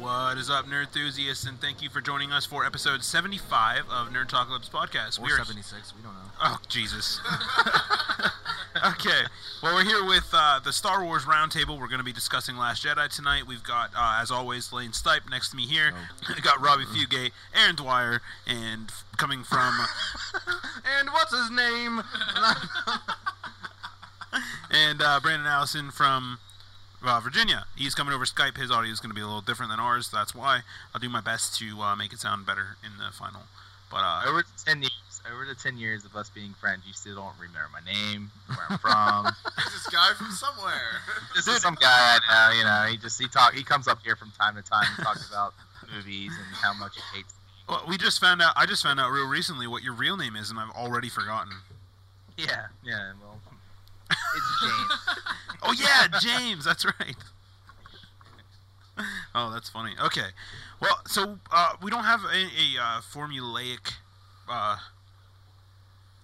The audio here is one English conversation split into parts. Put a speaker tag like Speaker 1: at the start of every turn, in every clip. Speaker 1: What is up, nerd enthusiasts, and thank you for joining us for episode 75 of Nerd Talk Labs podcast.
Speaker 2: Or
Speaker 1: We are-
Speaker 2: 76, we don't know.
Speaker 1: Oh, Jesus. okay. Well, we're here with uh, the Star Wars Roundtable. We're going to be discussing Last Jedi tonight. We've got, uh, as always, Lane Stipe next to me here. we got Robbie Fugate, Aaron Dwyer, and f- coming from,
Speaker 2: And what's his name?
Speaker 1: and uh, Brandon Allison from uh, Virginia. He's coming over Skype. His audio is going to be a little different than ours. That's why I'll do my best to uh, make it sound better in the final. But uh,
Speaker 3: Over the ten years, over the ten years of us being friends, you still don't remember my name, where I'm from.
Speaker 4: this guy from somewhere.
Speaker 3: this is some guy I know. You know, he just he talk he comes up here from time to time and talks about movies and how much he hates.
Speaker 1: well, we just found out. I just found out real recently what your real name is, and I've already forgotten.
Speaker 3: Yeah, yeah. Well, it's James.
Speaker 1: Oh yeah, James. That's right. Oh, that's funny. Okay, well, so uh, we don't have a, a uh, formulaic. Uh,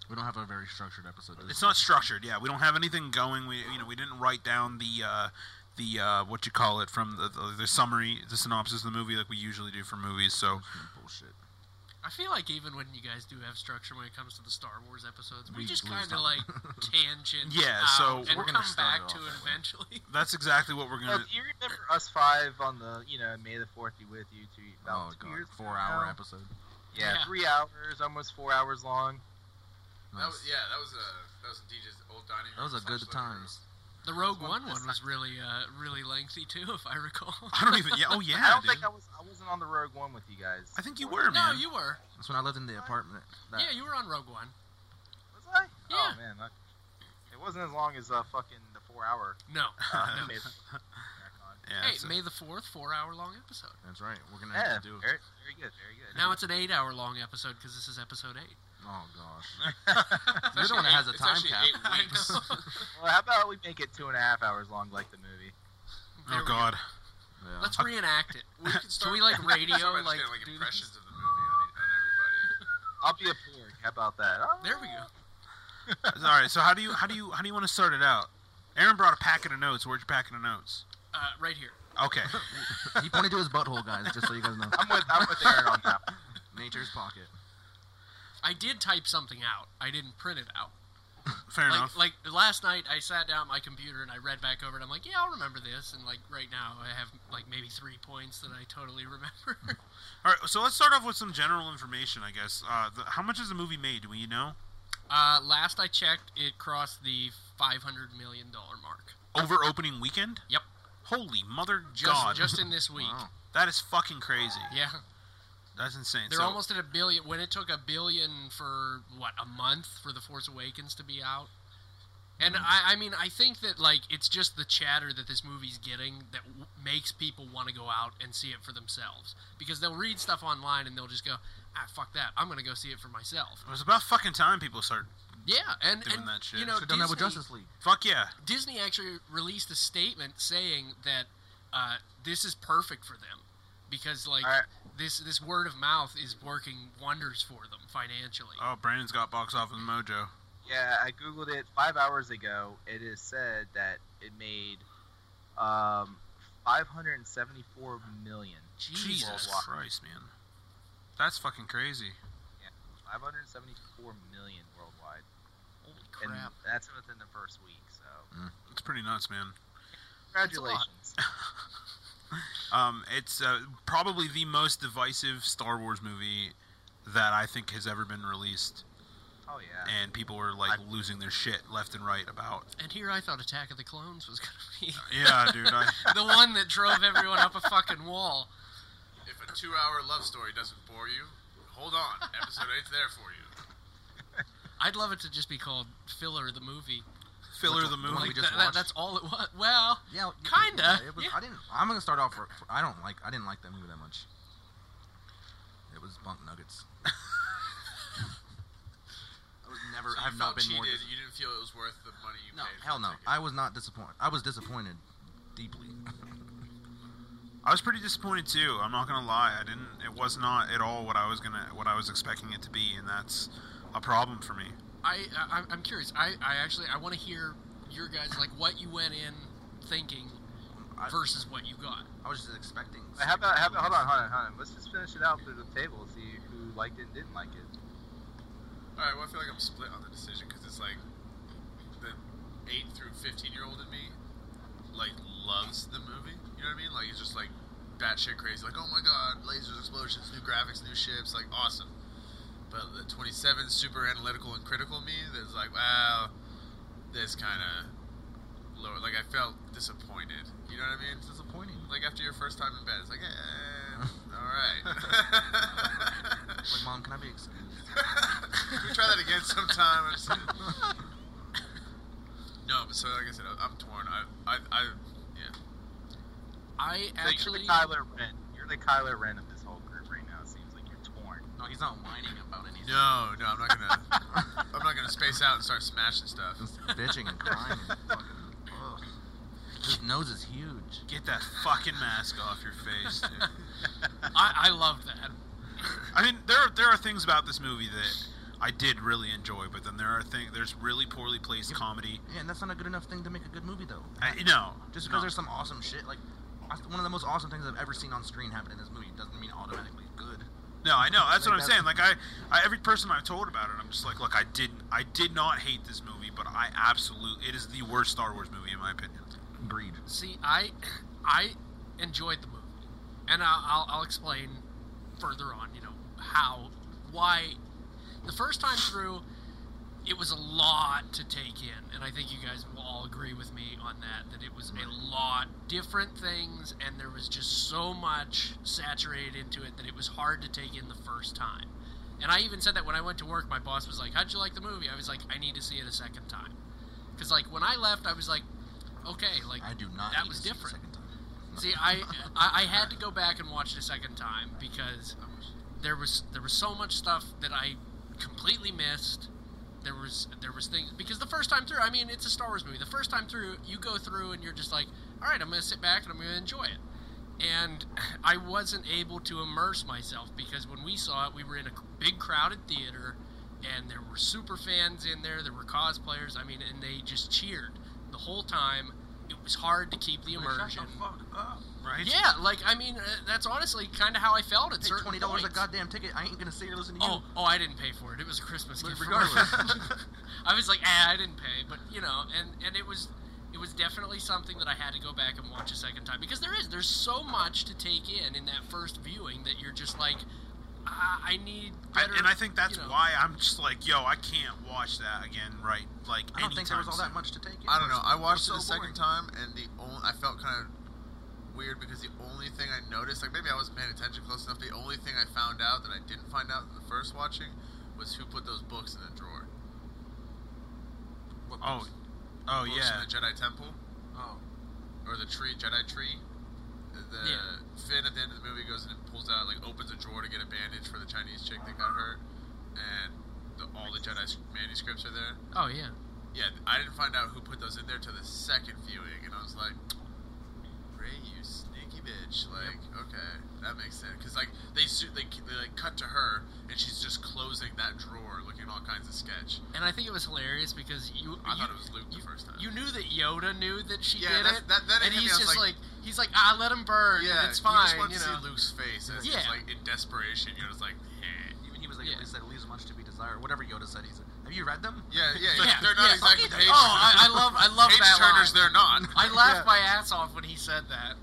Speaker 2: We don't have a very structured episode. do we?
Speaker 1: it's not structured. Yeah, we don't have anything going. We you know we didn't write down the uh, the uh, what you call it from the, the the summary, the synopsis of the movie like we usually do for movies. So
Speaker 2: bullshit.
Speaker 5: I feel like even when you guys do have structure when it comes to the Star Wars episodes, we,
Speaker 2: We
Speaker 5: just
Speaker 2: lose
Speaker 5: kind
Speaker 2: that
Speaker 5: of like tangent.
Speaker 1: Yeah,
Speaker 5: out
Speaker 1: so
Speaker 5: and
Speaker 2: we're gonna
Speaker 5: come
Speaker 2: start it
Speaker 5: back to
Speaker 2: off that
Speaker 5: it
Speaker 2: way.
Speaker 5: eventually.
Speaker 1: that's exactly what we're
Speaker 3: Well,
Speaker 4: Oh,
Speaker 1: gonna.
Speaker 3: do you remember us five on the you know May the Fourth be with you two
Speaker 2: Oh,
Speaker 3: about two
Speaker 2: God.
Speaker 3: years
Speaker 2: Four
Speaker 3: ago
Speaker 2: hour
Speaker 3: now?
Speaker 2: episode.
Speaker 3: Yeah,
Speaker 5: Yeah.
Speaker 3: three hours, almost four hours long.
Speaker 4: That
Speaker 2: Nice.
Speaker 4: was, yeah, that was a that was DJ's old dining
Speaker 2: That was
Speaker 4: room
Speaker 2: a good
Speaker 4: slash living room.
Speaker 2: times.
Speaker 5: The Rogue One one was really, uh, really lengthy too, if I recall.
Speaker 1: I don't even. Yeah. Oh yeah.
Speaker 3: I don't
Speaker 1: dude.
Speaker 3: think I was I wasn't on the Rogue One with you guys.
Speaker 1: I think you were
Speaker 5: no,
Speaker 1: man.
Speaker 5: you were.
Speaker 2: That's when I lived in the apartment. That,
Speaker 5: Yeah, you were on Rogue One.
Speaker 3: Was I?
Speaker 5: Yeah.
Speaker 3: Oh man, I, it wasn't as long as uh, fucking the four hour.
Speaker 5: No.
Speaker 3: Uh,
Speaker 5: no.
Speaker 3: May the-
Speaker 1: Yeah,
Speaker 5: Hey,
Speaker 1: so-
Speaker 5: May the Fourth, four-hour-long episode.
Speaker 2: That's right. We're going to
Speaker 3: yeah,
Speaker 2: have to do it.
Speaker 3: very, very good, very good.
Speaker 5: Now it's an eight-hour-long episode because this is episode eight.
Speaker 2: Oh, gosh. You're the one that has a
Speaker 4: It's
Speaker 2: time
Speaker 4: actually
Speaker 2: cap.
Speaker 4: eight
Speaker 5: I
Speaker 4: weeks.
Speaker 5: know.
Speaker 3: well, how about we make it two and a half hours long, like the movie?
Speaker 1: oh
Speaker 5: There we go.
Speaker 1: god.
Speaker 2: Yeah.
Speaker 5: Let's reenact it.
Speaker 4: we can start.
Speaker 5: Can we like radio
Speaker 4: start by just
Speaker 5: like?
Speaker 4: getting, like
Speaker 5: do
Speaker 4: impressions of the movie
Speaker 5: e,
Speaker 4: on, the, on everybody.
Speaker 3: I'll be a porg. How about that? Oh,
Speaker 5: these? There we go.
Speaker 1: All right. So how do you how do you how do you want to start it out? Aaron brought a packet of notes. Where's your packet of notes?
Speaker 5: Uh, right here.
Speaker 1: Okay.
Speaker 2: he pointed to his butthole, guys, just so you guys know.
Speaker 3: I'm with I'm with Aaron on that. one.
Speaker 2: Nature's pocket.
Speaker 5: I did type something out. I didn't print it out.
Speaker 1: Fair enough.
Speaker 5: like, like last night I sat down at my computer and I read back over it. I'm like, yeah, I'll remember this. And like right now I have like maybe three points that I totally remember.
Speaker 1: All right. So let's start off with some general information, I guess. Uh, the, how much is the movie made? Do we know?
Speaker 5: uh, last I checked, it crossed the 500 million dollar mark.
Speaker 1: Over opening weekend?
Speaker 5: Yep,
Speaker 1: Holy mother
Speaker 5: just
Speaker 1: god!
Speaker 5: just in this week.
Speaker 2: Wow.
Speaker 1: that is fucking crazy.
Speaker 5: Yeah,
Speaker 1: That's insane.
Speaker 5: they're
Speaker 1: so,
Speaker 5: almost at a billion. When it took a billion for what a month for the Force Awakens to be out. And
Speaker 1: Mm-hmm.
Speaker 5: I, I mean, I think that like it's just the chatter that this movie's getting that w- makes people want to go out and see it for themselves because they'll read stuff online and they'll just go, ah, fuck that, I'm gonna go see it for myself.
Speaker 1: It was about fucking time people start.
Speaker 5: Yeah, and
Speaker 1: Doing
Speaker 5: and
Speaker 1: that shit.
Speaker 5: you know,
Speaker 2: Should have done that with
Speaker 5: Disney-
Speaker 2: Justice League.
Speaker 1: Fuck yeah.
Speaker 5: Disney actually released a statement saying that uh, this is perfect for them because like
Speaker 3: All right.
Speaker 5: this this word of mouth is working wonders for them financially.
Speaker 1: Oh, Brandon's got box office mojo.
Speaker 3: Yeah, I googled it five hours ago. It is said that it made um 574 million.
Speaker 5: Jesus.
Speaker 1: Christ, man. That's fucking crazy.
Speaker 3: 574 million worldwide.
Speaker 5: Holy
Speaker 3: And
Speaker 5: crap!
Speaker 3: that's within the first week, so
Speaker 1: It's pretty nuts, man.
Speaker 5: That's a lot.
Speaker 3: congratulations.
Speaker 1: Um, it's uh, probably the most divisive Star Wars movie that I think has ever been released,
Speaker 3: Oh yeah.
Speaker 1: and people were like losing their shit left and right about.
Speaker 5: And here I thought Attack of the Clones was gonna be
Speaker 1: Yeah, dude. I,
Speaker 5: the one that drove everyone up a fucking wall.
Speaker 4: If a two-hour love story doesn't bore you, hold on. Episode eight's there for you.
Speaker 5: I'd love it to just be called filler the movie.
Speaker 1: filler
Speaker 2: Which
Speaker 1: the
Speaker 2: one- the one
Speaker 1: movie.
Speaker 2: we
Speaker 5: Like
Speaker 2: just
Speaker 5: that- that-
Speaker 2: watched?
Speaker 5: that's all it was. Well,
Speaker 2: Yeah, y-
Speaker 5: Kinda,
Speaker 2: yeah, it was,
Speaker 5: yeah.
Speaker 2: I didn't. I'm gonna start off. For, for- I don't like. I didn't like that movie that much. It was bunk nuggets. I was never. I
Speaker 4: So
Speaker 2: have
Speaker 4: you
Speaker 2: not
Speaker 4: felt
Speaker 2: been more.
Speaker 4: cheated.
Speaker 2: dis-
Speaker 4: You didn't feel it was worth the money you
Speaker 2: no,
Speaker 4: paid. for
Speaker 2: hell
Speaker 4: the
Speaker 2: no.
Speaker 4: ticket.
Speaker 2: I was not disappointed. I was disappointed deeply.
Speaker 1: I was pretty disappointed too. I'm not gonna lie. I didn't. It was not at all what I was gonna what I was expecting it to be, and that's a problem for me.
Speaker 5: I, I I'm curious. I, I actually I want to hear your guys like what you went in thinking
Speaker 2: I-
Speaker 5: versus what you got.
Speaker 2: I was just expecting.
Speaker 3: Wait, How about, how about, hold on, hold on, hold on. Let's just finish it out through the table, see who liked it and didn't like it.
Speaker 4: All right, well, I feel like I'm split on the decision because it's like the eight through fifteen year old in me like loves the movie. You know what I mean? Like it's just like batshit crazy. Like oh my god, lasers, explosions, new graphics, new ships, like awesome. But the twenty seven super analytical and critical me that's like wow, this kind of lower. Like I felt disappointed. You know what I mean?
Speaker 2: It's disappointing. Like,
Speaker 4: Like after your first time in bed, it's like eh, all right.
Speaker 2: mom, can I be excused?
Speaker 4: Can we try that again sometime? I'm just- no, but so like I said, I- I'm torn. I, I, I yeah.
Speaker 5: I
Speaker 3: so you're
Speaker 5: actually
Speaker 3: the Kyler Ren. You're the Kyler Ren of this whole group right now. It seems like you're torn.
Speaker 2: No, he's not whining about anything.
Speaker 4: No, no, I'm not gonna. I'm not gonna space out and start smashing stuff.
Speaker 2: Just bitching and crying. And fucking, ugh. His nose is huge.
Speaker 1: Get that fucking mask off your face, dude.
Speaker 5: I, I love that.
Speaker 1: I mean, there are, there are things about this movie that I did really enjoy, but then there are things there's really poorly placed comedy.
Speaker 2: Yeah, and that's not a good enough thing to make a good movie, though.
Speaker 1: I, no,
Speaker 2: Just
Speaker 1: no.
Speaker 2: because there's some awesome shit, like I- one of the most awesome things I've ever seen on screen happen in this movie doesn't mean automatically good.
Speaker 1: No, I know. That's what
Speaker 2: Like
Speaker 1: I'm
Speaker 2: that-
Speaker 1: saying. Like I, I, every person I've told about it, I'm just like, look, I didn't, I did not hate this movie, but I absolutely, it is the worst Star Wars movie in my opinion.
Speaker 2: Breed.
Speaker 5: See, I I enjoyed the movie, and I, I'll I'll explain further on. You know how why the first time through it was a lot to take in, and I think you guys will all agree with me on that. That it was a lot different things, and there was just so much saturated into it that it was hard to take in the first time. And I even said that when I went to work, my boss was like, "How'd you like the movie?" I was like, "I need to see it a second time," because like when I left, I was like, "Okay, like
Speaker 2: I do not.
Speaker 5: That
Speaker 2: need
Speaker 5: was
Speaker 2: to see the
Speaker 5: different.
Speaker 2: second time.
Speaker 5: See, I, I I had to go back and watch it a second time because there was there was so much stuff that I completely missed. There was there was things because the first time through, I mean, it's a Star Wars movie. The first time through, you go through and you're just like, all right, I'm gonna sit back and I'm gonna enjoy it. And I wasn't able to immerse myself because when we saw it, we were in a big crowded theater, and there were super fans in there. There were cosplayers. I mean, and they just cheered the whole time. It was hard to keep the
Speaker 1: Like, shut
Speaker 5: immersion.
Speaker 1: the fuck up, right?
Speaker 5: Yeah, like I mean, uh, that's honestly kind of how I felt at
Speaker 2: Pay
Speaker 5: certain
Speaker 2: twenty dollars a
Speaker 5: points.
Speaker 2: goddamn ticket. I ain't gonna sit here listening to you.
Speaker 5: Oh, oh, I didn't pay for it. It was a Christmas
Speaker 2: But
Speaker 5: gift. from my
Speaker 2: regardless,
Speaker 5: wife. I was like, ah, I didn't pay, but you know, and and it was, it was definitely something that I had to go back and watch a second time because there is there's so much to take in in that first viewing that you're just like, "Ah, I, I need
Speaker 1: I-
Speaker 5: better.
Speaker 1: and I think that's
Speaker 5: you know.
Speaker 1: why I'm just like, yo, I can't watch that again, right? Like,
Speaker 2: I don't think there was all
Speaker 1: anytime
Speaker 2: that much to take. in.
Speaker 4: I don't know. I
Speaker 2: It was
Speaker 4: watched it
Speaker 2: so
Speaker 4: the second
Speaker 2: boring.
Speaker 4: time, and the only I felt kind of weird because the only thing I noticed, like maybe I wasn't paying attention close enough. The only thing I found out that I didn't find out in the first watching was who put those books in the drawer.
Speaker 2: What
Speaker 1: Oh,
Speaker 2: books?
Speaker 1: oh
Speaker 4: books
Speaker 1: yeah.
Speaker 4: in the Jedi Temple.
Speaker 2: Oh.
Speaker 4: or the tree, Jedi tree. The
Speaker 5: Yeah.
Speaker 4: Finn at the end of the movie goes and pulls out, like, opens a drawer to get a bandage for the Chinese chick that got hurt, and the, all the Jedi s- manuscripts are there.
Speaker 5: Oh yeah,
Speaker 4: Yeah, I didn't find out who put those in there till the second viewing, and I was like, "Ray, you sneaky bitch!" Like, okay, that makes sense. Because like they, su- they they like cut to her, and she's just closing that drawer, looking all kinds of sketch.
Speaker 5: and I think it was hilarious because you.
Speaker 4: I
Speaker 5: you-
Speaker 4: thought it was Luke the
Speaker 5: you-
Speaker 4: first time.
Speaker 5: You knew that Yoda knew that she
Speaker 4: Yeah,
Speaker 5: did
Speaker 4: that's-
Speaker 5: it,
Speaker 4: that- that
Speaker 5: and
Speaker 4: hit me.
Speaker 5: he's
Speaker 4: I was
Speaker 5: just
Speaker 4: like-
Speaker 5: like, he's like, I let him burn.
Speaker 4: yeah,
Speaker 5: it's fine.
Speaker 4: You just want to
Speaker 5: know.
Speaker 4: see Luke's face as he's
Speaker 5: Yeah.
Speaker 4: like in desperation. You're just like, eh.
Speaker 2: Even he was like,
Speaker 5: Yeah.
Speaker 2: he said, leaves much to be desired. Whatever Yoda said, he said, have you read them?
Speaker 4: Yeah, yeah,
Speaker 5: Yeah,
Speaker 4: they're not
Speaker 5: yeah.
Speaker 4: exactly page.
Speaker 5: Oh, I, I love, I love
Speaker 4: page
Speaker 5: that
Speaker 4: turners.
Speaker 5: line.
Speaker 4: They're not.
Speaker 5: I laughed my ass off when he said that.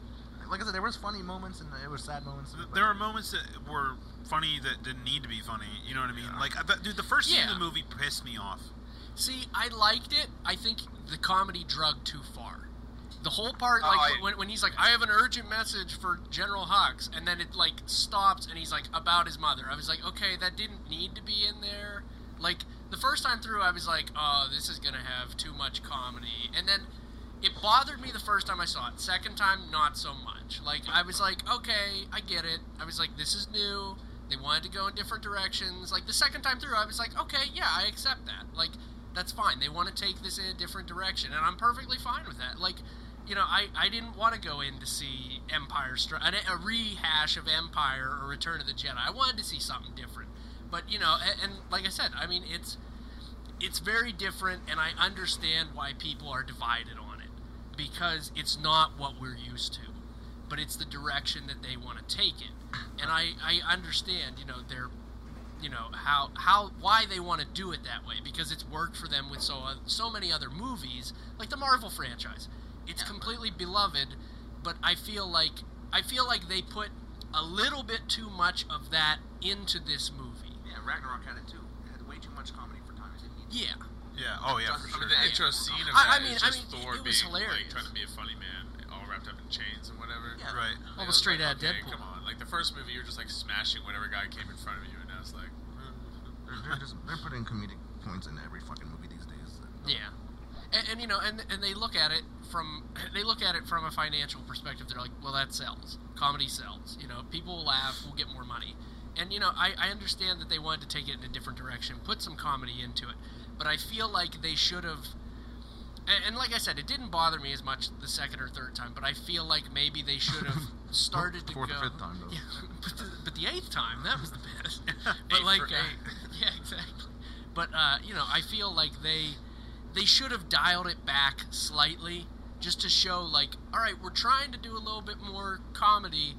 Speaker 2: Like I said, there was funny moments and there were sad moments. but-
Speaker 1: There are moments that were funny that didn't need to be funny. You know what I mean? Like, I- but, dude, the first scene
Speaker 5: Yeah.
Speaker 1: of the movie pissed me off.
Speaker 5: See, I liked it. I think the comedy drug too far. The whole part,
Speaker 3: Oh,
Speaker 5: like
Speaker 3: I-
Speaker 5: when, when he's like, "I have an urgent message for General Hux," and then it like stops, and he's like, "About his mother." I was like, "Okay, that didn't need to be in there." Like the first time through, I was like, "Oh, this is gonna have too much comedy," and then it bothered me the first time I saw it. Second time, not so much. Like I was like, "Okay, I get it." I was like, "This is new." They wanted to go in different directions. Like the second time through, I was like, "Okay, yeah, I accept that." Like that's fine. They want to take this in a different direction, and I'm perfectly fine with that. Like, you know, I, I didn't want to go in to see Empire Stri- an- a rehash of Empire or Return of the Jedi. I wanted to see something different. But you know, and, and like I said, I mean, it's it's very different, and I understand why people are divided on it. because it's not what we're used to, but it's the direction that they want to take it. And I, I understand, you know, their, you know, how how why they want to do it that way because it's worked for them with so so many other movies like the Marvel franchise. It's completely beloved, but I feel like I feel like they put a little bit too much of that into this movie.
Speaker 6: Yeah, Ragnarok had it too. It had way too much comedy for times it needed.
Speaker 5: Yeah.
Speaker 1: Yeah. Oh yeah. For
Speaker 4: I
Speaker 1: sure.
Speaker 4: mean, the
Speaker 5: Yeah.
Speaker 4: intro scene of
Speaker 5: I- I
Speaker 4: that
Speaker 5: mean-
Speaker 4: is
Speaker 5: I
Speaker 4: just
Speaker 5: mean,
Speaker 4: Thor
Speaker 5: it was
Speaker 4: being like
Speaker 5: hilarious.
Speaker 4: trying to be a funny man, all wrapped up in chains and whatever.
Speaker 6: Yeah.
Speaker 1: Right.
Speaker 4: You know,
Speaker 5: Almost
Speaker 4: it's
Speaker 5: straight
Speaker 4: like,
Speaker 5: out of
Speaker 4: okay,
Speaker 5: Deadpool.
Speaker 4: Come on, like the first movie, you're just like smashing whatever guy came in front of you, and now it's like,
Speaker 2: They're, they're just they're putting comedic points in every fucking movie these days.
Speaker 5: Yeah, and, and you know, and and they look at it from they look at it from a financial perspective. They're like, well, that sells. Comedy sells. You know, people will laugh. We'll get more money. And you know, I, I understand that they wanted to take it in a different direction, put some comedy into it, but I feel like they should have. And, and like I said, it didn't bother me as much the second or third time, but I feel like maybe they should have started to
Speaker 2: Fourth
Speaker 5: go.
Speaker 2: or fifth time, though.
Speaker 5: Yeah, but, the, but the eighth time that was the best. but
Speaker 4: Eight
Speaker 5: like,
Speaker 4: for
Speaker 5: uh, yeah, exactly. But uh, you know, I feel like they they should have dialed it back slightly just to show like, all right, we're trying to do a little bit more comedy,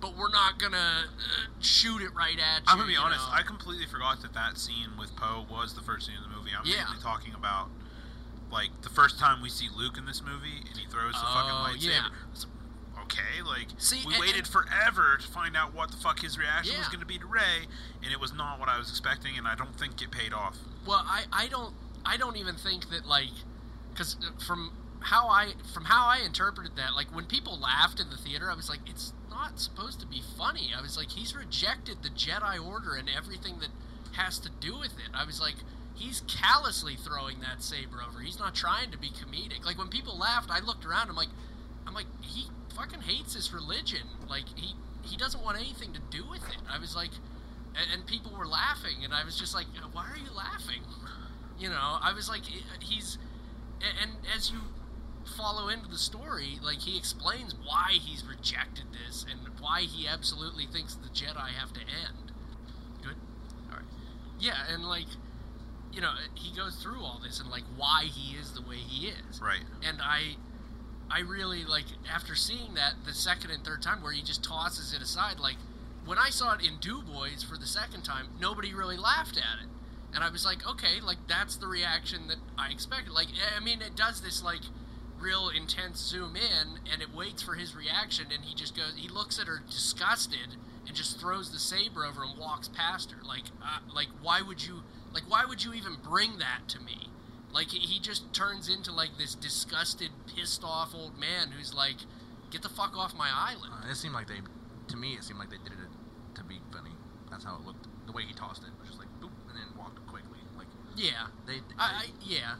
Speaker 5: but we're not gonna uh, shoot it right at you.
Speaker 1: I'm gonna be
Speaker 5: you
Speaker 1: honest.
Speaker 5: know?
Speaker 1: I completely forgot that that scene with Poe was the first scene in the movie. I'm
Speaker 5: Yeah.
Speaker 1: mainly talking about like the first time we see Luke in this movie, and he throws the
Speaker 5: Oh,
Speaker 1: fucking lightsaber.
Speaker 5: yeah.
Speaker 1: It's like, Okay, like
Speaker 5: See,
Speaker 1: we
Speaker 5: and-
Speaker 1: waited
Speaker 5: and-
Speaker 1: forever to find out what the fuck his reaction was
Speaker 5: Yeah.
Speaker 1: going to be to Ray, and it was not what I was expecting, and I don't think it paid off.
Speaker 5: Well, I, I don't I don't even think that like because from how I from how I interpreted that like when people laughed in the theater I was like it's not supposed to be funny I was like he's rejected the Jedi Order and everything that has to do with it I was like he's callously throwing that saber over he's not trying to be comedic like when people laughed I looked around I'm like I'm like he fucking hates his religion like he he doesn't want anything to do with it I was like and, and people were laughing, and I was just like, "Why are you laughing?" You know, I was like, "I- "He's," a- and as you follow into the story, like he explains why he's rejected this and why he absolutely thinks the Jedi have to end. Good, all right, yeah, and like, you know, he goes through all this and like why he is the way he is,
Speaker 1: Right.
Speaker 5: and I I really like after seeing that the second and third time where he just tosses it aside like when I saw it in Du Bois for the second time nobody really laughed at it and I was like okay like that's the reaction that I expected like eh, I mean it does this like real intense zoom in and it waits for his reaction and he just goes he looks at her disgusted and just throws the saber over and walks past her like uh, like why would you like why would you even bring that to me like he- he just turns into like this disgusted, pissed off old man who's like, "Get the fuck off my island."
Speaker 2: Uh, it seemed like they, to me, it seemed like they did it to be funny. That's how it looked. The way he tossed it was just like boop, and then walked quickly. Like
Speaker 5: Yeah,
Speaker 2: they,
Speaker 5: I, I yeah.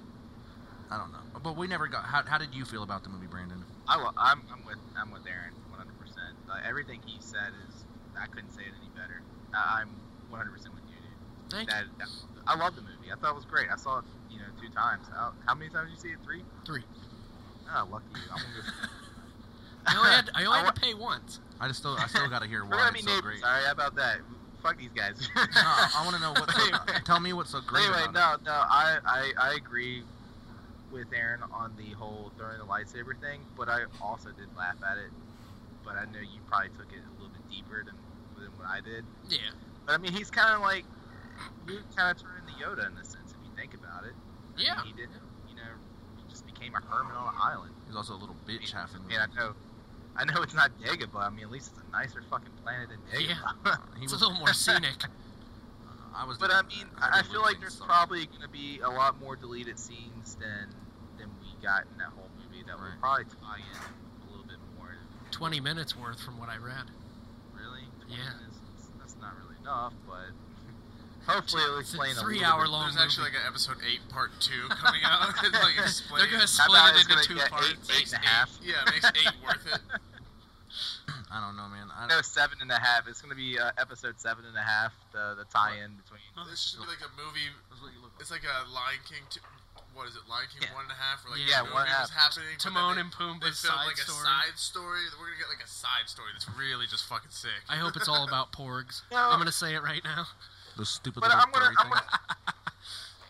Speaker 2: I, don't know. But we never got. How, how did you feel about the movie, Brandon?
Speaker 3: I will, I'm, I'm with I'm with Aaron 100. percent Like everything he said is I couldn't say it any better. I, I'm 100 percent with you, dude.
Speaker 5: Thank
Speaker 3: That, that- I love the movie. I thought it was great. I saw it, you know, two times. How, how many times did you see it? Three.
Speaker 5: you. Three.
Speaker 3: Oh, lucky you. I'm gonna go-
Speaker 5: I only had, I only
Speaker 3: I
Speaker 5: had to pay once.
Speaker 2: I just still, I still got to hear
Speaker 3: We're
Speaker 2: why
Speaker 3: gonna
Speaker 2: it's
Speaker 3: be
Speaker 2: so
Speaker 3: neighbors.
Speaker 2: great.
Speaker 3: All right, how about that? Fuck these guys.
Speaker 2: No, I want to know what's. So, uh, tell me what's so great
Speaker 3: anyway,
Speaker 2: about it.
Speaker 3: no, no, I, I, I agree with Aaron on the whole throwing the lightsaber thing, but I also did laugh at it. But I know you probably took it a little bit deeper than, than what I did.
Speaker 5: Yeah,
Speaker 3: But I mean, he's kind of like Luke, kind of turned into Yoda in a sense, if you think about it. I mean,
Speaker 5: yeah.
Speaker 3: he did, you know, he just became a hermit on an island.
Speaker 2: He's also a little bitch half in the
Speaker 3: I mean, I know, I know it's not Dagobah. I mean, at least it's a nicer fucking planet than Dagobah.
Speaker 2: movie. He
Speaker 5: It's
Speaker 2: was,
Speaker 5: a little more scenic.
Speaker 2: I was.
Speaker 3: But I mean, I, I
Speaker 2: did
Speaker 3: feel
Speaker 2: Luke
Speaker 3: like
Speaker 2: things
Speaker 3: there's
Speaker 2: so-
Speaker 3: probably going to be a lot more deleted scenes than than we got in that whole movie that will
Speaker 2: Right.
Speaker 3: probably tie in a little bit more.
Speaker 5: Twenty minutes worth from what I read.
Speaker 3: Really?
Speaker 5: Yeah.
Speaker 3: That's, that's not really enough, but hopefully it'll
Speaker 5: It's a
Speaker 3: explain a little bit.
Speaker 5: three-hour long
Speaker 4: there's
Speaker 5: movie.
Speaker 4: actually like an episode eight part two coming out. It's like
Speaker 5: They're
Speaker 4: explains.
Speaker 5: gonna
Speaker 3: How
Speaker 5: split
Speaker 3: about
Speaker 5: it
Speaker 3: it's
Speaker 5: into
Speaker 3: gonna
Speaker 5: two
Speaker 3: get
Speaker 5: parts.
Speaker 3: eight, eight and a half.
Speaker 4: Yeah, it makes eight worth it.
Speaker 2: I don't know, man. I,
Speaker 3: No, seven and a half. It's gonna be uh, episode seven and a half. The the tie-in between.
Speaker 4: This should be like a movie. It's like a Lion King. Two, what is it? Lion King
Speaker 3: Yeah.
Speaker 4: one and a half, or like
Speaker 5: Yeah,
Speaker 4: the
Speaker 3: one
Speaker 4: movie
Speaker 3: half.
Speaker 4: was happening. but then
Speaker 5: Timon
Speaker 4: they-
Speaker 5: and
Speaker 4: They
Speaker 5: Pumbaa's
Speaker 4: filmed
Speaker 5: side
Speaker 4: like a
Speaker 5: story.
Speaker 4: side story. We're gonna get like a side story that's really just fucking sick.
Speaker 5: I hope it's all about porgs.
Speaker 3: No.
Speaker 5: I'm gonna say it right now.
Speaker 2: those stupid
Speaker 3: But
Speaker 2: little
Speaker 3: I'm gonna,
Speaker 2: furry
Speaker 3: I'm gonna.
Speaker 2: things.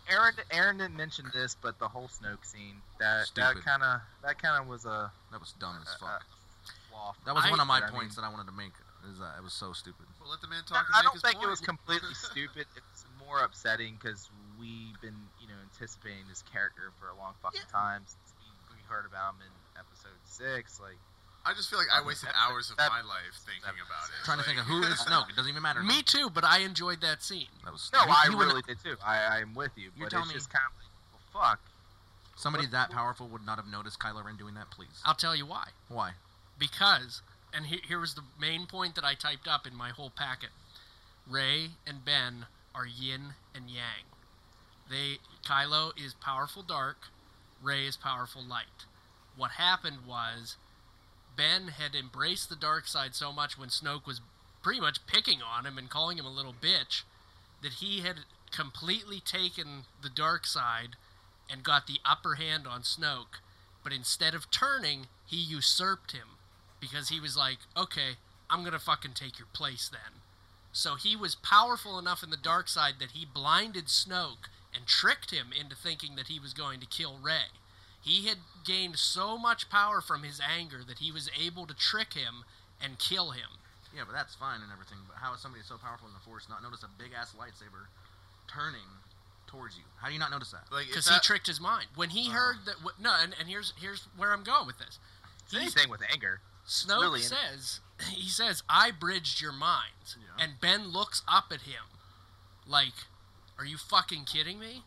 Speaker 3: Aaron, Aaron didn't mention this, but the whole Snoke scene that
Speaker 2: Stupid.
Speaker 3: that kind of that kind of was a,
Speaker 2: That was dumb as
Speaker 3: a-
Speaker 2: fuck.
Speaker 3: a flaw.
Speaker 2: That was
Speaker 5: I-
Speaker 2: one of my
Speaker 3: but I mean-
Speaker 2: points that I wanted to make. Is that it was so stupid.
Speaker 4: Well, let the man talk. and
Speaker 3: I
Speaker 4: make
Speaker 3: don't
Speaker 4: his
Speaker 3: think
Speaker 4: point.
Speaker 3: it was completely stupid. It's more upsetting because we've been, you know, anticipating this character for a long fucking time since we, we heard about him in episode six. Like,
Speaker 4: I just feel like I wasted hours of
Speaker 3: that-
Speaker 4: my life thinking
Speaker 3: that-
Speaker 4: about it.
Speaker 2: Trying to
Speaker 4: like-
Speaker 2: think of who is Snoke. It doesn't even matter.
Speaker 5: Me too, but I enjoyed that scene.
Speaker 2: That was
Speaker 3: no,
Speaker 2: you-
Speaker 3: I
Speaker 2: you would-
Speaker 3: really did too. I, I'm with you,
Speaker 2: You're
Speaker 3: but
Speaker 2: telling me-
Speaker 3: it's just kind of like, well, fuck.
Speaker 2: somebody
Speaker 3: what-
Speaker 2: that
Speaker 3: what-
Speaker 2: powerful would not have noticed Kylo Ren doing that. Please,
Speaker 5: I'll tell you why.
Speaker 2: why?
Speaker 5: Because, and he- here was the main point that I typed up in my whole packet. Ray and Ben are yin and yang. They Kylo is powerful dark, Ray is powerful light. What happened was Ben had embraced the dark side so much when Snoke was pretty much picking on him and calling him a little bitch that he had completely taken the dark side and got the upper hand on Snoke. But instead of turning, he usurped him because he was like, okay, I'm going to fucking take your place then. So he was powerful enough in the dark side that he blinded Snoke and tricked him into thinking that he was going to kill Rey. He had gained so much power from his anger that he was able to trick him and kill him.
Speaker 2: Yeah, but that's fine and everything. But how is somebody so powerful in the Force not notice a big ass lightsaber turning towards you? How do you not notice that?
Speaker 4: Like, is
Speaker 5: because he
Speaker 4: that,
Speaker 5: tricked his mind when he heard that. wh- No, and, and here's here's where I'm going with this.
Speaker 3: It's anything with anger.
Speaker 5: Snoke
Speaker 3: really in-
Speaker 5: says he says I bridged your minds,
Speaker 2: Yeah.
Speaker 5: and Ben looks up at him like, "Are you fucking kidding me?"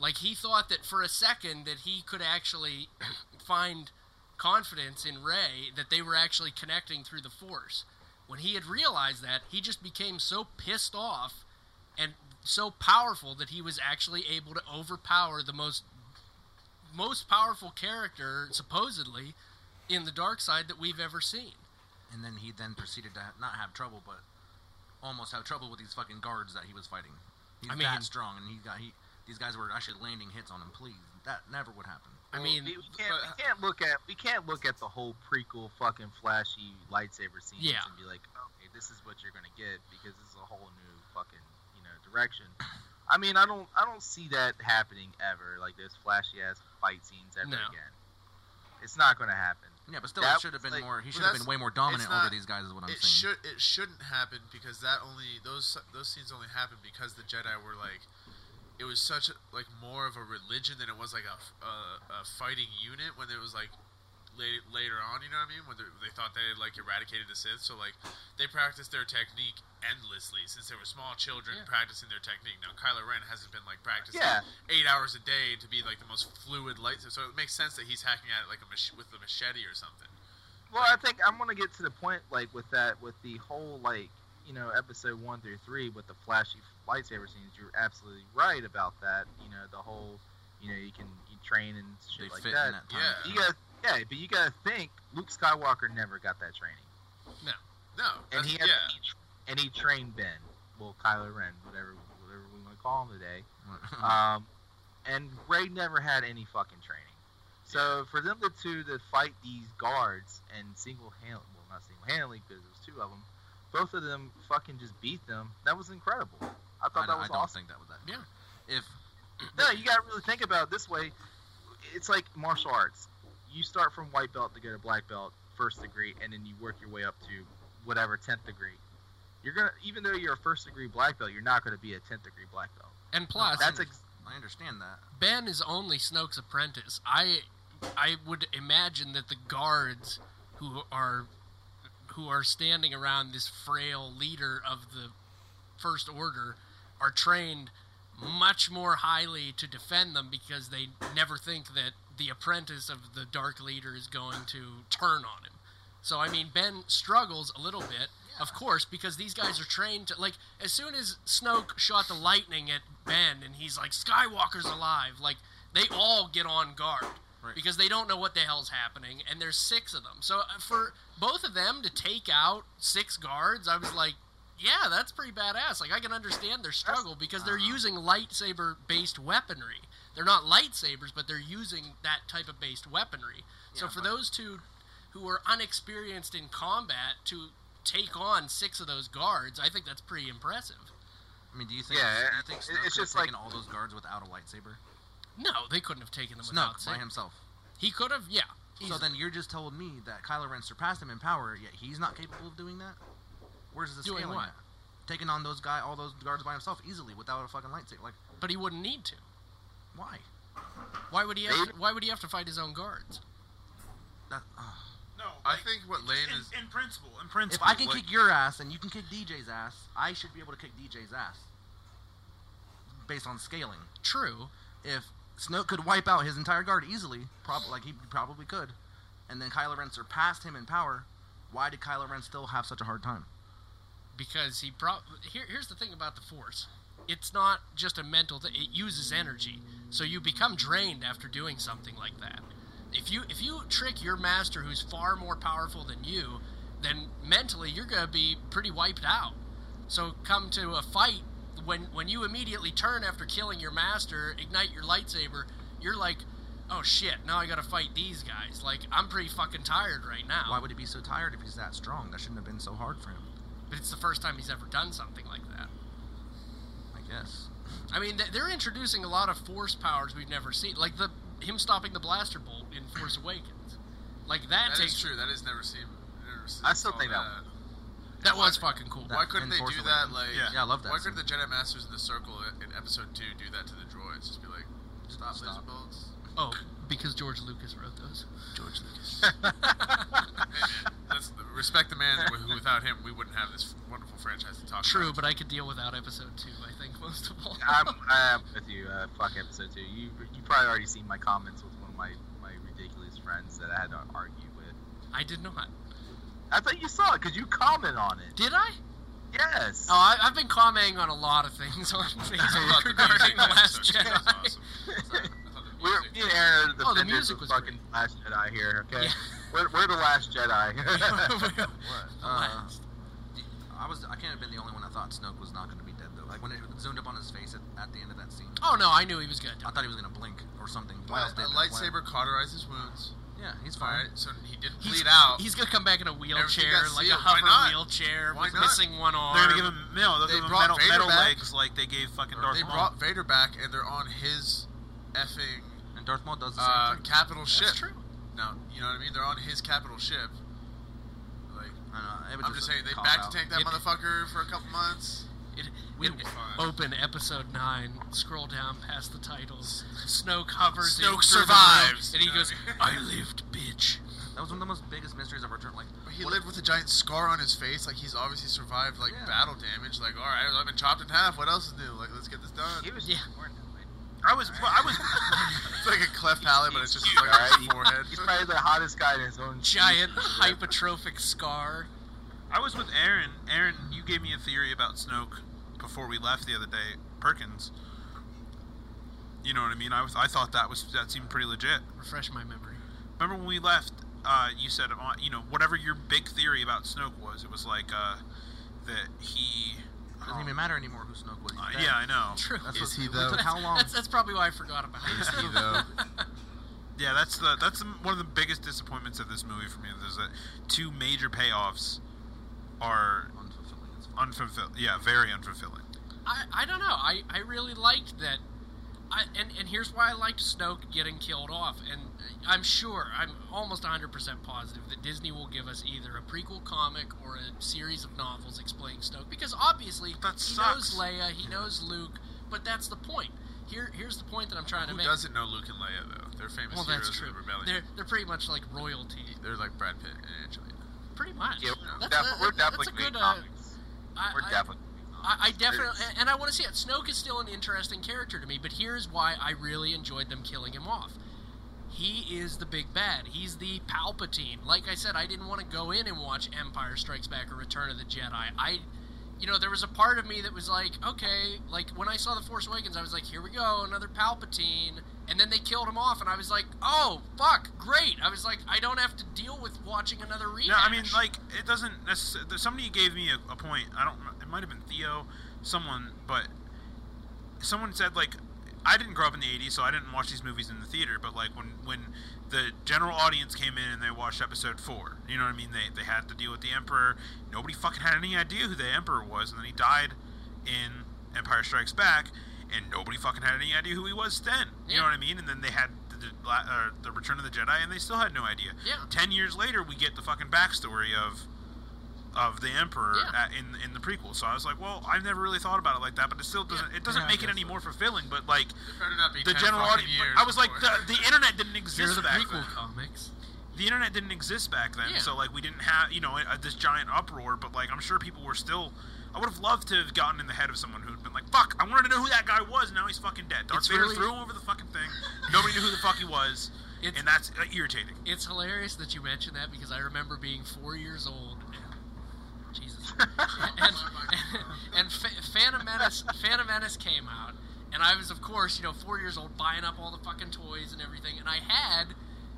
Speaker 5: Like he thought that for a second that he could actually find confidence in Rey that they were actually connecting through the Force. When he had realized that, he just became so pissed off and so powerful that he was actually able to overpower the most most powerful character supposedly in the dark side that we've ever seen.
Speaker 2: And then he then proceeded to ha- not have trouble, but almost have trouble with these fucking guards that he was fighting. He's
Speaker 5: I mean-
Speaker 2: that strong, and he got he. These guys were actually landing hits on him. Please, that never would happen.
Speaker 3: Well,
Speaker 5: I mean,
Speaker 3: we, we can't
Speaker 4: but-
Speaker 3: we can't look at we can't look at the whole prequel fucking flashy lightsaber scenes
Speaker 5: Yeah.
Speaker 3: and be like, okay, this is what you're gonna get because this is a whole new fucking you know direction. I mean, I don't I don't see that happening ever. Like those flashy ass fight scenes ever
Speaker 5: No.
Speaker 3: again. It's not gonna happen.
Speaker 2: Yeah, but still,
Speaker 3: That
Speaker 2: it should have
Speaker 3: was
Speaker 2: been
Speaker 3: like-
Speaker 2: more. He
Speaker 4: But
Speaker 2: should have been
Speaker 4: that's-
Speaker 2: way more dominant
Speaker 4: not-
Speaker 2: over these guys. Is what I'm
Speaker 4: it
Speaker 2: saying.
Speaker 4: should it shouldn't happen because that only those those scenes only happened because the Jedi were like it was such a, like more of a religion than it was like a, a, a fighting unit when it was like later, later on you know what I mean when they, they thought they had like eradicated the Sith so like they practiced their technique endlessly since they were small children
Speaker 5: Yeah.
Speaker 4: practicing their technique now Kylo Ren hasn't been like practicing
Speaker 3: Yeah.
Speaker 4: eight hours a day to be like the most fluid light so it makes sense that he's hacking at it like a mach- with a machete or something
Speaker 3: Well, I think I'm gonna get to the point like with that with the whole like you know episode one through three with the flashy lightsaber scenes. You're absolutely right about that. You know the whole you know you can you train and
Speaker 2: They
Speaker 3: shit like
Speaker 2: fit
Speaker 3: that.
Speaker 2: in that time.
Speaker 4: Yeah.
Speaker 3: You gotta, yeah, but you gotta think Luke Skywalker never got that training,
Speaker 4: no
Speaker 3: and he
Speaker 4: that's-
Speaker 3: had,
Speaker 4: yeah
Speaker 3: he tr- and he trained Ben, well Kylo Ren, whatever whatever we want to call him today. Um, and Ray never had any fucking training. So for them to, two to fight these guards and single hand well not single handedly because there was two of them, both of them fucking just beat them. That was incredible. I
Speaker 2: I,
Speaker 3: thought
Speaker 2: I
Speaker 3: that was
Speaker 2: don't
Speaker 3: awesome.
Speaker 2: think that was that.
Speaker 5: Yeah.
Speaker 2: If
Speaker 3: No, you gotta really think about it this way. It's like martial arts. You start from white belt to go to black belt, first degree, and then you work your way up to whatever tenth degree. You're gonna, even though you're a first degree black belt, you're not gonna be a tenth degree black belt.
Speaker 5: and plus,
Speaker 3: That's
Speaker 2: I
Speaker 3: ex-
Speaker 2: I understand that.
Speaker 5: Ben is only Snoke's apprentice. I I would imagine that the guards who are who are standing around this frail leader of the First Order are trained much more highly to defend them because they never think that the apprentice of the Dark Leader is going to turn on him. So I mean, Ben struggles a little bit, of course, because these guys are trained to like. As soon as Snoke shot the lightning at Ben, and he's like, "Skywalker's alive!" Like they all get on guard
Speaker 2: Right.
Speaker 5: because they don't know what the hell's happening, and there's six of them. So uh, for both of them to take out six guards, I was like, "Yeah, that's pretty badass." Like I can understand their struggle because they're using lightsaber-based weaponry. They're not lightsabers, but they're using that type of based weaponry. so
Speaker 2: Yeah,
Speaker 5: for
Speaker 2: but-
Speaker 5: those two who are unexperienced in combat to take on six of those guards, I think that's pretty impressive.
Speaker 2: I mean, do you think?
Speaker 3: Yeah,
Speaker 2: do you think
Speaker 3: it-
Speaker 2: Snoke
Speaker 3: it's
Speaker 2: could have
Speaker 3: just like-
Speaker 2: taken all those guards without a lightsaber?
Speaker 5: No, they couldn't have taken them without
Speaker 2: Snoke by
Speaker 5: Sa-
Speaker 2: himself.
Speaker 5: He could have, yeah.
Speaker 2: So
Speaker 5: Easily.
Speaker 2: then you're just told me that Kylo Ren surpassed him in power, yet he's not capable of doing that. Where's the
Speaker 5: Doing
Speaker 2: scaling
Speaker 5: what?
Speaker 2: at? Taking on those guy, all those guards by himself easily without a fucking lightsaber. Like,
Speaker 5: but he wouldn't need to.
Speaker 2: why?
Speaker 5: Why would he? Have to, why would he have to fight his own guards?
Speaker 2: That, ugh.
Speaker 1: No,
Speaker 4: I
Speaker 1: like,
Speaker 4: think what Lane
Speaker 1: in,
Speaker 4: is
Speaker 1: in principle, in principle.
Speaker 2: If I can
Speaker 1: what-
Speaker 2: kick your ass and you can kick DJ's ass, I should be able to kick DJ's ass. Based on scaling,
Speaker 5: True.
Speaker 2: if Snoke could wipe out his entire guard easily, prob- like he probably could, and then Kylo Ren surpassed him in power, why did Kylo Ren still have such a hard time?
Speaker 5: because he prob here, here's the thing about the force it's not just a mental thing it uses energy so you become drained after doing something like that if you if you trick your master who's far more powerful than you then mentally you're going to be pretty wiped out so come to a fight when when you immediately turn after killing your master ignite your lightsaber you're like oh shit now i got to fight these guys like i'm pretty fucking tired right now
Speaker 2: Why would he be so tired if he's that strong? That shouldn't have been so hard for him.
Speaker 5: but it's the first time he's ever done something like that
Speaker 2: I guess.
Speaker 5: I mean, th- they're introducing a lot of force powers we've never seen, like the him stopping the blaster bolt in Force Awakens. Like that,
Speaker 4: that
Speaker 5: takes
Speaker 4: is true. That is never seen. Never seen
Speaker 3: I still
Speaker 4: saw
Speaker 3: think that
Speaker 5: That was fucking cool.
Speaker 2: That-
Speaker 4: Why couldn't
Speaker 2: in
Speaker 4: they
Speaker 2: Force
Speaker 4: do that?
Speaker 2: Awakens.
Speaker 4: Like,
Speaker 1: Yeah.
Speaker 2: Yeah, I love that
Speaker 4: Why
Speaker 2: scene.
Speaker 4: couldn't the Jedi Masters in the Circle in Episode Two do that to the droids? Just be like, stop, laser
Speaker 2: Stop.
Speaker 4: bolts.
Speaker 5: Oh, because George Lucas wrote those. George Lucas.
Speaker 4: Hey, man, Let's respect the man. who- who Without him, we wouldn't have this wonderful franchise to talk
Speaker 5: True,
Speaker 4: about.
Speaker 5: but I could deal without Episode Two. I think most of all.
Speaker 3: I'm, I'm with you. Uh, fuck episode two. You you probably already seen my comments with one of my my ridiculous friends that I had to argue with.
Speaker 5: I did not.
Speaker 3: I thought you saw it because you comment on it.
Speaker 5: Did I?
Speaker 3: Yes.
Speaker 5: Oh, I, I've been commenting on a lot of things on
Speaker 4: I thought
Speaker 5: Facebook
Speaker 4: the
Speaker 5: regarding
Speaker 4: music
Speaker 5: the
Speaker 4: in
Speaker 5: Last
Speaker 4: episode two
Speaker 5: Jedi.
Speaker 4: was awesome. I thought the
Speaker 3: We're
Speaker 4: music-
Speaker 3: me and Aaron are the,
Speaker 5: Oh, the
Speaker 3: defenders
Speaker 5: music
Speaker 3: of
Speaker 5: was
Speaker 3: fucking
Speaker 5: great.
Speaker 3: Last Jedi here. Okay,
Speaker 5: Yeah.
Speaker 3: we're, we're the Last Jedi.
Speaker 2: What? Uh, I was. I can't have been the only one that thought Snoke was not going to be dead though. Like when it zoomed up on his face at, at the end of that scene,
Speaker 5: oh no, I knew he was gonna
Speaker 2: I
Speaker 5: die.
Speaker 2: thought he was going to blink or something. Why else did
Speaker 4: But the
Speaker 2: that? Why-
Speaker 4: lightsaber cauterized his wounds.
Speaker 2: Yeah, he's
Speaker 4: All
Speaker 2: fine.
Speaker 4: right, so he didn't
Speaker 5: He's-
Speaker 4: bleed out.
Speaker 5: He's gonna come back in a wheelchair,
Speaker 4: got
Speaker 5: like a
Speaker 4: sealed. Why
Speaker 5: hover
Speaker 4: not?
Speaker 5: wheelchair,
Speaker 4: Why
Speaker 5: with
Speaker 4: not?
Speaker 5: missing one arm.
Speaker 1: They're gonna give him no. They'll
Speaker 4: They
Speaker 1: give him
Speaker 4: brought
Speaker 1: metal,
Speaker 4: Vader
Speaker 1: metal
Speaker 4: back.
Speaker 1: legs like they gave fucking Darth
Speaker 4: they
Speaker 1: Maul.
Speaker 4: brought Vader back, and they're on his effing
Speaker 2: And Darth Maul does the same
Speaker 4: uh,
Speaker 2: thing.
Speaker 4: capital
Speaker 5: That's
Speaker 4: ship.
Speaker 5: true.
Speaker 4: Now you know what I mean. They're on his capital ship. Like
Speaker 2: I don't know, it was
Speaker 4: I'm just
Speaker 2: a
Speaker 4: saying, they
Speaker 2: cop
Speaker 4: back
Speaker 2: out.
Speaker 4: to tank that
Speaker 5: It-
Speaker 4: motherfucker for a couple months.
Speaker 5: It,
Speaker 4: We
Speaker 5: it-
Speaker 4: were fine.
Speaker 5: open episode nine. Scroll down past the titles. Snoke hovers. in
Speaker 4: Snoke
Speaker 5: through the room,
Speaker 4: survives.
Speaker 5: and he
Speaker 4: You know
Speaker 5: goes,
Speaker 4: what I
Speaker 5: "I lived, bitch."
Speaker 2: That was one of the most biggest mysteries of Return. Like
Speaker 4: But he
Speaker 2: what-
Speaker 4: lived with a giant scar on his face. Like he's obviously survived like
Speaker 2: Yeah.
Speaker 4: battle damage. Like all right, I've been chopped in half. What else is new? Like let's get this done.
Speaker 3: he was
Speaker 5: Yeah.
Speaker 3: born that way.
Speaker 1: I was, well, I was.
Speaker 4: It's like a cleft palate, but it's just like
Speaker 3: Alright,
Speaker 4: on
Speaker 3: he-
Speaker 4: his forehead.
Speaker 3: He's probably the hottest guy in his own
Speaker 5: Giant
Speaker 3: species.
Speaker 5: hypertrophic scar.
Speaker 1: I was with Aaron. Aaron, you gave me a theory about Snoke before we left the other day. Perkins. You know what I mean? I was, I thought that was that seemed pretty legit.
Speaker 5: Refresh my memory.
Speaker 1: Remember when we left? Uh, you said uh, you know whatever your big theory about Snoke was. It was like uh, that he. um,
Speaker 2: doesn't even matter anymore who Snoke was.
Speaker 1: Uh,
Speaker 2: He's dead.
Speaker 1: yeah, I know.
Speaker 5: True.
Speaker 2: That's
Speaker 4: Is
Speaker 2: what,
Speaker 4: he
Speaker 2: we
Speaker 4: though?
Speaker 2: took how long?
Speaker 5: That's, that's probably why I forgot about it.
Speaker 1: Yeah, that's the that's the, one of the biggest disappointments of this movie for me. Is that two major payoffs are
Speaker 2: Unfulfilling as fuck.
Speaker 1: unfulfilled. Yeah, very unfulfilling.
Speaker 5: I, I don't know. I, I really liked that. I, and, and here's why I liked Snoke getting killed off. And I'm sure, I'm almost 100% positive that Disney will give us either a prequel comic or a series of novels explaining Snoke. Because obviously,
Speaker 1: That
Speaker 5: he
Speaker 1: sucks.
Speaker 5: knows Leia, he knows Luke, but that's the point. Here, here's the point that I'm trying to
Speaker 4: Who
Speaker 5: make.
Speaker 4: doesn't know Luke and Leia though? They're famous
Speaker 5: well,
Speaker 4: heroes
Speaker 5: that's true.
Speaker 4: of the rebellion.
Speaker 5: They're, they're pretty much like royalty.
Speaker 4: They're like Brad Pitt and Angelina.
Speaker 5: Pretty much.
Speaker 3: Yeah, we're,
Speaker 5: That's-
Speaker 3: def- we're
Speaker 5: that-
Speaker 3: definitely
Speaker 5: that's a good.
Speaker 3: good,
Speaker 5: Uh,
Speaker 3: comics.
Speaker 5: I-
Speaker 3: we're
Speaker 5: I-
Speaker 3: definitely.
Speaker 5: I, I definitely, and I want to see it. Snoke is still an interesting character to me, but here's why I really enjoyed them killing him off. He is the big bad. He's the Palpatine. Like I said, I didn't want to go in and watch Empire Strikes Back or Return of the Jedi. I, you know, there was a part of me that was like, okay, like when I saw The Force Awakens, I was like, here we go, another Palpatine. And then they killed him off, and I was like, oh, fuck, great. I was like, I don't have to deal with watching another rematch.
Speaker 1: No, I mean like it doesn't necessarily. Somebody gave me a, a point. I don't. It might have been Theo, someone, but someone said like I didn't grow up in the '80s, so I didn't watch these movies in the theater. But like when when the general audience came in and they watched episode four, you know what I mean? They they had to deal with the emperor. Nobody fucking had any idea who the emperor was, and then he died in Empire Strikes Back, and nobody fucking had any idea who he was then. You
Speaker 5: Yeah.
Speaker 1: know what I mean? And then they had the, the, La- uh, the Return of the Jedi, and they still had no idea.
Speaker 5: Yeah.
Speaker 1: Ten years later, we get the fucking backstory of of the Emperor
Speaker 5: Yeah.
Speaker 1: at, in in the prequel. So I was like, well, I've never really thought about it like that, but it still doesn't it doesn't
Speaker 2: Yeah, I
Speaker 1: make it
Speaker 2: guess
Speaker 1: any
Speaker 2: so.
Speaker 1: more fulfilling. But like
Speaker 4: It better not be
Speaker 1: the
Speaker 4: 10
Speaker 1: general
Speaker 4: fucking
Speaker 1: audience,
Speaker 4: years
Speaker 1: I was like,
Speaker 4: before.
Speaker 1: the, the internet didn't
Speaker 5: You're
Speaker 1: exist
Speaker 5: the
Speaker 1: back
Speaker 5: prequel
Speaker 1: then
Speaker 5: comics.
Speaker 1: the internet didn't exist back then,
Speaker 5: Yeah.
Speaker 1: so like we didn't have you know uh, this giant uproar. But like I'm sure people were still. I would have loved to have gotten in the head of someone who'd been like, "Fuck! I wanted to know who that guy was. and Now he's fucking dead." Darth
Speaker 5: It's
Speaker 1: Vader
Speaker 5: really-
Speaker 1: threw him over the fucking thing. Nobody knew who the fuck he was,
Speaker 5: It's-
Speaker 1: and that's uh, irritating.
Speaker 5: It's hilarious that you mentioned that because I remember being four years old. Jesus. and and Fa- Phantom Menace, Phantom Menace came out, and I was, of course, you know, four years old, buying up all the fucking toys and everything. And I had,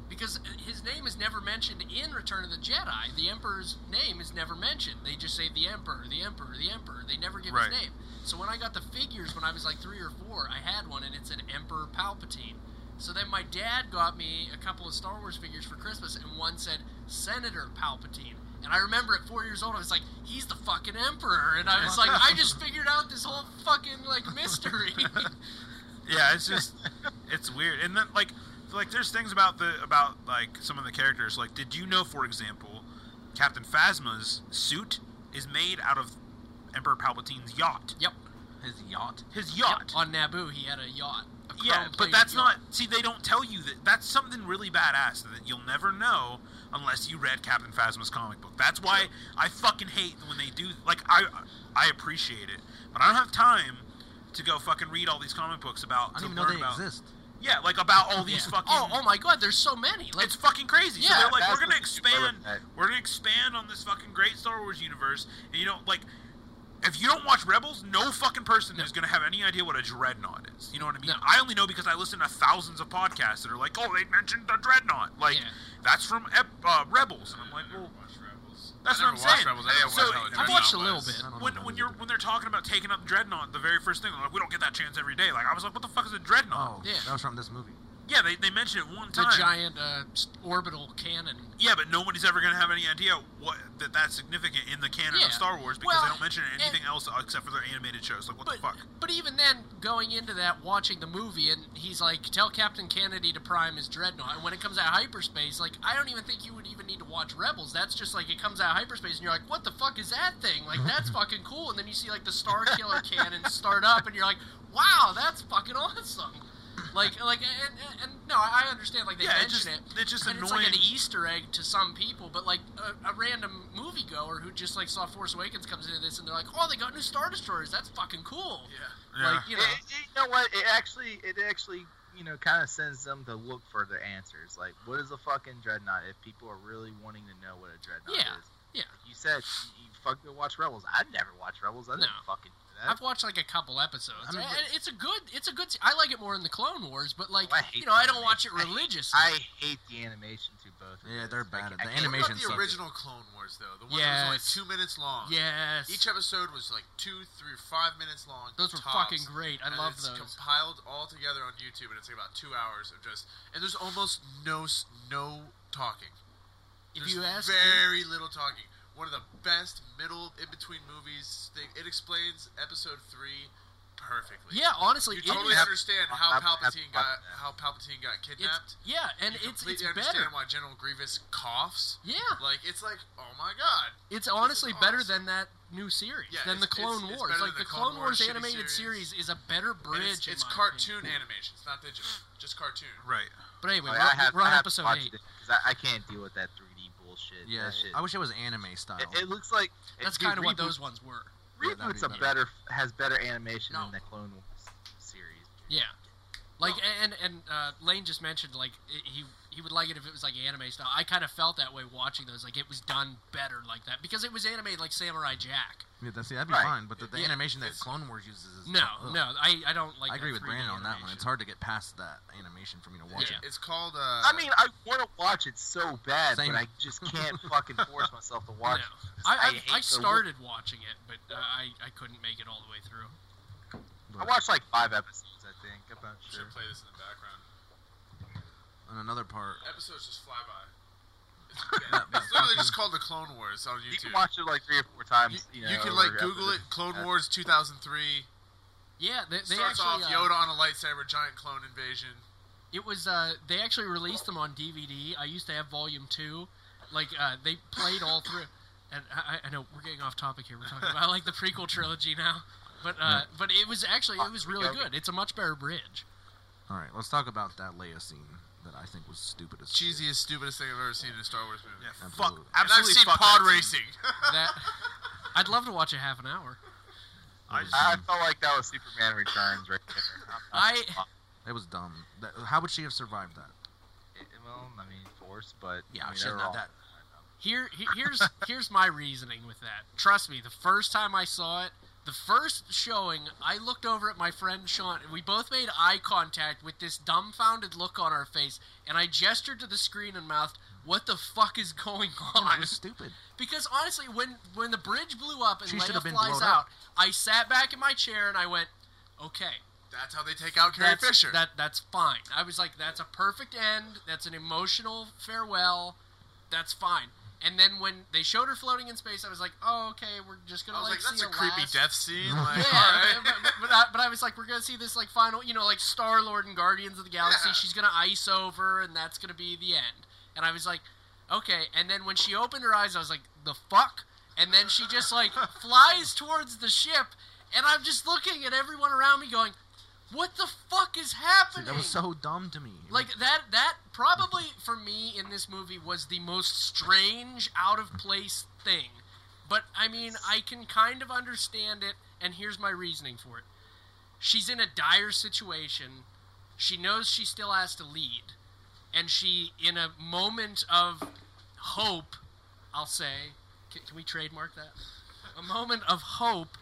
Speaker 5: because his name is never mentioned in Return of the Jedi. The Emperor's name is never mentioned. They just say the Emperor, the Emperor, the Emperor. They never give
Speaker 1: Right.
Speaker 5: his name. So when I got the figures when I was like three or four, I had one, and it said Emperor Palpatine. So then my dad got me a couple of Star Wars figures for Christmas, and one said Senator Palpatine. And I remember at four years old, I was like, he's the fucking emperor. And I was like, I just figured out this whole fucking, like, mystery.
Speaker 1: Yeah, it's just it's weird. And then like like there's things about the about like some of the characters. Like, did you know, for example, Captain Phasma's suit is made out of Emperor Palpatine's yacht?
Speaker 5: yep.
Speaker 2: uh,
Speaker 3: His yacht.
Speaker 1: His yacht.
Speaker 5: Yep. On Naboo, he had a yacht.
Speaker 1: Yeah, but
Speaker 5: A chrome-plated
Speaker 1: that's
Speaker 5: yacht.
Speaker 1: not. See, they don't tell you that. That's something really badass that you'll never know unless you read Captain Phasma's comic book. That's why I fucking hate when they do. Like, I I appreciate it, but I don't have time to go fucking read all these comic books about.
Speaker 2: I
Speaker 1: to
Speaker 2: don't even know
Speaker 1: learn
Speaker 2: they
Speaker 1: about,
Speaker 2: exist.
Speaker 1: Yeah, like about all these
Speaker 5: Yeah.
Speaker 1: fucking.
Speaker 5: Oh, oh my god, there's so many. Like,
Speaker 1: It's fucking crazy. so
Speaker 5: Yeah,
Speaker 1: they're like,
Speaker 3: that's
Speaker 1: we're gonna
Speaker 3: the thing I
Speaker 1: expand.
Speaker 3: love about it.
Speaker 1: We're gonna expand on this fucking great Star Wars universe, and you know, like, if you don't watch Rebels, no fucking person is gonna have any idea what a dreadnought is. You know what I mean?
Speaker 5: No.
Speaker 1: I only know because I listen to thousands of podcasts that are like, oh, they mentioned the dreadnought. Like,
Speaker 5: Yeah.
Speaker 1: that's from Ep- uh, Rebels, and I'm like,
Speaker 4: I never
Speaker 1: well.
Speaker 4: watched Rebels.
Speaker 1: That's
Speaker 4: I
Speaker 1: what
Speaker 4: never
Speaker 1: I'm
Speaker 4: watched
Speaker 1: saying.
Speaker 4: Rebels. I didn't
Speaker 1: So,
Speaker 4: watch how the
Speaker 5: I've watched a
Speaker 4: Dreadnought
Speaker 5: little
Speaker 4: was.
Speaker 5: bit.
Speaker 2: I don't know
Speaker 1: When,
Speaker 2: about
Speaker 1: when
Speaker 2: it
Speaker 1: you're
Speaker 2: either.
Speaker 1: when they're talking about taking up dreadnought, the very first thing they're like, we don't get that chance every day. Like I was like, what the fuck is a dreadnought?
Speaker 2: Oh,
Speaker 5: Yeah.
Speaker 2: that was from this movie.
Speaker 1: Yeah, they, they mention it one
Speaker 5: the
Speaker 1: time.
Speaker 5: giant uh, s- orbital cannon.
Speaker 1: Yeah, but nobody's ever going to have any idea what that that's significant in the canon
Speaker 5: Yeah.
Speaker 1: of Star Wars because
Speaker 5: Well,
Speaker 1: they don't mention it in
Speaker 5: and-
Speaker 1: anything else except for their animated shows. Like, what
Speaker 5: But,
Speaker 1: the fuck?
Speaker 5: but even then, going into that, watching the movie, and he's like, tell Captain Kennedy to prime his dreadnought. And when it comes out of hyperspace, like, I don't even think you would even need to watch Rebels. That's just like, it comes out of hyperspace, and you're like, what the fuck is that thing? Like, that's fucking cool. And then you see, like, the Star Killer cannon start up, and you're like, wow, that's fucking awesome. Like, like, and, and, and no, I understand, like, they
Speaker 1: Yeah, it
Speaker 5: mention
Speaker 1: just- it's just
Speaker 5: and
Speaker 1: annoying.
Speaker 5: It's like an Easter egg to some people, but like a, a random moviegoer who just like saw Force Awakens comes into this and they're like, "Oh, they got new Star Destroyers. That's fucking cool."
Speaker 1: Yeah.
Speaker 5: Like you know,
Speaker 3: It- it- you know what? It actually, it actually, you know, kind of sends them to look for the answers. Like, what is a fucking dreadnought? If people are really wanting to know what a dreadnought
Speaker 5: Yeah,
Speaker 3: is,
Speaker 5: yeah.
Speaker 3: Like you said you, you fucking watch Rebels. I've never watched Rebels. I didn't
Speaker 5: No.
Speaker 3: fucking do that.
Speaker 5: I've watched like a couple episodes.
Speaker 3: I mean,
Speaker 5: and it's a good, it's a good. se- I like it more in the Clone Wars, but like
Speaker 3: Oh, I hate
Speaker 5: you know, I don't
Speaker 3: that.
Speaker 5: watch it
Speaker 3: I hate-
Speaker 5: religiously.
Speaker 3: I hate the animation too. Both. of
Speaker 2: Yeah,
Speaker 3: those.
Speaker 2: they're
Speaker 3: I
Speaker 2: bad at the
Speaker 3: ca- I can't-
Speaker 4: What about
Speaker 2: animation
Speaker 4: the
Speaker 2: sucked it.
Speaker 4: original Clone Wars though? The one that
Speaker 5: Yes.
Speaker 4: was only two minutes long.
Speaker 5: yes,
Speaker 4: Each episode was like two, three, five minutes long.
Speaker 5: those were
Speaker 4: tops.
Speaker 5: fucking great. I
Speaker 4: and
Speaker 5: love
Speaker 4: it's
Speaker 5: those.
Speaker 4: compiled all together on YouTube, and it's like about two hours of just. And there's almost no s- no talking.
Speaker 5: if
Speaker 4: There's
Speaker 5: you ask, me-
Speaker 4: very little talking. One of the best middle in between movies. They, it explains episode three perfectly.
Speaker 5: yeah, honestly,
Speaker 4: you
Speaker 5: it
Speaker 4: totally
Speaker 5: is-
Speaker 4: understand how
Speaker 3: I've- I've-
Speaker 4: Palpatine got
Speaker 3: I've-
Speaker 4: how Palpatine got
Speaker 5: it's,
Speaker 4: kidnapped.
Speaker 5: yeah, and it's
Speaker 4: you
Speaker 5: it's
Speaker 4: completely
Speaker 5: better.
Speaker 4: understand why General Grievous coughs.
Speaker 5: Yeah,
Speaker 4: Like it's like oh my god.
Speaker 5: It's honestly
Speaker 4: is
Speaker 5: better
Speaker 4: awesome.
Speaker 5: than that new series,
Speaker 4: Yeah,
Speaker 5: than the
Speaker 4: it's-
Speaker 5: Clone
Speaker 4: it's- it's
Speaker 5: Wars.
Speaker 4: better
Speaker 5: like
Speaker 4: than
Speaker 5: the
Speaker 4: the
Speaker 5: Clone
Speaker 4: Clone
Speaker 5: Wars,
Speaker 4: Wars shitty
Speaker 5: animated series.
Speaker 4: series.
Speaker 5: is a better
Speaker 4: And
Speaker 5: bridge.
Speaker 4: it's
Speaker 5: in
Speaker 4: it's
Speaker 5: my
Speaker 4: cartoon
Speaker 5: opinion.
Speaker 4: animation. It's not digital. Just cartoon.
Speaker 1: Right.
Speaker 5: But anyway,
Speaker 3: Like,
Speaker 5: we're,
Speaker 3: I have,
Speaker 5: we're on
Speaker 3: I have to
Speaker 5: episode
Speaker 3: watch
Speaker 5: eight.
Speaker 3: it 'cause I, I can't deal with that 3D bullshit.
Speaker 2: Yeah,
Speaker 3: that shit.
Speaker 2: I wish it was anime style.
Speaker 3: it, it looks like it-
Speaker 5: That's
Speaker 3: dude,
Speaker 5: kind of what
Speaker 3: reboot-
Speaker 5: those ones were.
Speaker 2: Yeah, that'd
Speaker 3: Reboot's
Speaker 2: be
Speaker 3: a
Speaker 2: better.
Speaker 3: better has better animation
Speaker 5: No.
Speaker 3: than the Clone Wars series.
Speaker 5: Yeah, like and and uh, Lane just mentioned like i- he he would like it if it was like anime style. I kind of felt that way watching those. Like it was done better like that because it was anime like Samurai Jack.
Speaker 2: yeah, that's, that'd be
Speaker 3: Right.
Speaker 2: fine, but the, the
Speaker 5: Yeah.
Speaker 2: animation that Clone Wars uses is.
Speaker 5: No,
Speaker 2: ugh.
Speaker 5: no, I I don't like.
Speaker 2: I agree with
Speaker 5: that 3D
Speaker 2: Brandon on that one.
Speaker 5: animation.
Speaker 2: It's hard to get past that animation for me to watch
Speaker 5: Yeah.
Speaker 2: it.
Speaker 4: It's called. Uh,
Speaker 3: I mean, I want to watch it so bad,
Speaker 2: Same.
Speaker 3: but I just can't fucking force myself to watch.
Speaker 5: No.
Speaker 3: it.
Speaker 5: I,
Speaker 3: hate
Speaker 5: I, I
Speaker 3: the-
Speaker 5: started watching it, but uh, I I couldn't make it all the way through.
Speaker 3: I watched like five episodes, I think. I'm not sure.
Speaker 4: Should play this in the background.
Speaker 2: And another part,
Speaker 4: Episodes just fly by. It's, it's literally just called the Clone Wars on
Speaker 3: You
Speaker 4: YouTube.
Speaker 3: can watch it like three or four
Speaker 4: You-
Speaker 3: times. You, know,
Speaker 4: you can like
Speaker 3: over
Speaker 4: Google it,
Speaker 3: episodes.
Speaker 4: Clone
Speaker 3: Uh,
Speaker 4: Wars 2003,
Speaker 5: Yeah, they, they
Speaker 4: Starts
Speaker 5: actually.
Speaker 4: off
Speaker 5: uh,
Speaker 4: Yoda on a lightsaber, giant clone invasion.
Speaker 5: It was uh, they actually released them on DVD. I used to have Volume Two, like uh, they played all through. And I, I- I know we're getting off topic here. We're talking about like the prequel trilogy now, but uh, but it was actually it was really good. It's a much better bridge.
Speaker 2: All right, let's talk about that Leia scene that I think was stupid as shit.
Speaker 4: Cheesiest, stupidest thing I've ever seen in a Star Wars movie.
Speaker 1: Yeah, fuck.
Speaker 2: Absolutely.
Speaker 4: And I've
Speaker 1: Absolutely
Speaker 4: seen
Speaker 1: fuck
Speaker 4: pod
Speaker 1: that scene.
Speaker 4: racing.
Speaker 5: That I'd love to watch a half an hour.
Speaker 1: I
Speaker 2: It was
Speaker 1: just-
Speaker 3: I
Speaker 2: dumb.
Speaker 3: felt like that was Superman Returns right there.
Speaker 5: I
Speaker 2: It was dumb. That, how would she have survived that?
Speaker 3: It- well, I mean, Force, but
Speaker 2: Yeah,
Speaker 3: I mean,
Speaker 2: shit,
Speaker 3: they're
Speaker 2: not
Speaker 3: all-
Speaker 2: that-
Speaker 5: here he- here's here's my reasoning with that. Trust me, the first time I saw it, the first showing, I looked over at my friend Sean, and we both made eye contact with this dumbfounded look on our face, and I gestured to the screen and mouthed, "What the fuck is going
Speaker 2: It
Speaker 5: on?"
Speaker 2: was stupid.
Speaker 5: Because honestly, when when the bridge blew up and
Speaker 2: She should
Speaker 5: Leia
Speaker 2: have been
Speaker 5: flies
Speaker 2: blown
Speaker 5: out,
Speaker 2: up.
Speaker 5: I sat back in my chair and I went, "Okay,
Speaker 4: That's how they take out Carrie
Speaker 5: that's,
Speaker 4: Fisher.
Speaker 5: That that's fine. I was like, that's a perfect end. That's an emotional farewell. That's fine. And then when they showed her floating in space, I was like, oh okay, we're just gonna
Speaker 4: I was
Speaker 5: like
Speaker 4: like, that's
Speaker 5: see
Speaker 4: a creepy
Speaker 5: last-
Speaker 4: death scene. Like,
Speaker 5: Yeah,
Speaker 4: all
Speaker 5: but,
Speaker 4: right.
Speaker 5: but- but I, but I was like, we're gonna see this like final, you know, like Star Lord and Guardians of the Galaxy.
Speaker 4: Yeah.
Speaker 5: She's gonna ice over, and that's gonna be the end. And I was like, okay. And then when she opened her eyes, I was like, the fuck. And then she just like flies towards the ship, and I'm just looking at everyone around me, going, what the fuck is happening?
Speaker 2: That was so dumb to me. It
Speaker 5: like that that probably for me in this movie was the most strange out of place thing but i mean i can kind of understand it and here's my reasoning for it she's in a dire situation she knows she still has to lead and she in a moment of hope i'll say can, can we trademark that a moment of hope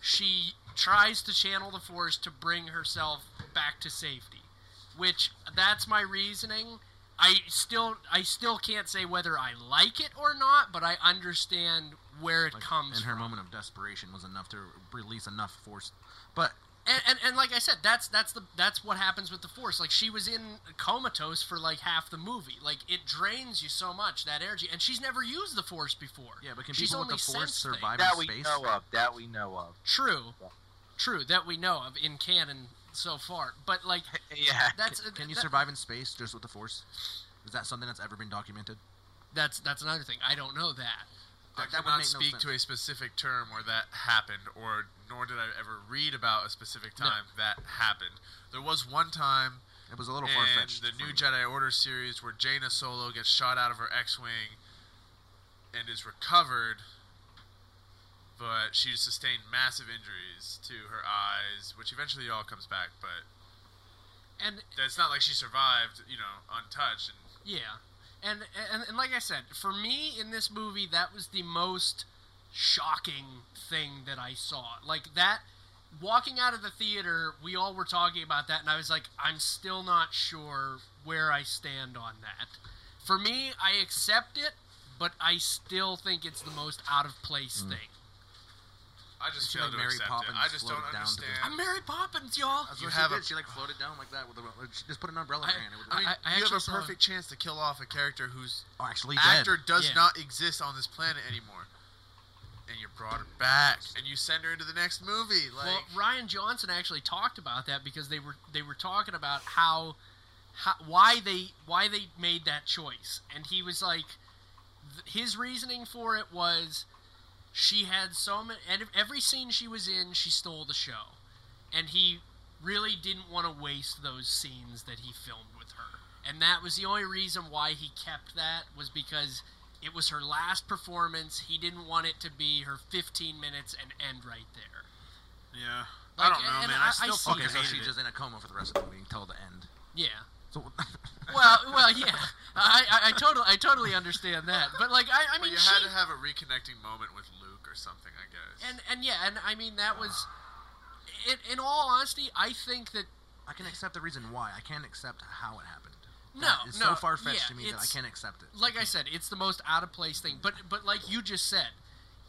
Speaker 5: she tries to channel the force to bring herself back to safety which that's my reasoning i still i still can't say whether i like it or not but i understand where it
Speaker 2: Like,
Speaker 5: comes
Speaker 2: and her
Speaker 5: from
Speaker 2: moment of desperation was enough to release enough force. But
Speaker 5: and, and, and like I said, that's that's the that's what happens with the force. Like she was in comatose for like half the movie. Like it drains you so much that energy, and she's never used the force before.
Speaker 2: yeah, but can
Speaker 5: she's
Speaker 2: people with
Speaker 5: only
Speaker 2: the force
Speaker 5: sensed things.
Speaker 2: survive
Speaker 3: that
Speaker 2: in
Speaker 3: we
Speaker 2: space?
Speaker 3: know of. That we know of.
Speaker 5: True, true that we know of in canon so far. But like
Speaker 3: yeah.
Speaker 5: that's
Speaker 2: Can you
Speaker 5: that-
Speaker 2: survive in space just with the force? Is that something that's ever been documented?
Speaker 5: That's that's another thing. I don't know that.
Speaker 4: I
Speaker 2: That- that would
Speaker 4: cannot
Speaker 2: make no
Speaker 4: speak
Speaker 2: sense.
Speaker 4: to a specific term where that happened, or nor did I ever read about a specific
Speaker 5: No.
Speaker 4: time that happened. There was one time
Speaker 2: It was a little far
Speaker 4: in
Speaker 2: fetched.
Speaker 4: the New Jedi Order series where Jaina Solo gets shot out of her X-wing and is recovered, but she sustained massive injuries to her eyes, which eventually all comes back. But
Speaker 5: And
Speaker 4: it's not like she survived, you know, untouched. And
Speaker 5: Yeah, and, and and like I said, for me in this movie, that was the most shocking thing that I saw. Like that, walking out of the theater, we all were talking about that, and I was like, I'm still not sure where I stand on that. For me, I accept it, but I still think it's the most out of place thing.
Speaker 4: I just
Speaker 2: She
Speaker 4: fail
Speaker 2: made
Speaker 4: to
Speaker 2: Mary
Speaker 4: accept
Speaker 2: Poppins
Speaker 4: it. I just don't
Speaker 2: float down to the-
Speaker 4: understand.
Speaker 5: I'm Mary Poppins, y'all.
Speaker 2: That's
Speaker 4: You
Speaker 2: what
Speaker 4: have
Speaker 2: she
Speaker 4: a-
Speaker 2: did. She like floated down like that with a. She just put an umbrella in her hand. It
Speaker 5: I-
Speaker 2: was,
Speaker 4: mean,
Speaker 5: I
Speaker 4: you have
Speaker 5: actually
Speaker 4: a
Speaker 5: saw-
Speaker 4: perfect chance to kill off a character whose
Speaker 2: oh, actually,
Speaker 4: actor does
Speaker 5: Yeah.
Speaker 4: not exist on this planet anymore. And you brought her back, and you send her into the next movie. Like,
Speaker 5: well, Ryan Johnson actually talked about that because they were they were talking about how, how why they why they made that choice, and he was like, th- his reasoning for it was she had so many and every scene she was in, she stole the show, and he really didn't want to waste those scenes that he filmed with her, and that was the only reason why he kept that was because. It was her last performance. He didn't want it to be her 15 minutes and end right there.
Speaker 1: yeah. I
Speaker 5: Like,
Speaker 1: don't know,
Speaker 5: and
Speaker 1: man.
Speaker 5: I-
Speaker 1: I
Speaker 5: I
Speaker 1: still
Speaker 5: see
Speaker 1: fucking
Speaker 2: Okay, so
Speaker 1: hated
Speaker 2: she's
Speaker 1: it.
Speaker 2: just in a coma for the rest of the movie until the end.
Speaker 5: Yeah.
Speaker 2: So,
Speaker 5: Well, well, yeah. I, I, I totally, I totally understand that. But like, I, I
Speaker 4: but
Speaker 5: mean,
Speaker 4: you
Speaker 5: she,
Speaker 4: had to have a reconnecting moment with Luke or something, I guess.
Speaker 5: and and yeah, and I mean that was. In, in all honesty, I think that
Speaker 2: I can accept the reason why. I can't accept how it happened.
Speaker 5: No,
Speaker 2: That is
Speaker 5: no,
Speaker 2: so far fetched to
Speaker 5: yeah,
Speaker 2: me that I
Speaker 5: it's-
Speaker 2: can't accept it.
Speaker 5: like I said, it's the most out of place thing. But but like you just said,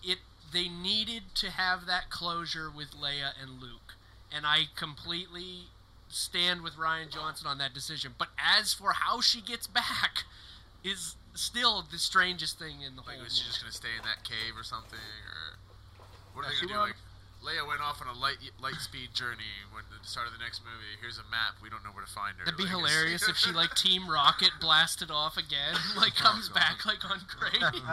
Speaker 5: it they needed to have that closure with Leia and Luke, and I completely stand with Ryan Johnson on that decision. But as for how she gets back, is still the strangest thing in the
Speaker 4: like,
Speaker 5: whole.
Speaker 4: was she
Speaker 5: movie.
Speaker 4: just gonna stay in that cave or something, or what
Speaker 3: Yeah,
Speaker 4: are they
Speaker 3: she
Speaker 4: gonna do?
Speaker 3: went on-
Speaker 4: Like, Leia went off on a light light speed journey when the start of the next movie. Here's a map. We don't know where to find her.
Speaker 5: That'd be
Speaker 4: Like, it's-
Speaker 5: hilarious if she like Team Rocket blasted off again, like
Speaker 1: Oh,
Speaker 5: comes back like on grade,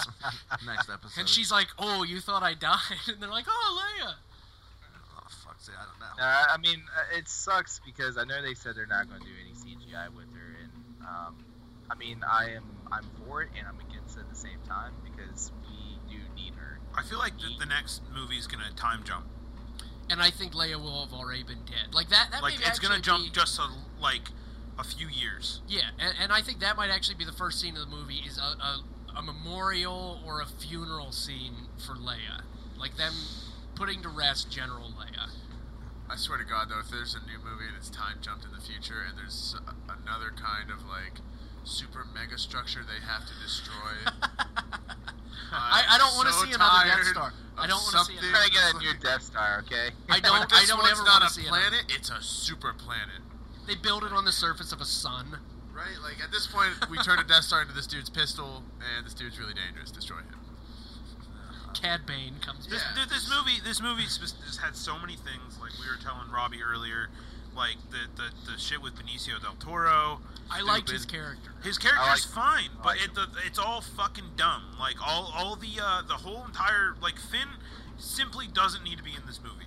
Speaker 2: Next episode.
Speaker 5: and she's like, "Oh, you thought I died?" And they're like, "Oh,
Speaker 2: Oh, fuck's sake, I don't know.
Speaker 3: Uh, I mean, uh, it sucks because I know they said they're not going to do any CGI with her, and um, I mean, I am I'm for it and I'm against it at the same time because we do need her.
Speaker 1: I feel like the, the next movie's gonna time jump.
Speaker 5: Leia!" And I think Leia will have already been dead. Like that. That
Speaker 1: Like
Speaker 5: may
Speaker 1: it's gonna
Speaker 5: actually
Speaker 1: jump
Speaker 5: be-
Speaker 1: just a, like a few years.
Speaker 5: Yeah, and, and I think that might actually be the first scene of the movie is a, a, a memorial or a funeral scene for Leia, like them putting to rest General Leia.
Speaker 4: I swear to God, though, if there's a new movie and it's time jumped in the future, and there's a- another kind of like super mega structure they have to destroy.
Speaker 5: I, I don't want to
Speaker 4: so
Speaker 5: see another Death
Speaker 4: tired
Speaker 5: Star. I
Speaker 4: of
Speaker 5: don't want to see
Speaker 4: something
Speaker 5: another.
Speaker 3: Trying to get a
Speaker 4: Like-
Speaker 3: new Death Star, okay?
Speaker 5: I
Speaker 4: But
Speaker 5: don't. I
Speaker 4: this
Speaker 5: don't
Speaker 4: one's
Speaker 5: ever
Speaker 4: not
Speaker 5: want
Speaker 4: a
Speaker 5: to see another.
Speaker 4: planet. It's a super planet,
Speaker 5: They build it on the surface of a sun.
Speaker 4: right? Like at this point, we turn a Death Star into this dude's pistol, and this dude's really dangerous. Destroy him.
Speaker 5: Cad Bane comes
Speaker 1: This,
Speaker 5: back.
Speaker 4: Yeah.
Speaker 1: this movie, this movie sp- just had so many things. Like we were telling Robbie earlier, like the the, the shit with Benicio del Toro.
Speaker 5: I liked his
Speaker 1: stupid.
Speaker 5: character.
Speaker 1: His character's
Speaker 3: I
Speaker 1: fine,
Speaker 3: I
Speaker 1: but
Speaker 3: like
Speaker 1: it, the, it's all fucking dumb. Like all all the uh, the whole entire like Finn simply doesn't need to be in this movie.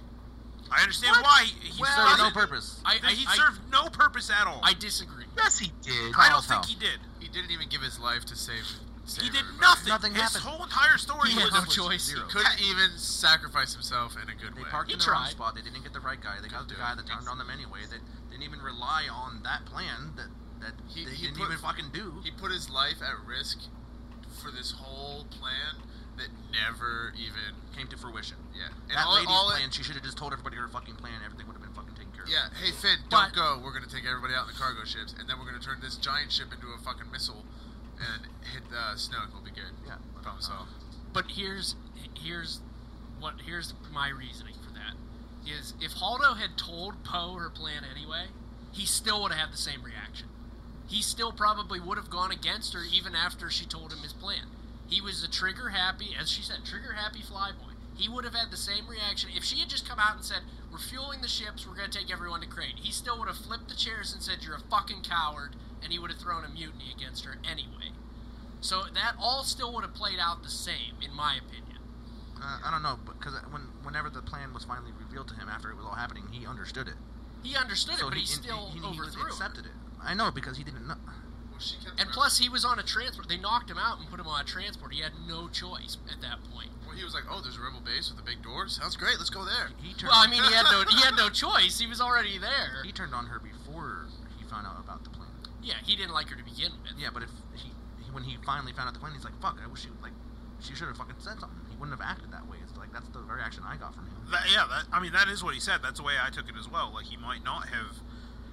Speaker 1: I understand
Speaker 5: What?
Speaker 1: why he, he
Speaker 5: Well,
Speaker 1: served
Speaker 2: Served
Speaker 1: no
Speaker 2: no
Speaker 5: it-
Speaker 2: purpose.
Speaker 5: I, I,
Speaker 1: he
Speaker 5: I,
Speaker 1: served no purpose at all.
Speaker 5: I disagree.
Speaker 3: Yes, he did.
Speaker 1: I don't
Speaker 2: Kyle's
Speaker 1: think
Speaker 2: how.
Speaker 1: he did.
Speaker 4: He didn't even give his life to save. save
Speaker 1: He did
Speaker 4: everybody.
Speaker 1: nothing.
Speaker 2: Nothing
Speaker 1: His
Speaker 2: happened.
Speaker 1: whole entire story
Speaker 5: He had
Speaker 1: was
Speaker 5: no choice.
Speaker 2: Zero.
Speaker 4: Couldn't even sacrifice himself in a good
Speaker 2: They
Speaker 4: way.
Speaker 2: parked
Speaker 5: He
Speaker 2: in the wrong
Speaker 5: tried.
Speaker 2: spot. They didn't get the right guy. They got the guy that turned on them anyway. They didn't even rely on that plan that that
Speaker 4: He-
Speaker 2: they
Speaker 4: he
Speaker 2: didn't
Speaker 4: put-
Speaker 2: even fucking do.
Speaker 4: He put his life at risk for this whole plan that never even.
Speaker 2: Came to fruition.
Speaker 4: Yeah. And
Speaker 2: that
Speaker 4: all,
Speaker 2: lady's
Speaker 4: all it-
Speaker 2: plan. she should have just told everybody her fucking plan. Everything would have been fucking taken care of.
Speaker 4: Yeah, hey Finn,
Speaker 5: But-
Speaker 4: don't go. We're gonna take everybody out in the cargo ships, and then we're gonna turn this giant ship into a fucking missile and hit the snow, and we'll be good.
Speaker 2: Yeah.
Speaker 4: Problem solved.
Speaker 5: But here's here's what here's my reasoning for that is if Haldo had told Poe her plan anyway, he still would have had the same reaction. He still probably would have gone against her even after she told him his plan. He was a trigger happy, as she said, trigger happy flyboy. He would have had the same reaction if she had just come out and said, "We're fueling the ships. We're going to take everyone to Crane." He still would have flipped the chairs and said, "You're a fucking coward," and he would have thrown a mutiny against her anyway. So that all still would have played out the same, in my opinion.
Speaker 2: Uh, I don't know, because when whenever the plan was finally revealed to him after it was all happening, he understood it.
Speaker 5: He understood it, but he,
Speaker 2: he
Speaker 5: still
Speaker 2: he, he,
Speaker 5: overthrew. it.
Speaker 2: accepted it. I know because he didn't know.
Speaker 4: Well, she kept
Speaker 5: And plus, he was on a transport. They knocked him out and put him on a transport. He had no choice at that point.
Speaker 4: well, he was like, "Oh, there's a rebel base with a big door. Sounds great. Let's go there."
Speaker 2: He turned.
Speaker 5: Well, I mean, he had no he had no choice. He was already there.
Speaker 2: he turned on her before he found out about the plan.
Speaker 5: Yeah, he didn't like her to begin with.
Speaker 2: Yeah, but if he, he when he finally found out the plan, he's like, "Fuck! I wish she would like, she should have fucking said something. He wouldn't have acted that way." It's like that's the reaction I got from him.
Speaker 1: That, yeah, that, I mean that is what he said. That's the way I took it as well. Like he might not have,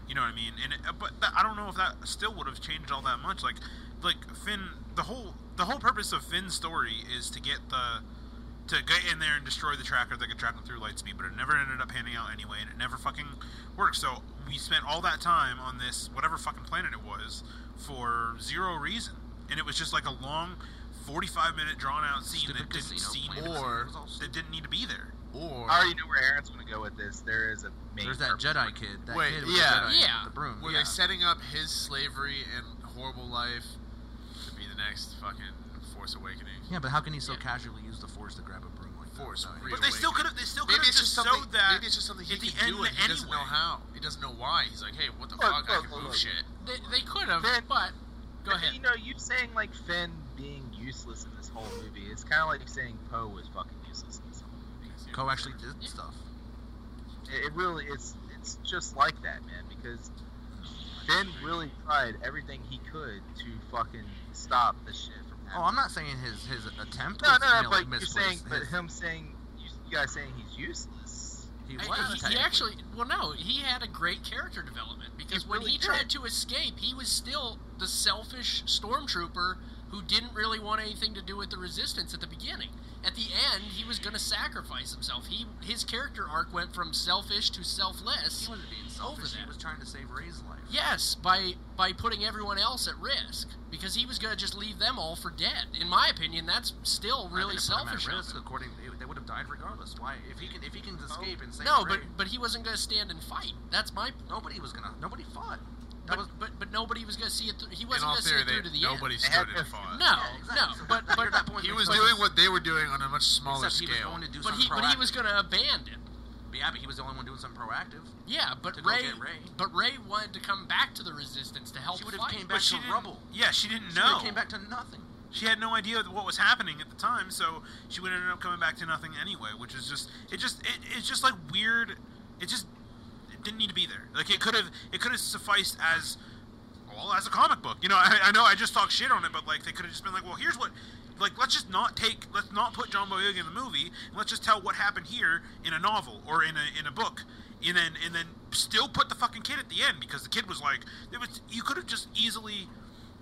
Speaker 1: you know what I mean. And it, but that, I don't know if that still would have changed all that much. Like, like Finn, the whole the whole purpose of Finn's story is to get the to get in there and destroy the tracker that could track him through lightspeed. But it never ended up panning out anyway, and it never fucking worked. So we spent all that time on this whatever fucking planet it was for zero reason, and it was just like a long. 45 minute drawn out scene
Speaker 2: Stupid
Speaker 1: that didn't
Speaker 2: casino
Speaker 1: seem
Speaker 2: plan.
Speaker 4: or-
Speaker 2: It was all
Speaker 1: that
Speaker 2: stupid.
Speaker 1: didn't need to be there.
Speaker 4: Or
Speaker 3: I already know where Aaron's going to go with this. There is a main
Speaker 2: there's that
Speaker 3: purpose.
Speaker 2: Jedi kid. That
Speaker 4: Wait,
Speaker 2: kid with the
Speaker 4: yeah.
Speaker 2: Jedi
Speaker 5: Yeah.
Speaker 2: with the broom.
Speaker 4: were
Speaker 2: yeah.
Speaker 4: they setting up his slavery and horrible life to be the next fucking Force Awakening?
Speaker 2: Yeah, but how can he so
Speaker 5: Yeah.
Speaker 2: casually use the Force to grab a broom like that?
Speaker 4: Force,
Speaker 2: No,
Speaker 4: real.
Speaker 1: But they still could have. They still could have
Speaker 4: Maybe it's
Speaker 1: just
Speaker 4: just something.
Speaker 1: showed that.
Speaker 4: maybe it's just something he
Speaker 1: at the end
Speaker 4: can do, and he doesn't
Speaker 1: anyway.
Speaker 4: know how. He doesn't know why. He's like, "Hey, what the
Speaker 3: Look,
Speaker 4: fuck? I
Speaker 3: look,
Speaker 4: can
Speaker 3: look, look.
Speaker 4: move shit."
Speaker 5: They, they could have,
Speaker 3: Then-
Speaker 5: but go
Speaker 3: But,
Speaker 5: ahead.
Speaker 3: You know, you saying like Finn being useless in this whole movie. It's kind of like saying Poe was fucking useless in this whole movie.
Speaker 2: Co actually did
Speaker 5: Yeah.
Speaker 2: stuff.
Speaker 3: It, it really, it's it's just like that, man. Because Finn really tried everything he could to fucking stop this shit from
Speaker 2: Oh, I'm
Speaker 3: happening.
Speaker 2: not saying his his attempt.
Speaker 3: no,
Speaker 2: was,
Speaker 3: no,
Speaker 2: you
Speaker 3: no.
Speaker 2: know,
Speaker 3: But you're
Speaker 2: misplaced.
Speaker 3: saying, but
Speaker 2: His-
Speaker 3: him saying, you, you guys saying he's useless.
Speaker 2: he
Speaker 5: I-
Speaker 2: was
Speaker 5: he- he,
Speaker 2: technically.
Speaker 5: actually, well, no, he had a great character development because
Speaker 3: He
Speaker 5: when
Speaker 3: really
Speaker 5: he
Speaker 3: did.
Speaker 5: tried to escape, he was still the selfish stormtrooper who didn't really want anything to do with the resistance at the beginning. At the end, he was going to sacrifice himself. He his character arc went from selfish to selfless.
Speaker 2: He wasn't being selfish. He
Speaker 5: that.
Speaker 2: was trying to save Ray's life.
Speaker 5: Yes, by by putting everyone else at risk because he was going to just leave them all for dead. In my opinion, that's still
Speaker 2: Not
Speaker 5: really
Speaker 2: gonna put him at
Speaker 5: selfish. of
Speaker 2: risk,
Speaker 5: him.
Speaker 2: according, they, they would have died regardless. Why? If he can, if he can escape and save
Speaker 5: No,
Speaker 2: Ray,
Speaker 5: but but he wasn't going to stand and fight. That's my
Speaker 2: nobody was gonna. Nobody fought. That
Speaker 5: but,
Speaker 2: was
Speaker 5: but but nobody was going to see it. Th- he
Speaker 4: In
Speaker 5: wasn't
Speaker 4: all
Speaker 5: going to see
Speaker 4: theory,
Speaker 5: it through
Speaker 4: they,
Speaker 5: to the
Speaker 4: nobody
Speaker 3: They had
Speaker 4: stood and
Speaker 3: to-
Speaker 4: fought.
Speaker 5: end. No,
Speaker 2: Yeah, exactly. So
Speaker 5: no, but
Speaker 2: that-
Speaker 5: but
Speaker 2: that point
Speaker 4: He
Speaker 2: makes
Speaker 4: was
Speaker 2: sense.
Speaker 4: doing what they were doing on a much smaller
Speaker 2: Except he was
Speaker 4: scale.
Speaker 2: going to do
Speaker 5: but
Speaker 2: something
Speaker 5: he but he
Speaker 2: proactive.
Speaker 5: was going to abandon.
Speaker 2: But yeah, but he was the only one doing something proactive.
Speaker 5: Yeah, but
Speaker 2: To go
Speaker 5: Ray,
Speaker 2: get Ray.
Speaker 5: but Ray wanted to come back to the resistance to help
Speaker 2: She would have
Speaker 5: fight.
Speaker 2: came
Speaker 1: But
Speaker 2: back
Speaker 1: she
Speaker 2: to
Speaker 1: didn't,
Speaker 2: rubble.
Speaker 1: Yeah, she didn't
Speaker 2: She
Speaker 1: know.
Speaker 2: would've came back to nothing.
Speaker 1: She had no idea what was happening at the time, so she would end up coming back to nothing anyway, which is just it just it, it's just like weird. It just it didn't need to be there. Like it could have it could have sufficed as well as a comic book. You know, I, I know I just talked shit on it, but like they could have just been like, well, here's what. Like let's just not take let's not put John Boyega in the movie. And let's just tell what happened here in a novel or in a in a book. And then and then still put the fucking kid at the end because the kid was like it was you could have just easily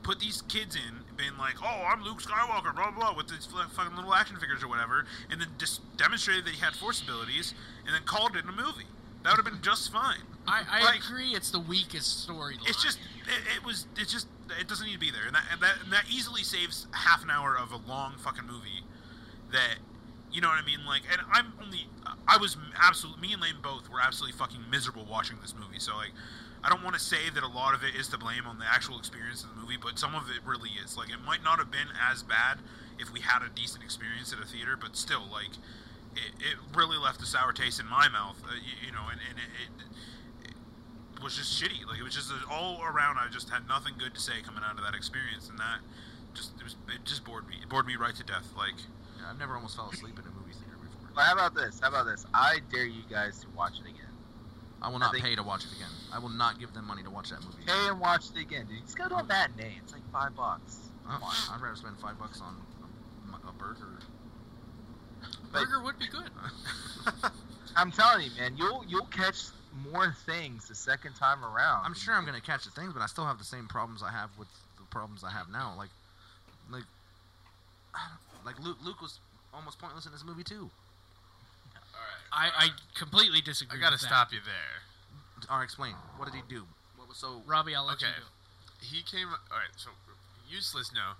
Speaker 1: put these kids in, being like, "Oh, I'm Luke Skywalker," blah blah, blah with these fu- fucking little action figures or whatever, and then just demonstrated that he had force abilities, and then called it a movie. That would have been just fine.
Speaker 5: I, I
Speaker 1: Like-
Speaker 5: agree. It's the weakest storyline.
Speaker 1: It's just, it, it was, it just, it doesn't need to be there, and that, and that, and that easily saves half an hour of a long fucking movie. That, you know what I mean? Like, and I'm only, I was absolutely, me and Lane both were absolutely fucking miserable watching this movie. So like, I don't want to say that a lot of it is to blame on the actual experience of the movie, but some of it really is. Like, it might not have been as bad if we had a decent experience at a theater, but still, like, it, it really left a sour taste in my mouth. Uh, you, you know, and, and it. it was just shitty. Like it was just all around. I just had nothing good to say coming out of that experience, and that just it, was, it just bored me. It bored me right to death. Like
Speaker 2: Yeah, I've never almost fell asleep in a movie theater before.
Speaker 3: Well, how about this? How about this? I dare you guys to watch it again.
Speaker 2: I will not
Speaker 3: think-
Speaker 2: pay to watch it again. I will not give them money to watch that movie.
Speaker 3: Pay and watch it again, dude. Just go to
Speaker 2: Uh-huh.
Speaker 3: a matinee. It's like five bucks.
Speaker 2: Come on, Uh-uh. I'd rather spend five bucks on a, a burger.
Speaker 5: Burger would be good.
Speaker 3: I'm telling you, man. You'll you'll catch more things the second time around.
Speaker 2: I'm sure I'm gonna catch the things, but I still have the same problems I have with the problems I have now. Like, like, like Luke. Luke was almost pointless in this movie too.
Speaker 4: All right.
Speaker 5: I, I completely disagree.
Speaker 4: I gotta
Speaker 5: with that.
Speaker 4: stop you there.
Speaker 2: Or explain. What did he do? What was so?
Speaker 5: Robbie. I'll let you
Speaker 4: Okay.
Speaker 5: go.
Speaker 4: He came. All right. So useless. No.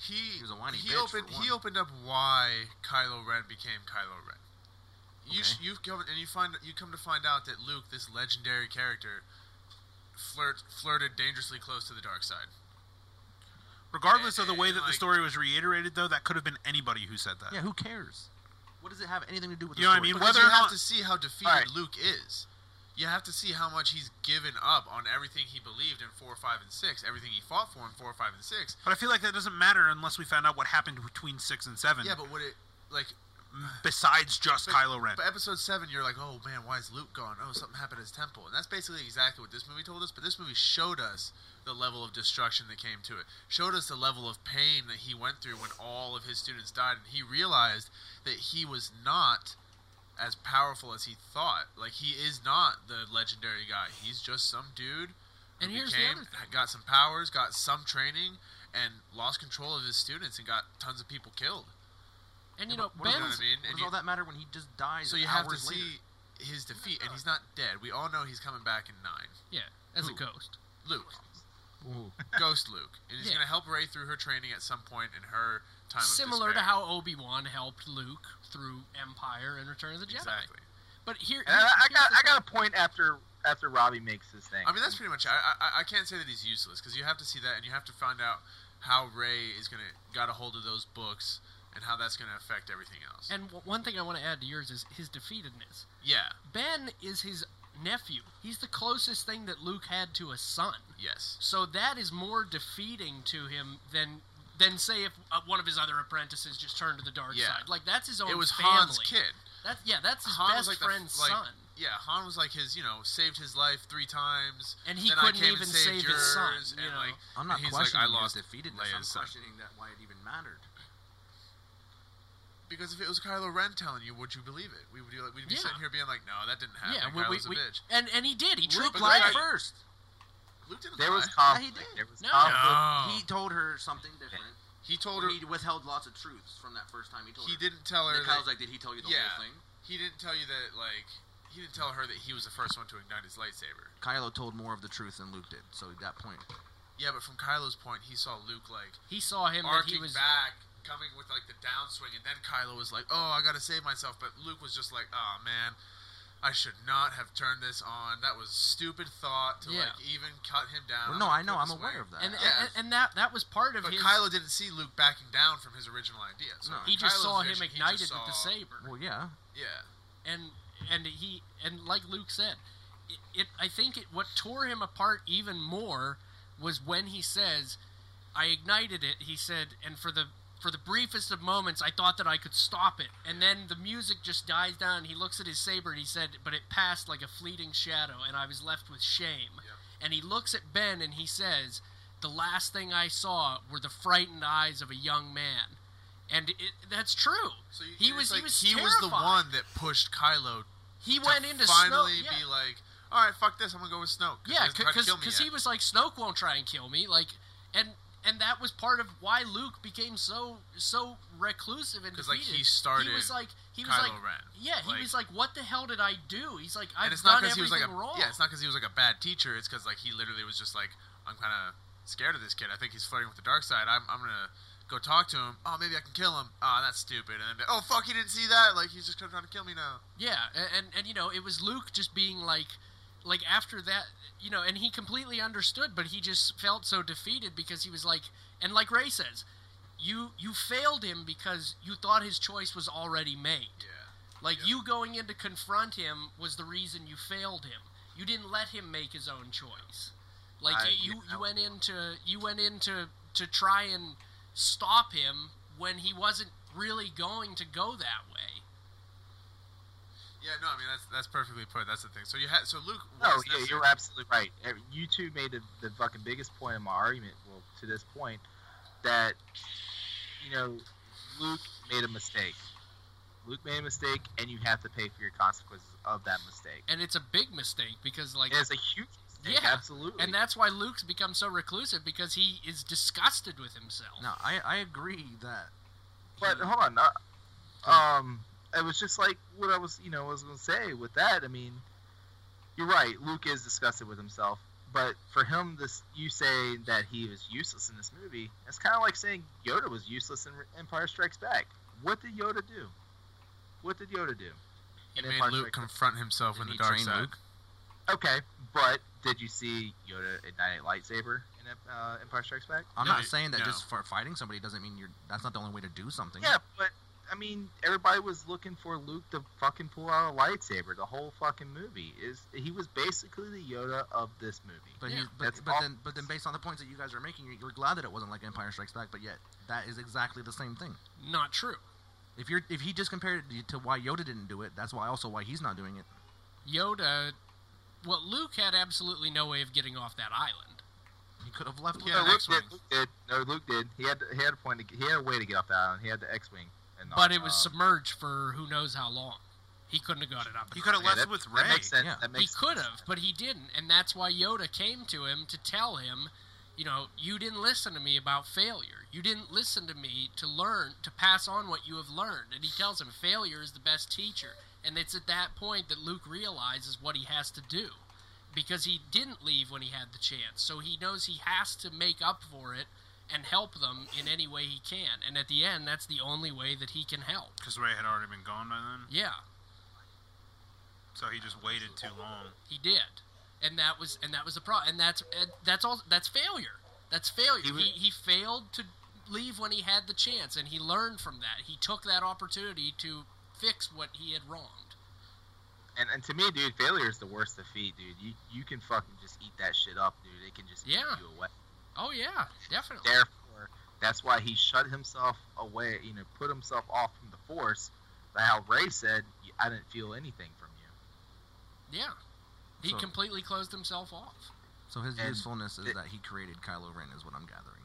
Speaker 4: He
Speaker 2: He was a whiny
Speaker 4: he
Speaker 2: bitch for
Speaker 4: opened
Speaker 2: one.
Speaker 4: he opened up why Kylo Ren became Kylo Ren. You sh- you've come and you find you come to find out that Luke, this legendary character, flirt flirted dangerously close to the dark side.
Speaker 1: regardless of the way
Speaker 4: And,
Speaker 1: that the
Speaker 4: like-
Speaker 1: story was reiterated, though, that could have been anybody who said that.
Speaker 2: Yeah, who cares? What does it have anything to do with?
Speaker 1: You
Speaker 2: the
Speaker 1: know what I
Speaker 2: story?
Speaker 1: mean?
Speaker 4: Because
Speaker 1: Whether
Speaker 4: you
Speaker 1: or
Speaker 4: have
Speaker 1: not-
Speaker 4: to see how defeated
Speaker 3: Alright.
Speaker 4: Luke is. You have to see how much he's given up on everything he believed in four, five, and six, everything he fought for in four, five, and six.
Speaker 1: But I feel like that doesn't matter unless we found out what happened between six and seven.
Speaker 4: Yeah, but would it like
Speaker 1: besides just
Speaker 4: But-
Speaker 1: Kylo Ren.
Speaker 4: But episode seven, you're like, oh man, why is Luke gone? Oh, something happened at his temple, and that's basically exactly what this movie told us. But this movie showed us the level of destruction that came to it. Showed us the level of pain that he went through when all of his students died, and he realized that he was not as powerful as he thought. Like he is not the legendary guy. He's just some dude. who
Speaker 5: And here's the
Speaker 4: became-
Speaker 5: other thing.
Speaker 4: got some powers, got some training, and lost control of his students, and got tons of people killed.
Speaker 5: And you
Speaker 2: Yeah,
Speaker 5: know,
Speaker 2: but what
Speaker 5: Ben's.
Speaker 2: does
Speaker 4: You know what I mean?
Speaker 2: What
Speaker 4: And
Speaker 2: does
Speaker 4: you-
Speaker 2: all that matter when he just dies?
Speaker 4: so you have
Speaker 2: hours
Speaker 4: to
Speaker 2: later?
Speaker 4: see his defeat, and he's not dead. We all know he's coming back in nine.
Speaker 5: Yeah, as a
Speaker 4: Who?
Speaker 5: ghost.
Speaker 4: Luke,
Speaker 2: Ooh.
Speaker 4: Ghost Luke, and he's
Speaker 5: Yeah.
Speaker 4: going to help Ray through her training at some point in her time.
Speaker 5: Similar
Speaker 4: of
Speaker 5: to
Speaker 4: despair.
Speaker 5: how Obi Wan helped Luke through Empire and Return of the Jedi.
Speaker 4: exactly.
Speaker 5: But here,
Speaker 3: And I,
Speaker 5: here's-
Speaker 3: I
Speaker 5: here's
Speaker 3: got
Speaker 5: the
Speaker 3: I got a point after after Robbie makes this thing.
Speaker 4: I mean, that's pretty much. I I, I can't say that he's useless because you have to see that, and you have to find out how Ray is going to got a hold of those books and how that's going to affect everything else.
Speaker 5: And w- one thing I want to add to yours is his defeatedness.
Speaker 4: yeah.
Speaker 5: Ben is his nephew. He's the closest thing that Luke had to a son.
Speaker 4: Yes.
Speaker 5: So that is more defeating to him than than say if uh, one of his other apprentices just turned to the dark
Speaker 4: Yeah.
Speaker 5: side. Like that's his own.
Speaker 4: It was
Speaker 5: family.
Speaker 4: Han's kid.
Speaker 5: That's yeah, that's his
Speaker 4: Han was
Speaker 5: best
Speaker 4: like the f-
Speaker 5: friend's
Speaker 4: like-
Speaker 5: son.
Speaker 4: Yeah, Han was like his, you know, saved his life three times,
Speaker 5: And he
Speaker 4: then
Speaker 5: couldn't
Speaker 4: I came
Speaker 5: even
Speaker 4: and saved
Speaker 5: save
Speaker 4: yours,
Speaker 5: his son, you
Speaker 4: and
Speaker 5: know.
Speaker 4: like,
Speaker 2: I'm not
Speaker 4: and he's
Speaker 2: questioning
Speaker 4: like, I lost
Speaker 2: his defeatedness. I'm
Speaker 4: Leia's son.
Speaker 2: questioning that why it even mattered.
Speaker 4: Because if it was Kylo Ren telling you, would you believe it? We would be like, we'd be
Speaker 5: Yeah.
Speaker 4: sitting here being like, no, that didn't happen.
Speaker 5: Yeah,
Speaker 4: Kylo's
Speaker 5: we, we, we-
Speaker 4: a bitch.
Speaker 5: and and he did. He
Speaker 4: Luke
Speaker 5: tricked
Speaker 4: But
Speaker 5: Ray.
Speaker 4: lied.
Speaker 2: first.
Speaker 4: Luke didn't
Speaker 3: There
Speaker 4: lie.
Speaker 3: was conflict.
Speaker 2: did.
Speaker 3: There was
Speaker 5: No.
Speaker 3: conflict.
Speaker 1: Oh.
Speaker 2: He told her something different.
Speaker 4: he told her
Speaker 2: Or he withheld lots of truths from that first time he told
Speaker 4: he
Speaker 2: her.
Speaker 4: didn't tell her
Speaker 2: And then
Speaker 4: that
Speaker 2: Kyle's like, did he tell you the
Speaker 4: Yeah.
Speaker 2: whole thing?
Speaker 4: he didn't tell you that like he didn't tell her that he was the first one to ignite his lightsaber.
Speaker 2: Kylo told more of the truth than Luke did. So at that point,
Speaker 4: Yeah, but from Kylo's point, he saw Luke like
Speaker 5: He saw him that he
Speaker 4: arcing
Speaker 5: was.
Speaker 4: back, coming with like the downswing, and then Kylo was like, "Oh, I gotta save myself," but Luke was just like, "Oh man, I should not have turned this on. That was stupid thought to
Speaker 5: Yeah.
Speaker 4: like even cut him down."
Speaker 2: well, no, I know, I'm aware of that.
Speaker 5: And, uh,
Speaker 4: Yeah.
Speaker 5: and, and that that was part of
Speaker 4: But
Speaker 5: his.
Speaker 4: Kylo didn't see Luke backing down from his original idea. So
Speaker 2: No.
Speaker 4: in
Speaker 5: he just
Speaker 4: Kylo's
Speaker 5: saw him
Speaker 4: vision, he just
Speaker 5: ignited with the
Speaker 4: saw-
Speaker 5: saber.
Speaker 2: well, yeah,
Speaker 4: Yeah,
Speaker 5: and and he and like Luke said, it, it I think it what tore him apart even more was when he says, "I ignited it." He said, and for the for the briefest of moments, I thought that I could stop it, and then the music just dies down. He looks at his saber and he said, "But it passed like a fleeting shadow, and I was left with shame." And he looks at Ben and he says, "The last thing I saw were the frightened eyes of a young man." And it, that's true.
Speaker 4: So you,
Speaker 5: he
Speaker 4: it's
Speaker 5: was
Speaker 4: like
Speaker 5: he was
Speaker 4: he was the
Speaker 5: terrified.
Speaker 4: one that pushed Kylo
Speaker 5: He
Speaker 4: to
Speaker 5: went into
Speaker 4: finally
Speaker 5: Snoke.
Speaker 4: be like, "All right, fuck this. I'm gonna go with Snoke."
Speaker 5: yeah,
Speaker 4: he hasn't tried to
Speaker 5: because
Speaker 4: kill me
Speaker 5: because he
Speaker 4: yet.
Speaker 5: was like Snoke won't try and kill me, like, and and that was part of why Luke became so so reclusive and
Speaker 4: 'Cause,
Speaker 5: defeated.
Speaker 4: like, he started
Speaker 5: He was like he was
Speaker 4: Kylo
Speaker 5: like
Speaker 4: Ren.
Speaker 5: yeah, he
Speaker 4: Like-
Speaker 5: was like, what the hell did I do? He's like, I've
Speaker 4: and it's not
Speaker 5: done
Speaker 4: because he
Speaker 5: everything
Speaker 4: was like a
Speaker 5: wrong.
Speaker 4: yeah, it's not because he was like a bad teacher. It's because like he literally was just like, I'm kind of scared of this kid. I think he's flirting with the dark side. I'm, I'm gonna go talk to him. Oh, maybe I can kill him. Ah, that's stupid. And then oh fuck, he didn't see that. Like he's just kinda trying to kill me now.
Speaker 5: Yeah, a- and and you know, it was Luke just being like like after that, you know, and he completely understood, but he just felt so defeated because he was like and like Ray says, you you failed him because you thought his choice was already made.
Speaker 4: Yeah,
Speaker 5: Like
Speaker 4: Yeah.
Speaker 5: you going in to confront him was the reason you failed him. You didn't let him make his own choice. Like
Speaker 3: I-
Speaker 5: you, you,
Speaker 3: yeah.
Speaker 5: you went into you went into to try and stop him when he wasn't really going to go that way.
Speaker 4: yeah. No, I mean that's that's perfectly put. That's the thing. So you had so Luke.
Speaker 3: No, Oh,
Speaker 4: was
Speaker 3: yeah,
Speaker 4: necessary-
Speaker 3: you're absolutely right. Eh, You two made the, the fucking biggest point of my argument. Well, to this point, that you know, Luke made a mistake. Luke made a mistake, and you have to pay for your consequences of that mistake.
Speaker 5: And it's a big mistake because like
Speaker 3: And it's a huge mistake,
Speaker 5: Yeah,
Speaker 3: absolutely.
Speaker 5: and that's why Luke's become so reclusive because he is disgusted with himself.
Speaker 2: no, I I agree that
Speaker 3: But hold on, uh, um, it was just like what I was, you know, I was gonna say with that. I mean, you're right. Luke is disgusted with himself, but for him, this you say that he was useless in this movie. It's kind of like saying Yoda was useless in Re- Empire Strikes Back. What did Yoda do? What did Yoda do?
Speaker 4: He
Speaker 3: in
Speaker 4: made
Speaker 3: Empire
Speaker 4: Luke
Speaker 3: Strikes Back?
Speaker 4: confront himself
Speaker 2: Didn't
Speaker 4: in the
Speaker 2: he
Speaker 4: dark
Speaker 2: train
Speaker 4: side.
Speaker 2: Luke?
Speaker 3: Okay, but did you see Yoda ignite a lightsaber in uh, Empire Strikes Back?
Speaker 2: I'm
Speaker 4: No,
Speaker 2: not saying that
Speaker 4: no.
Speaker 2: just for fighting somebody doesn't mean you're. That's not the only way to do something.
Speaker 3: Yeah, but I mean, everybody was looking for Luke to fucking pull out a lightsaber. The whole fucking movie is he was basically the Yoda of this movie.
Speaker 2: But,
Speaker 5: Yeah.
Speaker 2: he's, but,
Speaker 3: That's
Speaker 2: but
Speaker 3: all-
Speaker 2: then, but then, based on the points that you guys are making, you're, you're glad that it wasn't like Empire Strikes Back. But yet, that is exactly the same thing.
Speaker 5: Not true.
Speaker 2: If you're, if he just compared it to why Yoda didn't do it, that's why also why he's not doing it.
Speaker 5: Yoda well Luke had absolutely no way of getting off that island.
Speaker 2: He could have left. with
Speaker 4: Yeah,
Speaker 3: no,
Speaker 2: that.
Speaker 3: Luke
Speaker 4: next
Speaker 3: did,
Speaker 4: one.
Speaker 3: Luke did. No, Luke did. He had he had a point. To, he had a way to get off that island. He had the X-wing. And
Speaker 5: But it was
Speaker 3: um,
Speaker 5: submerged for who knows how long. He couldn't have got it up.
Speaker 1: He could have
Speaker 3: yeah,
Speaker 1: left
Speaker 3: that,
Speaker 1: with
Speaker 3: that
Speaker 1: Ray.
Speaker 3: makes sense.
Speaker 2: yeah.
Speaker 3: That
Speaker 5: He
Speaker 3: makes
Speaker 5: could
Speaker 3: sense.
Speaker 5: have, but he didn't, and that's why Yoda came to him to tell him, you know, you didn't listen to me about failure. You didn't listen to me to learn to pass on what you have learned. And he tells him failure is the best teacher. And it's at that point that Luke realizes what he has to do because he didn't leave when he had the chance. So he knows he has to make up for it and help them in any way he can. And at the end, that's the only way that he can help.
Speaker 1: because Ray had already been gone by then,
Speaker 5: Yeah.
Speaker 1: so he just waited too long.
Speaker 5: He did, and that was and that was the problem. And that's and that's all. That's failure. That's failure.
Speaker 3: He
Speaker 5: He,
Speaker 3: was-
Speaker 5: he, failed to leave when he had the chance, and he learned from that. He took that opportunity to fix what he had wronged.
Speaker 3: And, and to me, dude, failure is the worst defeat, dude. You you can fucking just eat that shit up, dude. It can just
Speaker 5: Yeah.
Speaker 3: eat you away.
Speaker 5: Oh yeah, definitely.
Speaker 3: therefore that's why he shut himself away you know put himself off from the force but how ray said i didn't feel anything from you
Speaker 5: Yeah, he
Speaker 2: So-
Speaker 5: completely closed himself off.
Speaker 2: So his
Speaker 3: And
Speaker 2: usefulness is
Speaker 3: it-
Speaker 2: that he created Kylo Ren, is what I'm gathering.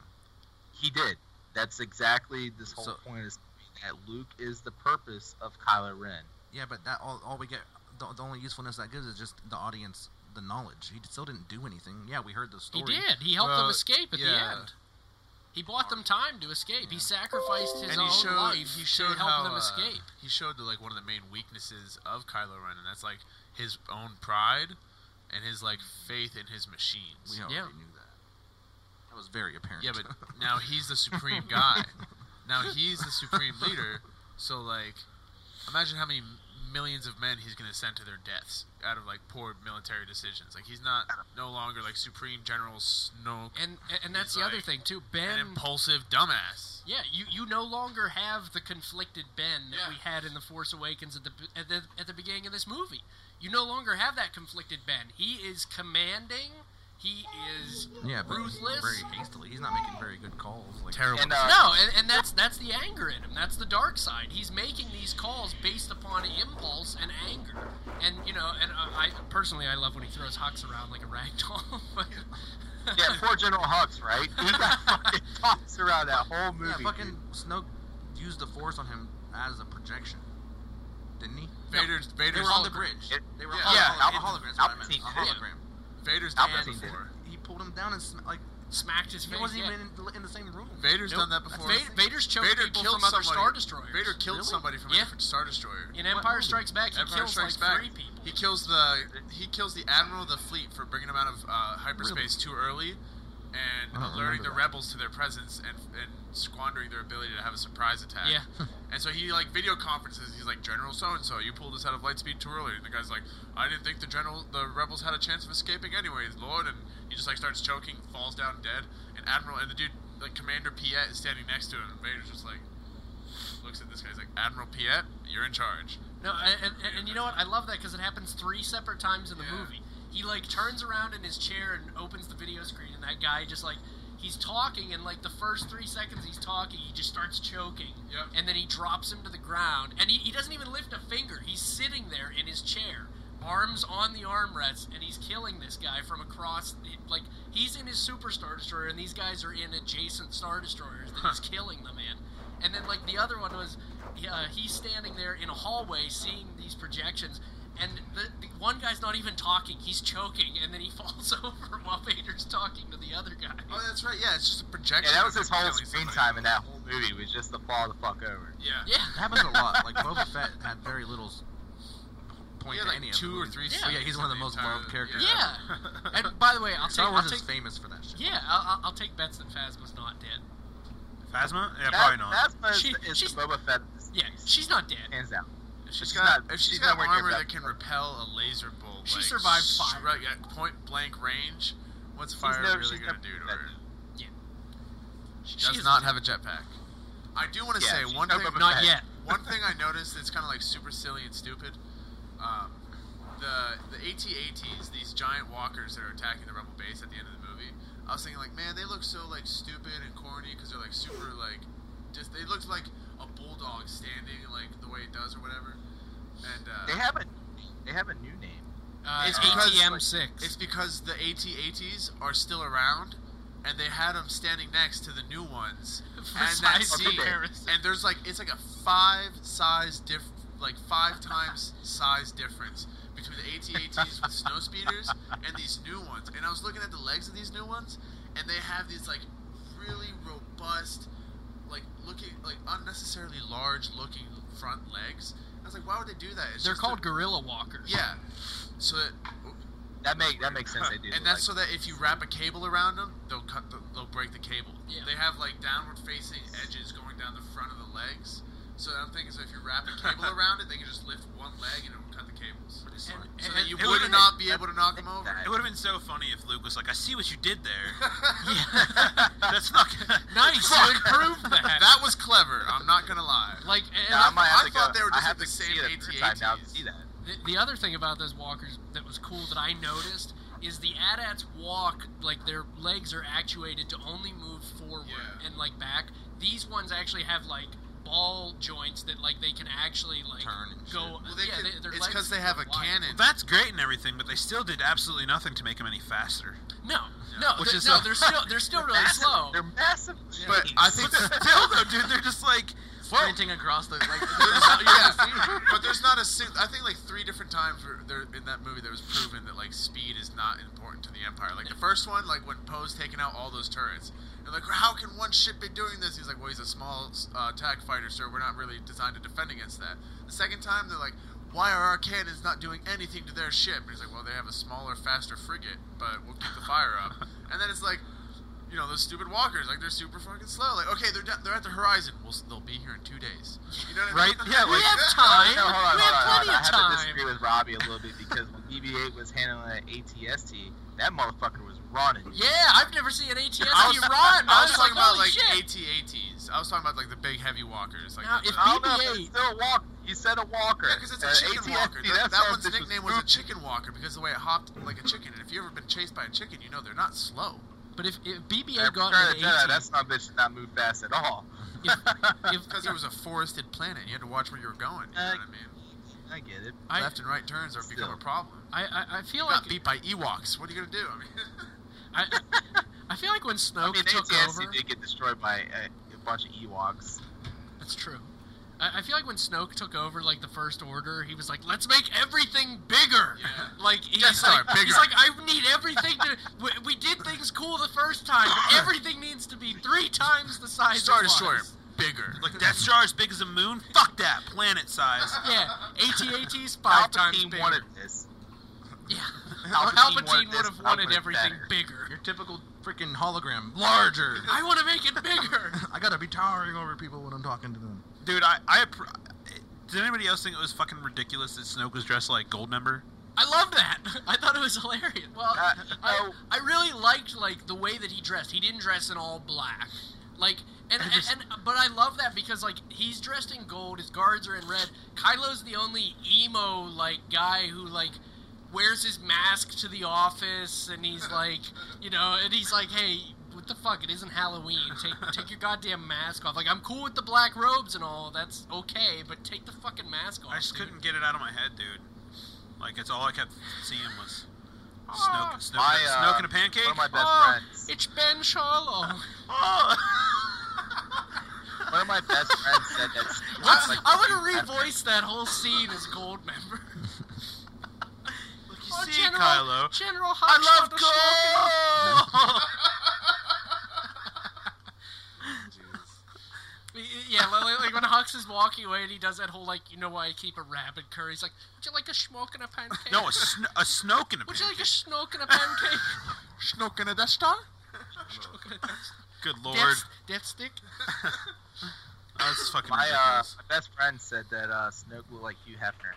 Speaker 3: he did that's exactly this whole
Speaker 2: So-
Speaker 3: point is that luke is the purpose of kylo ren
Speaker 2: Yeah, but that all, all we get the, the only usefulness that gives is just the audience the knowledge. He still didn't do anything. Yeah, we heard the
Speaker 5: He
Speaker 2: story.
Speaker 5: did. He helped them
Speaker 4: Well,
Speaker 5: escape at
Speaker 4: Uh, yeah.
Speaker 5: the end. He bought them time to escape. He sacrificed his
Speaker 4: and
Speaker 5: own
Speaker 4: he showed
Speaker 5: life
Speaker 4: he showed
Speaker 5: to help
Speaker 4: how,
Speaker 5: them
Speaker 4: uh,
Speaker 5: escape.
Speaker 4: he showed the, like one of the main weaknesses of Kylo Ren, and that's like his own pride and his like faith in his machines.
Speaker 2: We already
Speaker 5: Yeah.
Speaker 2: knew that. That was very apparent.
Speaker 4: Yeah, but now he's the supreme guy. now he's the supreme leader. So like, imagine how many millions of men he's gonna send to their deaths out of like poor military decisions. Like he's not no longer like supreme general Snoke,
Speaker 5: And and that's the
Speaker 4: he's
Speaker 5: other
Speaker 4: like
Speaker 5: thing too.
Speaker 4: an
Speaker 5: Ben
Speaker 4: impulsive dumbass.
Speaker 5: Yeah, you, you no longer have the conflicted Ben that
Speaker 4: Yeah.
Speaker 5: we had in the Force Awakens at the, at the at the beginning of this movie. You no longer have that conflicted Ben. He is commanding. He is
Speaker 2: yeah, but
Speaker 5: ruthless.
Speaker 2: very hastily. He's not making very good calls. Like
Speaker 4: Terrible.
Speaker 3: And, uh,
Speaker 5: No, and, and that's that's the anger in him. That's the dark side. He's making these calls based upon impulse and anger. And you know, and uh, I personally I love when he throws Hux around like a rag doll. but-
Speaker 3: yeah, poor General Hux, right? He got fucking tossed around that whole movie.
Speaker 2: yeah, fucking
Speaker 3: dude.
Speaker 2: Snoke used the Force on him as a projection, didn't he?
Speaker 4: Vader's
Speaker 2: They
Speaker 4: Vader's
Speaker 2: were on the bridge.
Speaker 3: It-
Speaker 2: they were
Speaker 4: Yeah.
Speaker 2: on
Speaker 3: Yeah,
Speaker 2: a
Speaker 3: Al-
Speaker 2: hologram. That's what I meant. A
Speaker 3: Palpatine
Speaker 5: did it.
Speaker 2: hologram.
Speaker 4: Vader's
Speaker 3: Al
Speaker 4: done that
Speaker 3: Pacino did
Speaker 4: before.
Speaker 2: He pulled him down and sm- like
Speaker 5: smacked his
Speaker 2: he
Speaker 5: face.
Speaker 2: wasn't
Speaker 5: yeah.
Speaker 2: even in, in the same room.
Speaker 4: Vader's
Speaker 5: Nope.
Speaker 4: done that
Speaker 5: That's
Speaker 4: before.
Speaker 5: Vader, Vader's choked
Speaker 4: Vader
Speaker 5: people
Speaker 4: killed
Speaker 5: from other
Speaker 4: somebody.
Speaker 5: Star Destroyers.
Speaker 4: Vader killed somebody from
Speaker 5: Yeah.
Speaker 4: a different Star Destroyer.
Speaker 5: in Empire Strikes Back, he
Speaker 4: Empire
Speaker 5: kills
Speaker 4: Strikes
Speaker 5: like
Speaker 4: Back.
Speaker 5: three people.
Speaker 4: He kills the he kills the admiral of the fleet for bringing him out of uh, hyperspace too early, and
Speaker 2: I don't
Speaker 4: alerting
Speaker 2: remember
Speaker 4: the
Speaker 2: that.
Speaker 4: rebels to their presence and and squandering their ability to have a surprise attack.
Speaker 5: Yeah.
Speaker 4: and so he like video conferences. He's like General So and So, you pulled us out of light speed too early. And the guy's like, I didn't think the general the rebels had a chance of escaping anyways, Lord. And he just like starts choking, falls down dead. And admiral and the dude like Commander Piet is standing next to him. And Vader's just like looks at this guy. He's like Admiral Piet, you're in charge.
Speaker 5: No, and, and, and you know what? I love that because it happens three separate times in the
Speaker 4: Yeah.
Speaker 5: movie. He like turns around in his chair and opens the video screen, and that guy just like he's talking, and like the first three seconds he's talking, he just starts choking,
Speaker 4: Yep.
Speaker 5: and then he drops him to the ground, and he, he doesn't even lift a finger. He's sitting there in his chair, arms on the armrests, and he's killing this guy from across. Like he's in his super star destroyer, and these guys are in adjacent star destroyers that he's killing them in. And then like the other one was, uh, he's standing there in a hallway seeing these projections, and the, the one guy's not even talking; he's choking, and then he falls over while Vader's talking to the other guy.
Speaker 4: Oh, that's right. Yeah, it's just a projection.
Speaker 3: Yeah, that was
Speaker 4: of
Speaker 3: his
Speaker 4: him
Speaker 3: whole
Speaker 4: killing
Speaker 3: screen
Speaker 4: somebody.
Speaker 3: time in that whole movie was just to fall the fuck over.
Speaker 4: Yeah.
Speaker 5: Yeah,
Speaker 2: It happens a lot. Like Boba Fett had very little s- point
Speaker 4: He had
Speaker 2: to
Speaker 4: like
Speaker 2: any
Speaker 4: two
Speaker 2: of the
Speaker 4: or
Speaker 2: movies.
Speaker 4: three.
Speaker 5: Yeah.
Speaker 4: scenes
Speaker 2: Yeah, he's one of the
Speaker 4: in
Speaker 2: most
Speaker 4: entire-
Speaker 2: loved characters.
Speaker 5: yeah. And by the way, I'll take,
Speaker 2: Star Wars
Speaker 5: I'll
Speaker 2: is
Speaker 5: take
Speaker 2: famous for that shit.
Speaker 5: yeah, I'll, I'll- I'll take bets that Phasma's not dead.
Speaker 1: Phasma? Yeah, probably not.
Speaker 3: That's what
Speaker 5: She-
Speaker 3: is
Speaker 5: she's-
Speaker 3: the Boba Fett.
Speaker 5: Yeah, she's not dead.
Speaker 3: hands down.
Speaker 4: If she's
Speaker 3: She's
Speaker 4: got,
Speaker 3: not-
Speaker 4: if she's
Speaker 3: she's
Speaker 4: got
Speaker 3: nowhere near
Speaker 4: armor
Speaker 3: that.
Speaker 4: that can repel a laser bolt,
Speaker 5: She
Speaker 4: like,
Speaker 5: survived
Speaker 4: sh-
Speaker 5: fire.
Speaker 4: right at point blank range, what's fire
Speaker 3: never-
Speaker 4: really
Speaker 3: she's
Speaker 4: gonna
Speaker 3: never
Speaker 4: do to
Speaker 3: been
Speaker 4: her?
Speaker 5: Yeah.
Speaker 4: She
Speaker 5: She
Speaker 4: does
Speaker 5: is-
Speaker 4: not have a jetpack. I do want to
Speaker 3: Yeah,
Speaker 4: say
Speaker 3: she's
Speaker 4: one
Speaker 3: no
Speaker 4: thing.
Speaker 3: Boba
Speaker 5: Not
Speaker 3: Fett.
Speaker 5: yet.
Speaker 4: one thing I noticed that's kind of like super silly and stupid. Um, the the AT-ATs, these giant walkers that are attacking the rebel base at the end of the movie. I was thinking like, man, they look so like stupid and corny because they're like super like, just they looked like a bulldog standing like the way it does or whatever. And uh,
Speaker 3: They have a they have a new name.
Speaker 5: Uh,
Speaker 4: It's because-
Speaker 5: ATM six.
Speaker 4: it's because the AT-ATs are still around, and they had them standing next to the new ones. and that
Speaker 5: Size
Speaker 4: scene,
Speaker 5: comparison.
Speaker 4: and there's like it's like a five size diff, like five times size difference between the AT-ATs with snow speeders and these new ones. And I was looking at the legs of these new ones, and they have these like really robust, like looking like unnecessarily large looking front legs. I was like, why would they do that? It's
Speaker 5: They're
Speaker 4: just
Speaker 5: called
Speaker 4: the-
Speaker 5: gorilla walkers.
Speaker 4: yeah. So that
Speaker 3: That make that makes sense. They do.
Speaker 4: and that's so that if you wrap a cable around them, they'll cut. The, they'll break the cable.
Speaker 5: Yeah.
Speaker 4: They have like downward facing edges going down the front of the legs. So I'm thinking, so if you wrap a cable around it, they can just lift one leg and it will cut the cables.
Speaker 5: smart.
Speaker 4: so
Speaker 5: And-
Speaker 4: that you
Speaker 1: and-
Speaker 4: would
Speaker 1: and-
Speaker 4: not be able to knock them over.
Speaker 1: It would have been so funny if Luke was like, I see what you did there.
Speaker 5: Yeah.
Speaker 1: That's not gonna...
Speaker 5: nice. You improved that.
Speaker 4: that was clever. I'm not gonna lie.
Speaker 5: like, and
Speaker 3: Nah, I, might have
Speaker 4: I
Speaker 3: to
Speaker 4: thought
Speaker 3: go-
Speaker 4: they were
Speaker 3: I
Speaker 4: just
Speaker 3: have
Speaker 4: the
Speaker 3: to
Speaker 4: same
Speaker 3: see it a third time now to
Speaker 4: AT-ATs.
Speaker 3: see that.
Speaker 5: The, the other thing about those walkers that was cool that I noticed is the AT-ATs walk like their legs are actuated to only move forward
Speaker 4: Yeah.
Speaker 5: and like back. These ones actually have like ball joints that like they can actually like
Speaker 2: Turn and
Speaker 5: go. uh,
Speaker 2: shit.
Speaker 4: Well, they
Speaker 5: yeah,
Speaker 4: could-
Speaker 5: they, their
Speaker 4: it's
Speaker 5: legs
Speaker 4: because they have a
Speaker 5: go wide.
Speaker 4: cannon.
Speaker 1: That's great and everything, but they still did absolutely nothing to make him any faster.
Speaker 5: No, no,
Speaker 1: Which
Speaker 5: they-
Speaker 1: is
Speaker 5: no.
Speaker 1: a-
Speaker 5: They're still they're still really
Speaker 3: massive.
Speaker 5: slow.
Speaker 3: They're massive.
Speaker 4: But
Speaker 3: machines.
Speaker 4: I think
Speaker 1: But still, though, dude, they're just like
Speaker 2: sprinting across the like.
Speaker 4: yeah, but there's not a. sing- I think like three different times where there in that movie that was proven that like speed is not important to the Empire. Like the first one, like when Poe's taking out all those turrets, and like how can one ship be doing this? He's like, well, he's a small uh, attack fighter, so we're not really designed to defend against that. The second time, they're like, why are our cannons not doing anything to their ship? And he's like, well, they have a smaller, faster frigate, but we'll keep the fire up. And then it's like. You know those stupid walkers, like they're super fucking slow. Like, okay, they're down, they're at the horizon. We'll, s- they'll be here in two days. You know what
Speaker 3: Right?
Speaker 4: I mean?
Speaker 3: Yeah,
Speaker 5: We
Speaker 3: like,
Speaker 5: have
Speaker 3: No, hold
Speaker 5: time.
Speaker 3: on,
Speaker 5: We
Speaker 3: hold on,
Speaker 5: have plenty
Speaker 3: hold on.
Speaker 5: of
Speaker 3: I have to
Speaker 5: time.
Speaker 3: disagree with Robbie a little bit because when BB-8 was handling that ATST, that motherfucker was running.
Speaker 5: Yeah, I've never seen an ATS
Speaker 4: I was-
Speaker 5: run. I
Speaker 4: I was
Speaker 5: was like,
Speaker 4: talking about
Speaker 5: holy shit.
Speaker 4: like AT-ATs. I was talking about like the big heavy walkers. Like
Speaker 5: Now,
Speaker 4: the-
Speaker 5: if
Speaker 4: the-
Speaker 3: I don't know if it's
Speaker 5: BB-8.
Speaker 3: still a walker. You said a walker.
Speaker 4: E yeah, because it's a
Speaker 3: Uh,
Speaker 4: chicken
Speaker 3: ATST,
Speaker 4: walker. That,
Speaker 3: that's
Speaker 4: that
Speaker 3: how
Speaker 4: one's
Speaker 3: this
Speaker 4: nickname was a
Speaker 3: moved.
Speaker 4: chicken walker because the way it hopped like a chicken. And if you've ever been chased by a chicken, you know they're not slow.
Speaker 5: But if, if BB-8
Speaker 3: Yeah,
Speaker 5: got
Speaker 3: Return of
Speaker 5: an
Speaker 3: the Jedi,
Speaker 5: 18,
Speaker 3: That's not bitch did not move fast at all.
Speaker 5: if, if,
Speaker 4: Because there was a forested planet, you had to watch where you were going. You know
Speaker 3: Uh,
Speaker 4: what I mean?
Speaker 3: I get it.
Speaker 5: I,
Speaker 4: Left and right turns are become
Speaker 3: Still.
Speaker 4: a problem.
Speaker 5: I, I, I feel
Speaker 4: You
Speaker 5: like
Speaker 4: got beat by Ewoks. What are you gonna do? I mean,
Speaker 5: I, I feel like when Snoke
Speaker 3: I mean,
Speaker 5: took
Speaker 3: ATST
Speaker 5: over,
Speaker 3: did get destroyed by a, a bunch of Ewoks.
Speaker 5: that's true. I, I feel like when Snoke took over, like the First Order, he was like, "Let's make everything bigger."
Speaker 4: Yeah.
Speaker 5: Like he's
Speaker 4: Death Star,
Speaker 5: like, he's
Speaker 4: bigger.
Speaker 5: like, "I need everything to." We, we did things cool the first time, but everything needs to be three times the size.
Speaker 4: Star
Speaker 5: it was.
Speaker 4: Destroyer bigger.
Speaker 1: Like Death Star as big as a moon? Fuck that. Planet size.
Speaker 5: Yeah, AT-AT's five times
Speaker 3: Palpatine
Speaker 5: bigger.
Speaker 3: wanted this.
Speaker 5: yeah,
Speaker 3: Palpatine wanted
Speaker 5: Palpatine
Speaker 3: this,
Speaker 5: would have wanted
Speaker 3: Palpatine
Speaker 5: everything
Speaker 3: better.
Speaker 5: bigger.
Speaker 2: Your typical freaking hologram, larger.
Speaker 5: I want to make it bigger.
Speaker 2: I gotta be towering over people when I'm talking to them.
Speaker 1: Dude, I. I appr- did anybody else think it was fucking ridiculous that Snoke was dressed like Goldmember?
Speaker 5: I love that. I thought it was hilarious. Well,
Speaker 3: Uh,
Speaker 5: I,
Speaker 3: oh.
Speaker 5: I really liked like the way that he dressed. He didn't dress in all black, like and, and, and but I love that because like he's dressed in gold. His guards are in red. Kylo's the only emo like guy who like wears his mask to the office, and he's like you know, and he's like, hey. What the fuck? It isn't Halloween. Take take your goddamn mask off. Like I'm cool with the black robes and all. That's okay, but take the fucking mask off.
Speaker 1: I just
Speaker 5: dude.
Speaker 1: couldn't get it out of my head, dude. Like, it's all I kept seeing was
Speaker 5: Ah.
Speaker 1: Snoke, Snoke,
Speaker 3: My, uh,
Speaker 1: Snoke and a pancake.
Speaker 3: One of my best
Speaker 5: Oh,
Speaker 3: friends.
Speaker 5: it's Ben Shalom.
Speaker 1: Ah.
Speaker 3: One of my best friends said that. Snoke
Speaker 5: Let's-
Speaker 3: was like
Speaker 5: I
Speaker 3: the
Speaker 5: want
Speaker 3: best
Speaker 5: to revoice that whole scene as gold member.
Speaker 1: Look, you
Speaker 5: Oh,
Speaker 1: see,
Speaker 5: General,
Speaker 1: Kylo.
Speaker 5: General
Speaker 1: I
Speaker 5: Hux
Speaker 1: love
Speaker 5: got the smoking-
Speaker 1: gold.
Speaker 5: Yeah, like, like- like when Hux is walking away and he does that whole like, you know why I keep a rabbit curry. He's like, would you like a schmoke and a pancake?
Speaker 1: no, a, sn- a Snoke and a
Speaker 5: Would you like a
Speaker 1: pancake.
Speaker 5: schnoke and a pancake?
Speaker 4: Snoke and a Death Star?
Speaker 1: Good lord.
Speaker 5: Death, death stick.
Speaker 1: That's fucking
Speaker 3: My, uh,
Speaker 1: ridiculous.
Speaker 3: my best friend said that uh, Snoke looked like Hugh Hefner.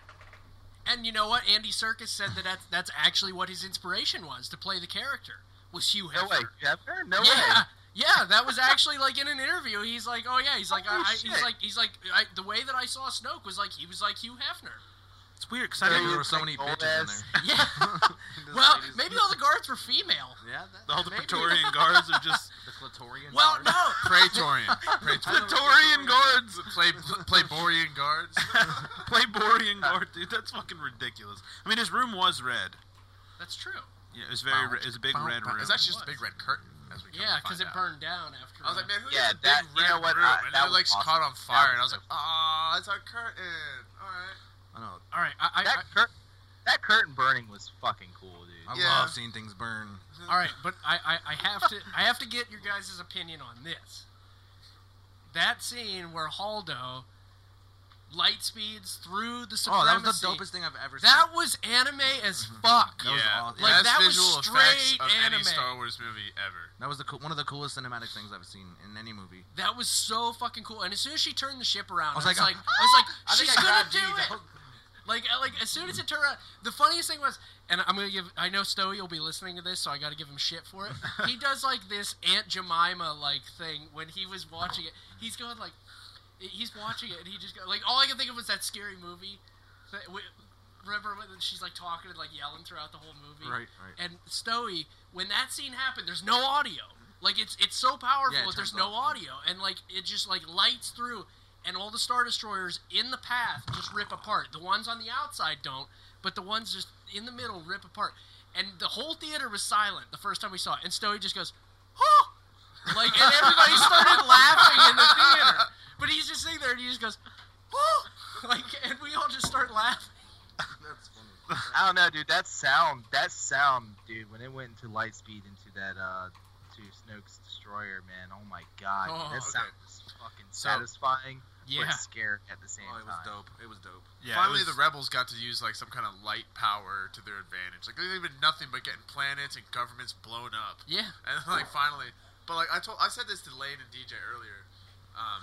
Speaker 5: And you know what? Andy Serkis said that that's, that's actually what his inspiration was to play the character was Hugh
Speaker 3: No
Speaker 5: Hefner.
Speaker 3: way, Hugh Hefner? No
Speaker 5: yeah,
Speaker 3: way.
Speaker 5: yeah, that was actually like in an interview. He's like, oh yeah, he's like, I,
Speaker 3: Holy
Speaker 5: I,
Speaker 3: shit.
Speaker 5: he's like, he's like, I, the way that I saw Snoke was like he was like Hugh Hefner.
Speaker 1: it's weird because I
Speaker 3: There
Speaker 1: didn't
Speaker 3: you
Speaker 2: there were so
Speaker 3: like
Speaker 2: many
Speaker 3: old
Speaker 2: bitches in
Speaker 3: ass-
Speaker 2: there.
Speaker 5: Yeah.
Speaker 2: This
Speaker 5: well,
Speaker 2: lady's-
Speaker 5: maybe all the guards were female.
Speaker 2: Yeah, that,
Speaker 1: All the
Speaker 2: maybe.
Speaker 1: Praetorian guards are just
Speaker 2: The clitorian.
Speaker 5: Well,
Speaker 2: guard.
Speaker 5: no.
Speaker 4: Praetorian. Praetorian.
Speaker 1: Praetorian
Speaker 4: guards. Play, play Borean guards.
Speaker 1: Playborian guard, dude. That's fucking ridiculous. I mean, his room was red.
Speaker 5: That's true.
Speaker 1: Yeah, it was very. Re- it was a big red room.
Speaker 4: It's actually just a big red curtain. As we come
Speaker 5: Yeah,
Speaker 4: to
Speaker 5: because it
Speaker 4: find
Speaker 5: burned
Speaker 4: out.
Speaker 5: down after.
Speaker 4: I was like, man, who
Speaker 3: Yeah,
Speaker 4: yeah, a
Speaker 3: that-
Speaker 4: big
Speaker 3: you
Speaker 4: red
Speaker 3: know what,
Speaker 4: room?
Speaker 3: I-
Speaker 4: and
Speaker 3: that
Speaker 4: it like
Speaker 3: was awesome.
Speaker 4: caught on fire, and I was
Speaker 3: That
Speaker 4: like, ah, it's our curtain. All right.
Speaker 2: I know.
Speaker 5: all right, I, I,
Speaker 3: That, cur- that curtain burning was fucking cool, dude.
Speaker 2: I
Speaker 4: Yeah.
Speaker 2: love seeing things burn.
Speaker 5: I- all right, but I, I, I have to, I have to get your guys' opinion on this. That scene where Haldo light speeds through the
Speaker 2: Oh,
Speaker 5: supremacy.
Speaker 2: that was the dopest thing I've ever seen.
Speaker 5: That was anime as fuck.
Speaker 2: That was
Speaker 4: yeah,
Speaker 2: awesome.
Speaker 5: Like,
Speaker 4: best
Speaker 5: that was
Speaker 4: visual
Speaker 5: straight
Speaker 4: effects of
Speaker 5: anime.
Speaker 4: any Star Wars movie ever.
Speaker 2: That was the coo- one of the coolest cinematic things I've seen in any movie.
Speaker 5: That was so fucking cool. And as soon as she turned the ship around, I was,
Speaker 2: was
Speaker 5: like,
Speaker 2: like,
Speaker 5: I was like,
Speaker 2: I think
Speaker 5: she's
Speaker 2: I
Speaker 5: gonna
Speaker 2: grabbed
Speaker 5: do
Speaker 2: you,
Speaker 5: it.
Speaker 2: though.
Speaker 5: Like, I- like as soon as it turned around, the funniest thing was, and I'm gonna give. I know Stowe will be listening to this, so I gotta give him shit for it. he does like this Aunt Jemima like thing when he was watching it. He's going like, he's watching it, and he just go, like all I can think of was that scary movie. That wi- Remember when she's like talking and like yelling throughout the whole movie?
Speaker 2: Right, right.
Speaker 5: And Stowe, when that scene happened, there's no audio. Like it's it's so powerful.
Speaker 2: Yeah, it
Speaker 5: that there's
Speaker 2: turns
Speaker 5: no
Speaker 2: off.
Speaker 5: audio, and like it just like lights through, and all the star destroyers in the path just rip apart. The ones on the outside don't, but the ones just in the middle rip apart. And the whole theater was silent the first time we saw it, and Stowe just goes, "Huh." Like, and everybody started laughing in the theater. But he's just sitting there and he just goes, oh! like, and we all just start laughing.
Speaker 2: That's funny.
Speaker 3: I don't know, dude. That sound, that sound, dude. When it went into light speed into that, uh, to Snoke's destroyer, man. Oh my god,
Speaker 5: Oh,
Speaker 3: dude, that
Speaker 4: okay.
Speaker 3: sound was fucking
Speaker 4: So-
Speaker 3: satisfying
Speaker 5: Yeah.
Speaker 3: but scary at the same
Speaker 2: Oh, it was
Speaker 3: time.
Speaker 2: dope. It was dope.
Speaker 1: Yeah,
Speaker 4: Finally,
Speaker 1: it was-
Speaker 4: the rebels got to use like some kind of light power to their advantage. Like they've been nothing but getting planets and governments blown up,
Speaker 5: Yeah.
Speaker 4: and like finally, but like I told, I said this to Lane and DJ earlier. Um,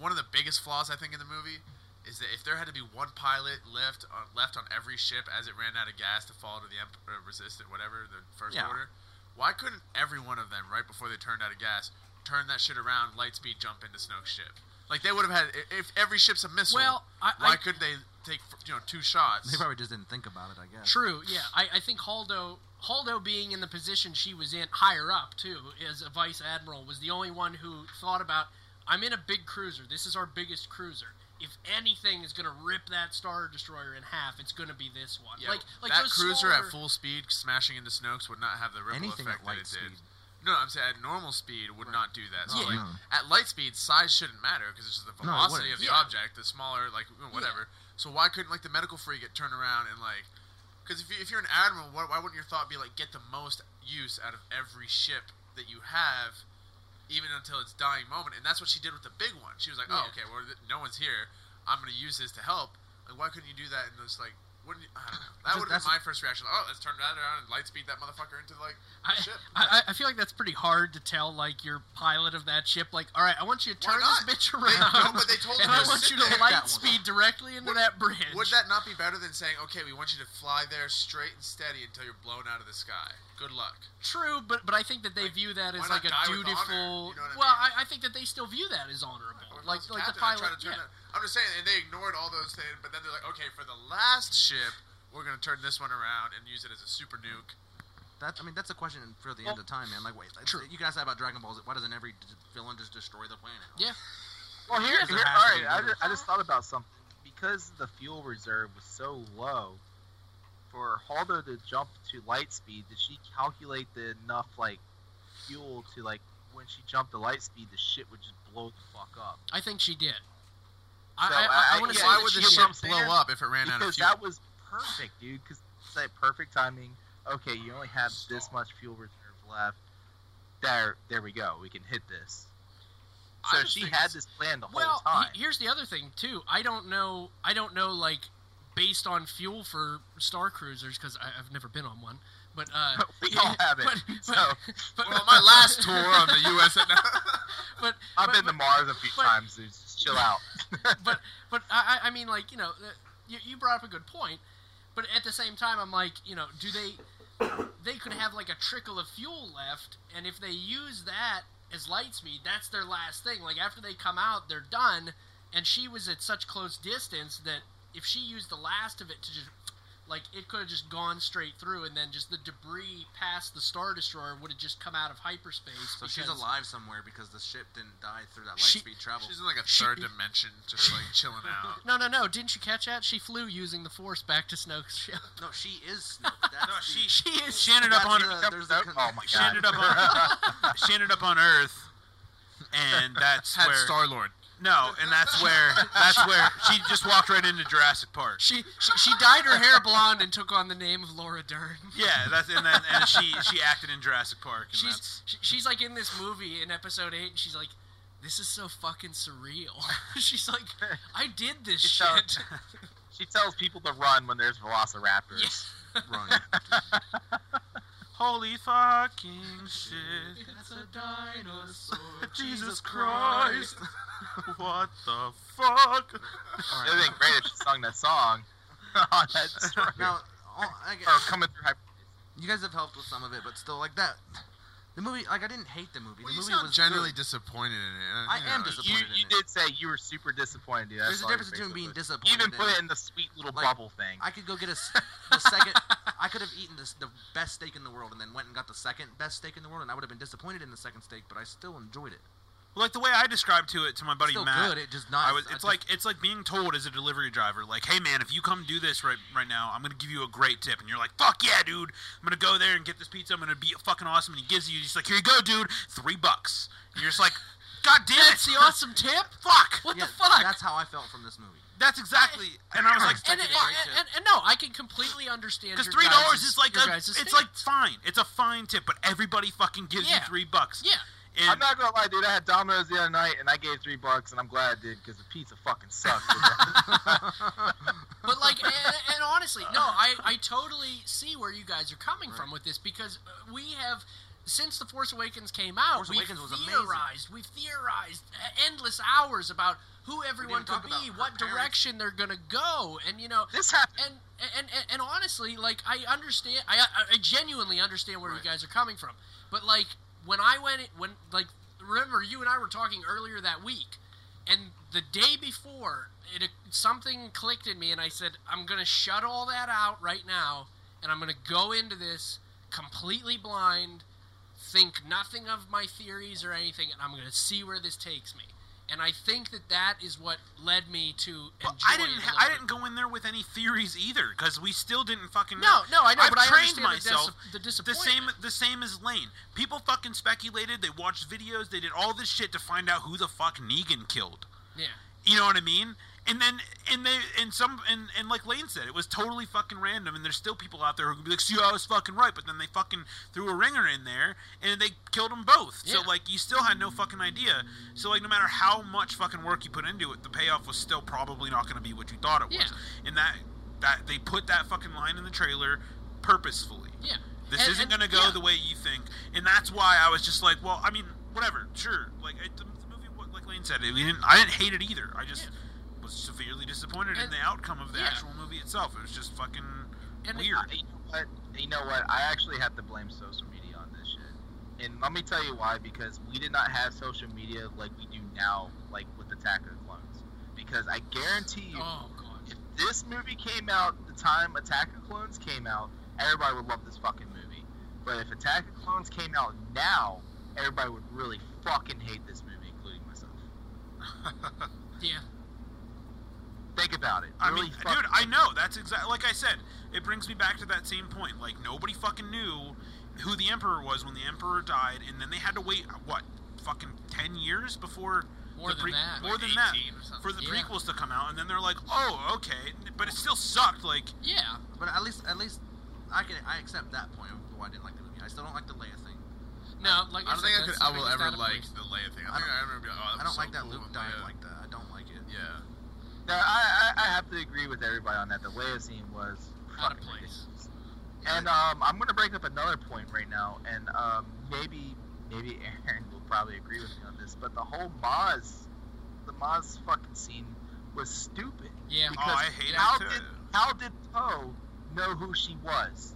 Speaker 4: one of the biggest flaws I think in the movie is that if there had to be one pilot left on, left on every ship as it ran out of gas to fall to the Emp- uh, resistant whatever the first
Speaker 2: Yeah.
Speaker 4: order, why couldn't every one of them right before they turned out of gas turn that shit around, light speed jump into Snoke's ship? Like they would have had i- if every ship's a missile.
Speaker 5: Well, I,
Speaker 4: Why
Speaker 5: I
Speaker 4: couldn't they take you know two shots?
Speaker 2: They probably just didn't think about it, I guess.
Speaker 5: True. Yeah, I, I think Haldo Haldo being in the position she was in higher up too as a vice admiral was the only one who thought about I'm in a big cruiser. This is our biggest cruiser. If anything is going to rip that star destroyer in half, it's going to be this one.
Speaker 4: Yeah,
Speaker 5: like like
Speaker 4: that
Speaker 5: those
Speaker 4: cruiser
Speaker 5: smaller,
Speaker 4: at full speed smashing into Snoke's would not have the ripple
Speaker 2: Anything
Speaker 4: effect
Speaker 2: at light
Speaker 4: that it
Speaker 2: speed.
Speaker 4: did. No, I'm saying at normal speed it would not do that. So
Speaker 5: Yeah.
Speaker 4: like,
Speaker 2: No.
Speaker 4: at light speed, size shouldn't matter because it's just the
Speaker 2: No, it
Speaker 4: velocity
Speaker 2: wouldn't.
Speaker 4: of the
Speaker 5: Yeah.
Speaker 4: object. The smaller, like you know, whatever. So why couldn't like the medical free get turned around and like? Because if, you, if you're an admiral, why, why wouldn't your thought be like get the most use out of every ship that you have, even until its dying moment? And that's what she did with the big one. She was like, oh
Speaker 5: Yeah.
Speaker 4: okay, well th- no one's here. I'm gonna use this to help. Like why couldn't you do that? And it's like. Wouldn't you, I don't know. That
Speaker 2: Just-
Speaker 4: would have
Speaker 2: that's-
Speaker 4: been my first reaction. Oh, let's turn that around and light speed that motherfucker into like
Speaker 5: I,
Speaker 4: the ship.
Speaker 5: I, I feel like that's pretty hard to tell, like your pilot of that ship. Like, all right, I want you to
Speaker 4: Why
Speaker 5: turn this
Speaker 4: not?
Speaker 5: bitch
Speaker 4: They- no,
Speaker 5: around,
Speaker 4: but they told
Speaker 5: and
Speaker 4: her
Speaker 5: I
Speaker 4: to
Speaker 5: want
Speaker 4: sit
Speaker 5: you to
Speaker 4: there.
Speaker 2: That
Speaker 5: light
Speaker 2: one.
Speaker 5: speed directly into
Speaker 4: Would-
Speaker 5: that bridge.
Speaker 4: Would that not be better than saying, okay, we want you to fly there straight and steady until you're blown out of the sky? Good luck.
Speaker 5: True, but but I think that they
Speaker 4: Like,
Speaker 5: view that
Speaker 4: why
Speaker 5: as
Speaker 4: not
Speaker 5: like a
Speaker 4: die with honor?
Speaker 5: dutiful.
Speaker 4: You know what I
Speaker 5: well,
Speaker 4: mean?
Speaker 5: I, I think that they still view that as honorable.
Speaker 4: When I
Speaker 5: Like
Speaker 4: was
Speaker 5: like the
Speaker 4: captain, I
Speaker 5: pilot.
Speaker 4: tried to turn
Speaker 5: yeah.
Speaker 4: that- I'm just saying, and they ignored all those things, but then they're like, okay, for the last ship, we're going to turn this one around and use it as a super nuke.
Speaker 2: That I mean, that's a question for the end of time, man. Like, wait,
Speaker 5: True.
Speaker 2: you guys have about Dragon Balls. Why doesn't every d- villain just destroy the planet?
Speaker 5: Yeah.
Speaker 3: Well, here,
Speaker 2: Because
Speaker 3: here
Speaker 2: there
Speaker 3: all
Speaker 2: has to
Speaker 3: right.
Speaker 2: be
Speaker 3: I
Speaker 2: another-
Speaker 3: just, I just thought about something because the fuel reserve was so low. For Haldo to jump to light speed, did she calculate the enough like fuel to like when she jumped to light speed, the shit would just blow the fuck up?
Speaker 5: I think she did.
Speaker 3: So,
Speaker 5: I, I, I,
Speaker 3: I-
Speaker 5: want
Speaker 3: yeah,
Speaker 5: to say
Speaker 4: Why
Speaker 5: that
Speaker 4: would
Speaker 5: she
Speaker 4: the
Speaker 3: you
Speaker 5: did.
Speaker 3: know what
Speaker 4: ship
Speaker 3: I'm saying?
Speaker 4: blow up if it ran out of
Speaker 3: because
Speaker 4: fuel?
Speaker 3: that was perfect, dude. Because it's that perfect timing. Okay, you only have this much fuel reserve left. There, there we go. We can hit this.
Speaker 4: I
Speaker 3: So
Speaker 4: just
Speaker 3: she
Speaker 4: think
Speaker 3: had
Speaker 4: it's-
Speaker 3: this plan the whole
Speaker 5: Well, he-
Speaker 3: time.
Speaker 5: here's the other thing too. I don't know. I don't know like based on fuel for star cruisers because I've never been on one. But uh,
Speaker 3: we all have it.
Speaker 5: but- but-
Speaker 3: so
Speaker 5: but-
Speaker 4: Well, my last tour um, on the U.S.
Speaker 5: but
Speaker 3: I've
Speaker 5: but-
Speaker 3: been to
Speaker 5: but-
Speaker 3: Mars a few
Speaker 5: but-
Speaker 3: times, dude. Just chill out.
Speaker 5: but but I, I I mean, like you know, uh, you, you brought up a good point, but at the same time, I'm like, you know, do they they could have like a trickle of fuel left, and if they use that as light speed, that's their last thing. Like after they come out, they're done. And she was at such close distance that if she used the last of it to just like it could have just gone straight through, and then just the debris past the star destroyer would have just come out of hyperspace.
Speaker 2: So she's
Speaker 5: because-
Speaker 2: alive somewhere because the ship didn't die through that light
Speaker 5: She-
Speaker 2: speed travel.
Speaker 4: She's in like a
Speaker 5: She-
Speaker 4: third dimension, just like chilling out.
Speaker 5: No, no, no! Didn't you catch that? She flew using the force back to Snoke's ship.
Speaker 2: No, she is Snoke. That's
Speaker 1: No,
Speaker 2: the-
Speaker 1: Oh, she
Speaker 5: She is.
Speaker 1: she ended up
Speaker 2: that's
Speaker 1: on
Speaker 2: the- there's the
Speaker 3: oh
Speaker 2: con-
Speaker 3: my god.
Speaker 1: she ended up on she ended up on Earth, and that's
Speaker 4: Had
Speaker 1: where
Speaker 4: Star Lord.
Speaker 1: no, and that's where that's where she just walked right into Jurassic Park.
Speaker 5: She, she she dyed her hair blonde and took on the name of Laura Dern.
Speaker 1: Yeah, that's and then and she she acted in Jurassic Park. And
Speaker 5: She's
Speaker 1: that's,
Speaker 5: she, she's like in this movie in episode eight, and she's like, "This is so fucking surreal." she's like, "I did this
Speaker 3: It's,
Speaker 5: shit."
Speaker 3: uh, She tells people to run when there's velociraptors.
Speaker 5: Yeah.
Speaker 2: Wrong.
Speaker 1: holy fucking shit.
Speaker 5: It's a dinosaur.
Speaker 1: Jesus Christ. What the fuck?
Speaker 2: All
Speaker 3: It would have
Speaker 2: right.
Speaker 3: been great if she sung that song on that destroyer.
Speaker 2: Now, all, I
Speaker 3: or
Speaker 2: guess,
Speaker 3: coming through hyper.
Speaker 2: you guys have helped with some of it, but still, like that, the movie. Like, I didn't hate the movie.
Speaker 4: Well,
Speaker 2: the
Speaker 4: you
Speaker 2: movie
Speaker 4: sound
Speaker 2: was
Speaker 4: generally
Speaker 2: good.
Speaker 4: disappointed in it. and,
Speaker 2: I
Speaker 4: you
Speaker 2: am
Speaker 4: know,
Speaker 2: disappointed.
Speaker 3: You,
Speaker 2: in
Speaker 3: you
Speaker 2: it.
Speaker 3: did say you were super disappointed, dude.
Speaker 2: There's a difference between being disappointed.
Speaker 3: You even put
Speaker 2: and-
Speaker 3: it in the sweet little
Speaker 2: Like,
Speaker 3: bubble thing.
Speaker 2: I could go get a s- the second. I could have eaten this, the best steak in the world and then went and got the second best steak in the world, and I would have been disappointed in the second steak, but I still enjoyed it.
Speaker 1: Like the way I described to it to my buddy
Speaker 2: still
Speaker 1: Matt.
Speaker 2: good. It just not.
Speaker 1: I was,
Speaker 2: I
Speaker 1: it's
Speaker 2: just-
Speaker 1: like it's like being told as a delivery driver, like, "Hey man, if you come do this right right now, I'm gonna give you a great tip." And you're like, "Fuck yeah, dude! I'm gonna go there and get this pizza. I'm gonna be fucking awesome." And he gives you, he's like, "Here you go, dude, three bucks." And you're just like, God damn
Speaker 5: That's
Speaker 1: it!
Speaker 5: the awesome tip.
Speaker 1: Fuck!
Speaker 5: What
Speaker 2: Yeah,
Speaker 5: the fuck?
Speaker 2: That's how I felt from this movie.
Speaker 1: That's exactly. And I was like,
Speaker 5: and, and, and, and, no, I can completely understand
Speaker 1: because
Speaker 5: your
Speaker 1: three dollars is
Speaker 5: guys'
Speaker 1: like
Speaker 5: your
Speaker 1: a,
Speaker 5: guys'
Speaker 1: it's
Speaker 5: stance.
Speaker 1: like fine. It's a fine tip, but everybody fucking gives you
Speaker 5: Yeah.
Speaker 1: three bucks.
Speaker 5: yeah.
Speaker 1: And
Speaker 3: I'm not gonna lie, dude. I had Domino's the other night, and I gave three bucks, and I'm glad I did because the pizza fucking sucks.
Speaker 5: But like, and, and honestly, no, I, I totally see where you guys are coming from with this because uh, we have since the Force Awakens came out,
Speaker 2: Force
Speaker 5: we've
Speaker 2: Awakens was amazing.
Speaker 5: theorized, we've theorized uh, endless hours about who everyone could
Speaker 6: talk about
Speaker 5: be,
Speaker 6: her
Speaker 5: what
Speaker 6: parents.
Speaker 5: direction they're gonna go, and you know,
Speaker 3: this happened.
Speaker 5: and and and, and honestly, like I understand, I I- I genuinely understand where you guys are coming from. But like when I went, when like remember you and I were talking earlier that week, and the day before, it something clicked in me, and I said I'm gonna shut all that out right now, and I'm gonna go into this completely blind, think nothing of my theories or anything, and I'm gonna see where this takes me. And I think that that is what led me to enjoy.
Speaker 1: but I
Speaker 5: it
Speaker 1: didn't.
Speaker 5: a
Speaker 1: Ha-
Speaker 5: little
Speaker 1: I
Speaker 5: bit
Speaker 1: didn't go in there with any theories either, because we still didn't fucking know.
Speaker 5: no, no, I know,
Speaker 1: I've
Speaker 5: but I
Speaker 1: trained
Speaker 5: understand
Speaker 1: myself.
Speaker 5: The, dis- the
Speaker 1: The same,
Speaker 5: disappointment.
Speaker 1: the same as Lane. People fucking speculated. They watched videos. They did all this shit to find out who the fuck Negan killed.
Speaker 5: Yeah.
Speaker 1: You know what I mean? And then and they and some and, and like Lane said, it was totally fucking random. And there's still people out there who can be like, "See, I was fucking right," but then they fucking threw a ringer in there and they killed them both. So
Speaker 5: Yeah.
Speaker 1: like, you still had no fucking idea. So like, no matter how much fucking work you put into it, the payoff was still probably not going to be what you thought it was. And that that they put that fucking line in the trailer purposefully.
Speaker 5: Yeah.
Speaker 1: This
Speaker 5: And-
Speaker 1: isn't
Speaker 5: and-
Speaker 1: going to go
Speaker 5: yeah.
Speaker 1: the way you think. And that's why I was just like, well, I mean, whatever, sure. Like it, the, the movie, what- like Lane said, it, we didn't. I didn't hate it either. I just was severely disappointed in
Speaker 5: And-
Speaker 1: the outcome of the
Speaker 5: yeah.
Speaker 1: actual movie itself. It was just fucking
Speaker 5: And it-
Speaker 1: weird.
Speaker 3: Uh, you know what? You know what? I actually have to blame social media on this shit. And let me tell you why. Because we did not have social media like we do now, like with Attack of the Clones. Because I guarantee you,
Speaker 5: Oh god.
Speaker 3: if this movie came out the time Attack of the Clones came out, everybody would love this fucking movie. But if Attack of the Clones came out now, everybody would really fucking hate this movie, including myself.
Speaker 5: Yeah.
Speaker 3: Think about it.
Speaker 1: I
Speaker 3: Really
Speaker 1: mean,
Speaker 3: fucking
Speaker 1: dude, I know that's exactly like I said. It brings me back to that same point. Like nobody fucking knew who the emperor was when the emperor died, and then they had to wait what fucking ten years before
Speaker 5: More
Speaker 1: the
Speaker 5: than
Speaker 1: pre-
Speaker 5: that.
Speaker 1: more than
Speaker 4: 18
Speaker 1: that
Speaker 4: or something.
Speaker 1: for the
Speaker 5: Yeah.
Speaker 1: prequels to come out, and then they're like, oh, okay, but it still sucked. Like,
Speaker 5: Yeah.
Speaker 2: But at least, at least, I can I accept that point of why I didn't like the movie. I still don't like the Leia thing.
Speaker 5: No, like
Speaker 4: I don't
Speaker 5: said,
Speaker 4: think I,
Speaker 5: that's
Speaker 4: could,
Speaker 5: the
Speaker 4: I will
Speaker 5: biggest
Speaker 4: ever
Speaker 5: out of
Speaker 4: like
Speaker 5: place.
Speaker 4: the Leia thing. I
Speaker 2: I
Speaker 4: think
Speaker 2: don't-
Speaker 4: I remember. being like, Oh,
Speaker 2: I don't
Speaker 4: so
Speaker 2: like that
Speaker 4: cool
Speaker 2: Luke
Speaker 4: when uh,
Speaker 2: died
Speaker 4: Leia-
Speaker 2: like that. I don't like it.
Speaker 4: Yeah.
Speaker 3: No, I, I, I have to agree with everybody on that. The Leia scene was
Speaker 5: Out of
Speaker 3: fucking
Speaker 5: place.
Speaker 3: ridiculous. And um, I'm gonna bring up another point right now, and um, maybe maybe Aaron will probably agree with me on this, but the whole Maz, the Maz fucking scene was stupid.
Speaker 5: Yeah.
Speaker 1: oh, I hate
Speaker 3: How
Speaker 1: it. too.
Speaker 3: did how did Poe know who she was?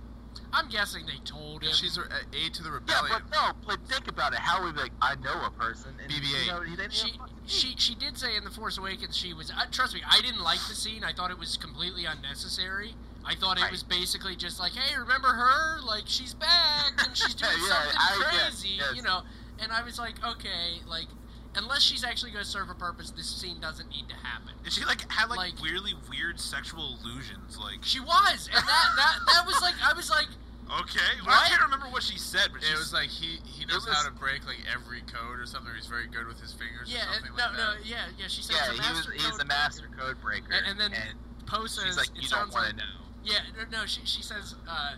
Speaker 5: I'm guessing they told him.
Speaker 4: She's a aid to the
Speaker 3: Yeah,
Speaker 4: rebellion.
Speaker 3: but no, but think about it. How would like I know a person? And,
Speaker 4: BB-8.
Speaker 3: You know, he didn't
Speaker 5: she
Speaker 3: even fucking
Speaker 5: she she did say in the Force Awakens she was. Uh, trust me, I didn't like the scene. I thought it was completely unnecessary. I thought it
Speaker 3: Right.
Speaker 5: was basically just like, hey, remember her? Like she's back and she's doing
Speaker 3: Yeah,
Speaker 5: something
Speaker 3: I- yeah,
Speaker 5: crazy,
Speaker 3: yes.
Speaker 5: you know. And I was like, okay, like unless she's actually going to serve a purpose, this scene doesn't need to happen.
Speaker 1: And she like had like,
Speaker 5: Like-
Speaker 1: weirdly weird sexual illusions. Like,
Speaker 5: She was, and that that that was like I was like,
Speaker 1: okay, well, I
Speaker 5: What?
Speaker 1: can't remember what she said, but she
Speaker 4: It was like he he knows
Speaker 3: was-
Speaker 4: how to break like every code or something. or He's very good with his fingers.
Speaker 5: yeah,
Speaker 4: or
Speaker 5: and-
Speaker 4: something
Speaker 5: no,
Speaker 4: like
Speaker 5: no,
Speaker 4: that.
Speaker 5: yeah, yeah. She said,
Speaker 3: Yeah, he
Speaker 5: it's a
Speaker 3: was
Speaker 5: master
Speaker 3: he's a
Speaker 5: code
Speaker 3: master
Speaker 5: breaker.
Speaker 3: code breaker.
Speaker 5: And- and then Poe
Speaker 3: she's
Speaker 5: says,
Speaker 3: like,
Speaker 5: it
Speaker 3: you don't
Speaker 5: sounds
Speaker 3: want
Speaker 5: like,
Speaker 3: to know.
Speaker 5: yeah, no, no. She, she says, uh,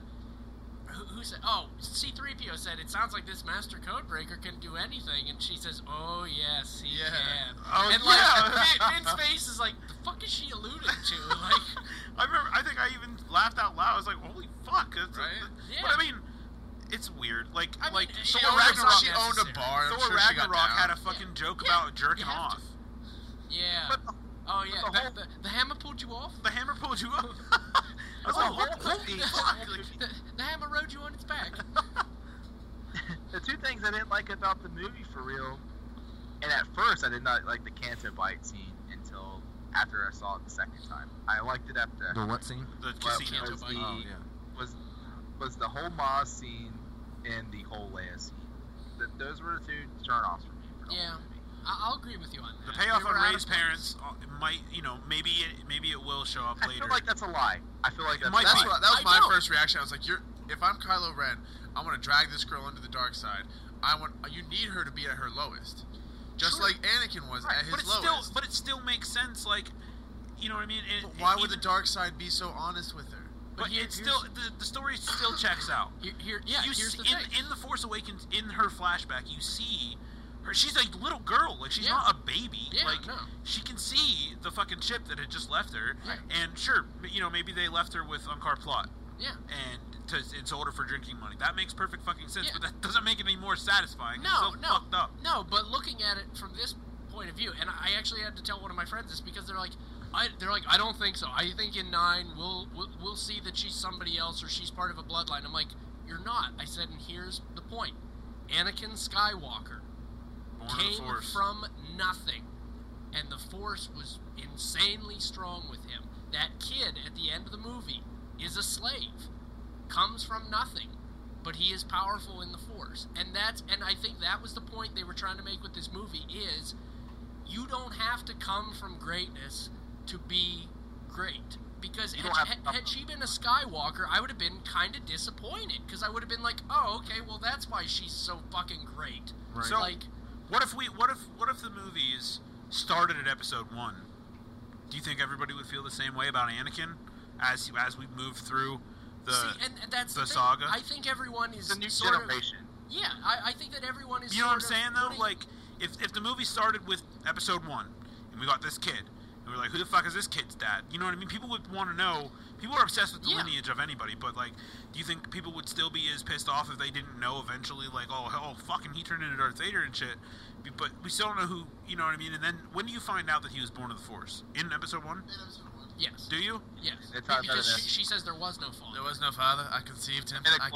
Speaker 5: who, who said? Oh, C three PO said it sounds like this master code breaker can do anything, and she says, oh yes, he
Speaker 4: Yeah.
Speaker 5: can.
Speaker 1: Oh,
Speaker 5: and
Speaker 1: yeah.
Speaker 5: like Vin- Vin's face is like, the fuck is she alluding to? Like,
Speaker 1: I remember. I think I even laughed out loud. I was like, "Holy fuck!" That's
Speaker 4: Right?
Speaker 5: Yeah.
Speaker 1: But I mean, it's weird. Like,
Speaker 5: I mean,
Speaker 1: like
Speaker 5: it-
Speaker 4: She,
Speaker 5: Thor
Speaker 1: Thor
Speaker 4: owned, a-
Speaker 5: Ragnarok
Speaker 1: Ragnarok,
Speaker 4: she owned a
Speaker 5: necessary.
Speaker 4: bar. I'm
Speaker 1: Thor
Speaker 4: sure she got
Speaker 1: Ragnarok
Speaker 4: down.
Speaker 1: had a fucking joke
Speaker 5: Yeah,
Speaker 1: about jerking
Speaker 5: you have
Speaker 1: off.
Speaker 5: to. yeah.
Speaker 3: But
Speaker 5: oh yeah,
Speaker 3: but the
Speaker 5: the,
Speaker 3: whole-
Speaker 5: the, the hammer pulled you off.
Speaker 1: The hammer pulled you up. I was like,
Speaker 3: Oh,
Speaker 1: "What
Speaker 3: holy
Speaker 1: the fuck?"
Speaker 3: fuck.
Speaker 1: Like,
Speaker 5: The, the hammer rode you on its back.
Speaker 3: the two things I didn't like about the movie for real, and at first I did not like the Canto bite scene until after I saw it the second time. I liked it after
Speaker 2: The what scene?
Speaker 1: the
Speaker 3: but
Speaker 1: casino.
Speaker 5: Canto
Speaker 3: was
Speaker 5: bite.
Speaker 3: the,
Speaker 2: Oh yeah.
Speaker 3: was was the whole Ma scene and the whole Leia scene. Th those were the two turnoffs for me. For the
Speaker 5: Yeah.
Speaker 3: whole movie.
Speaker 5: I, I'll agree with you on
Speaker 1: The
Speaker 5: that.
Speaker 1: payoff
Speaker 5: They were out
Speaker 1: on
Speaker 5: of
Speaker 1: Ray's
Speaker 5: place.
Speaker 1: parents uh, might, you know, maybe it, maybe it will show up
Speaker 3: I
Speaker 1: later.
Speaker 3: feel like that's a lie. I feel like
Speaker 1: It
Speaker 3: that's
Speaker 1: might
Speaker 3: a
Speaker 4: That's
Speaker 1: be.
Speaker 3: lie.
Speaker 4: what, that was
Speaker 5: I
Speaker 4: my
Speaker 5: know.
Speaker 4: first reaction. I was like, "You're if I'm Kylo Ren, I'm gonna drag this girl into the dark side. I want you need her to be at her lowest. just
Speaker 1: Sure.
Speaker 4: like Anakin was
Speaker 1: Right,
Speaker 4: at his
Speaker 1: but it
Speaker 4: lowest.
Speaker 1: still, but it still makes sense. Like, you know what I mean? And-
Speaker 4: But why
Speaker 1: and
Speaker 4: would the
Speaker 1: even-
Speaker 4: dark side be so honest with her?
Speaker 5: But
Speaker 1: But
Speaker 5: here-
Speaker 1: it's
Speaker 5: here's-
Speaker 1: still the, the story still checks out.
Speaker 5: Here, here yeah.
Speaker 1: you
Speaker 5: here's
Speaker 1: see,
Speaker 5: the thing.
Speaker 1: In, in the Force Awakens, in her flashback, you see her. She's a little girl. Like she's
Speaker 5: Yeah.
Speaker 1: not a baby.
Speaker 5: Yeah,
Speaker 1: like
Speaker 5: no.
Speaker 1: she can see the fucking chip that had just left her.
Speaker 5: Right.
Speaker 1: And sure, m- you know maybe they left her with Uncar plot
Speaker 5: yeah.
Speaker 1: and to, and sold her for drinking money. That makes perfect fucking sense.
Speaker 5: Yeah.
Speaker 1: But that doesn't make it any more satisfying. It's
Speaker 5: No,
Speaker 1: so
Speaker 5: no,
Speaker 1: fucked up.
Speaker 5: no. But looking at it from this point of view, and I actually had to tell one of my friends this because they're like, I, they're like, I don't think so. I think in nine we'll, we'll we'll see that she's somebody else or she's part of a bloodline. I'm like, you're not. I said, and here's the point: Anakin Skywalker
Speaker 1: Born of the
Speaker 5: came
Speaker 1: Force.
Speaker 5: from nothing, and the Force was insanely strong with him. That kid at the end of the movie is a slave, comes from nothing, but he is powerful in the Force, and that's and I think that was the point they were trying to make with this movie is you don't have to come from greatness to be great. Because
Speaker 3: You
Speaker 5: had,
Speaker 3: don't have to
Speaker 5: had, had she been a Skywalker, I would have been kind of disappointed. Because I would have been like, oh, okay, well, that's why she's so fucking great.
Speaker 2: Right.
Speaker 1: So-
Speaker 5: like,
Speaker 1: What if we? What if? What if the movies started at Episode One? Do you think everybody would feel the same way about Anakin as as we move through the?
Speaker 5: See, and, and that's
Speaker 1: the
Speaker 5: thing.
Speaker 1: saga.
Speaker 5: I think everyone is
Speaker 3: It's a new
Speaker 5: sort
Speaker 3: generation.
Speaker 5: Of, yeah, I, I think that everyone is.
Speaker 1: you know what I'm
Speaker 5: sort of
Speaker 1: saying though?
Speaker 5: putting-
Speaker 1: Like, if if the movie started with Episode One and we got this kid and we're like, who the fuck is this kid's dad? You know what I mean? People would want to know. People are obsessed with the
Speaker 5: Yeah.
Speaker 1: lineage of anybody, but like, do you think people would still be as pissed off if they didn't know eventually? Like, oh, hell, fucking, he turned into Darth Vader and shit. Be- But we still don't know who. You know what I mean? And then when do you find out that he was born of the Force in Episode One?
Speaker 4: In episode one.
Speaker 5: yes,
Speaker 1: Do you?
Speaker 5: yes,
Speaker 3: It's not better
Speaker 5: because
Speaker 3: than-
Speaker 5: she, she says there was no fault.
Speaker 4: There was no father. I conceived him. I carried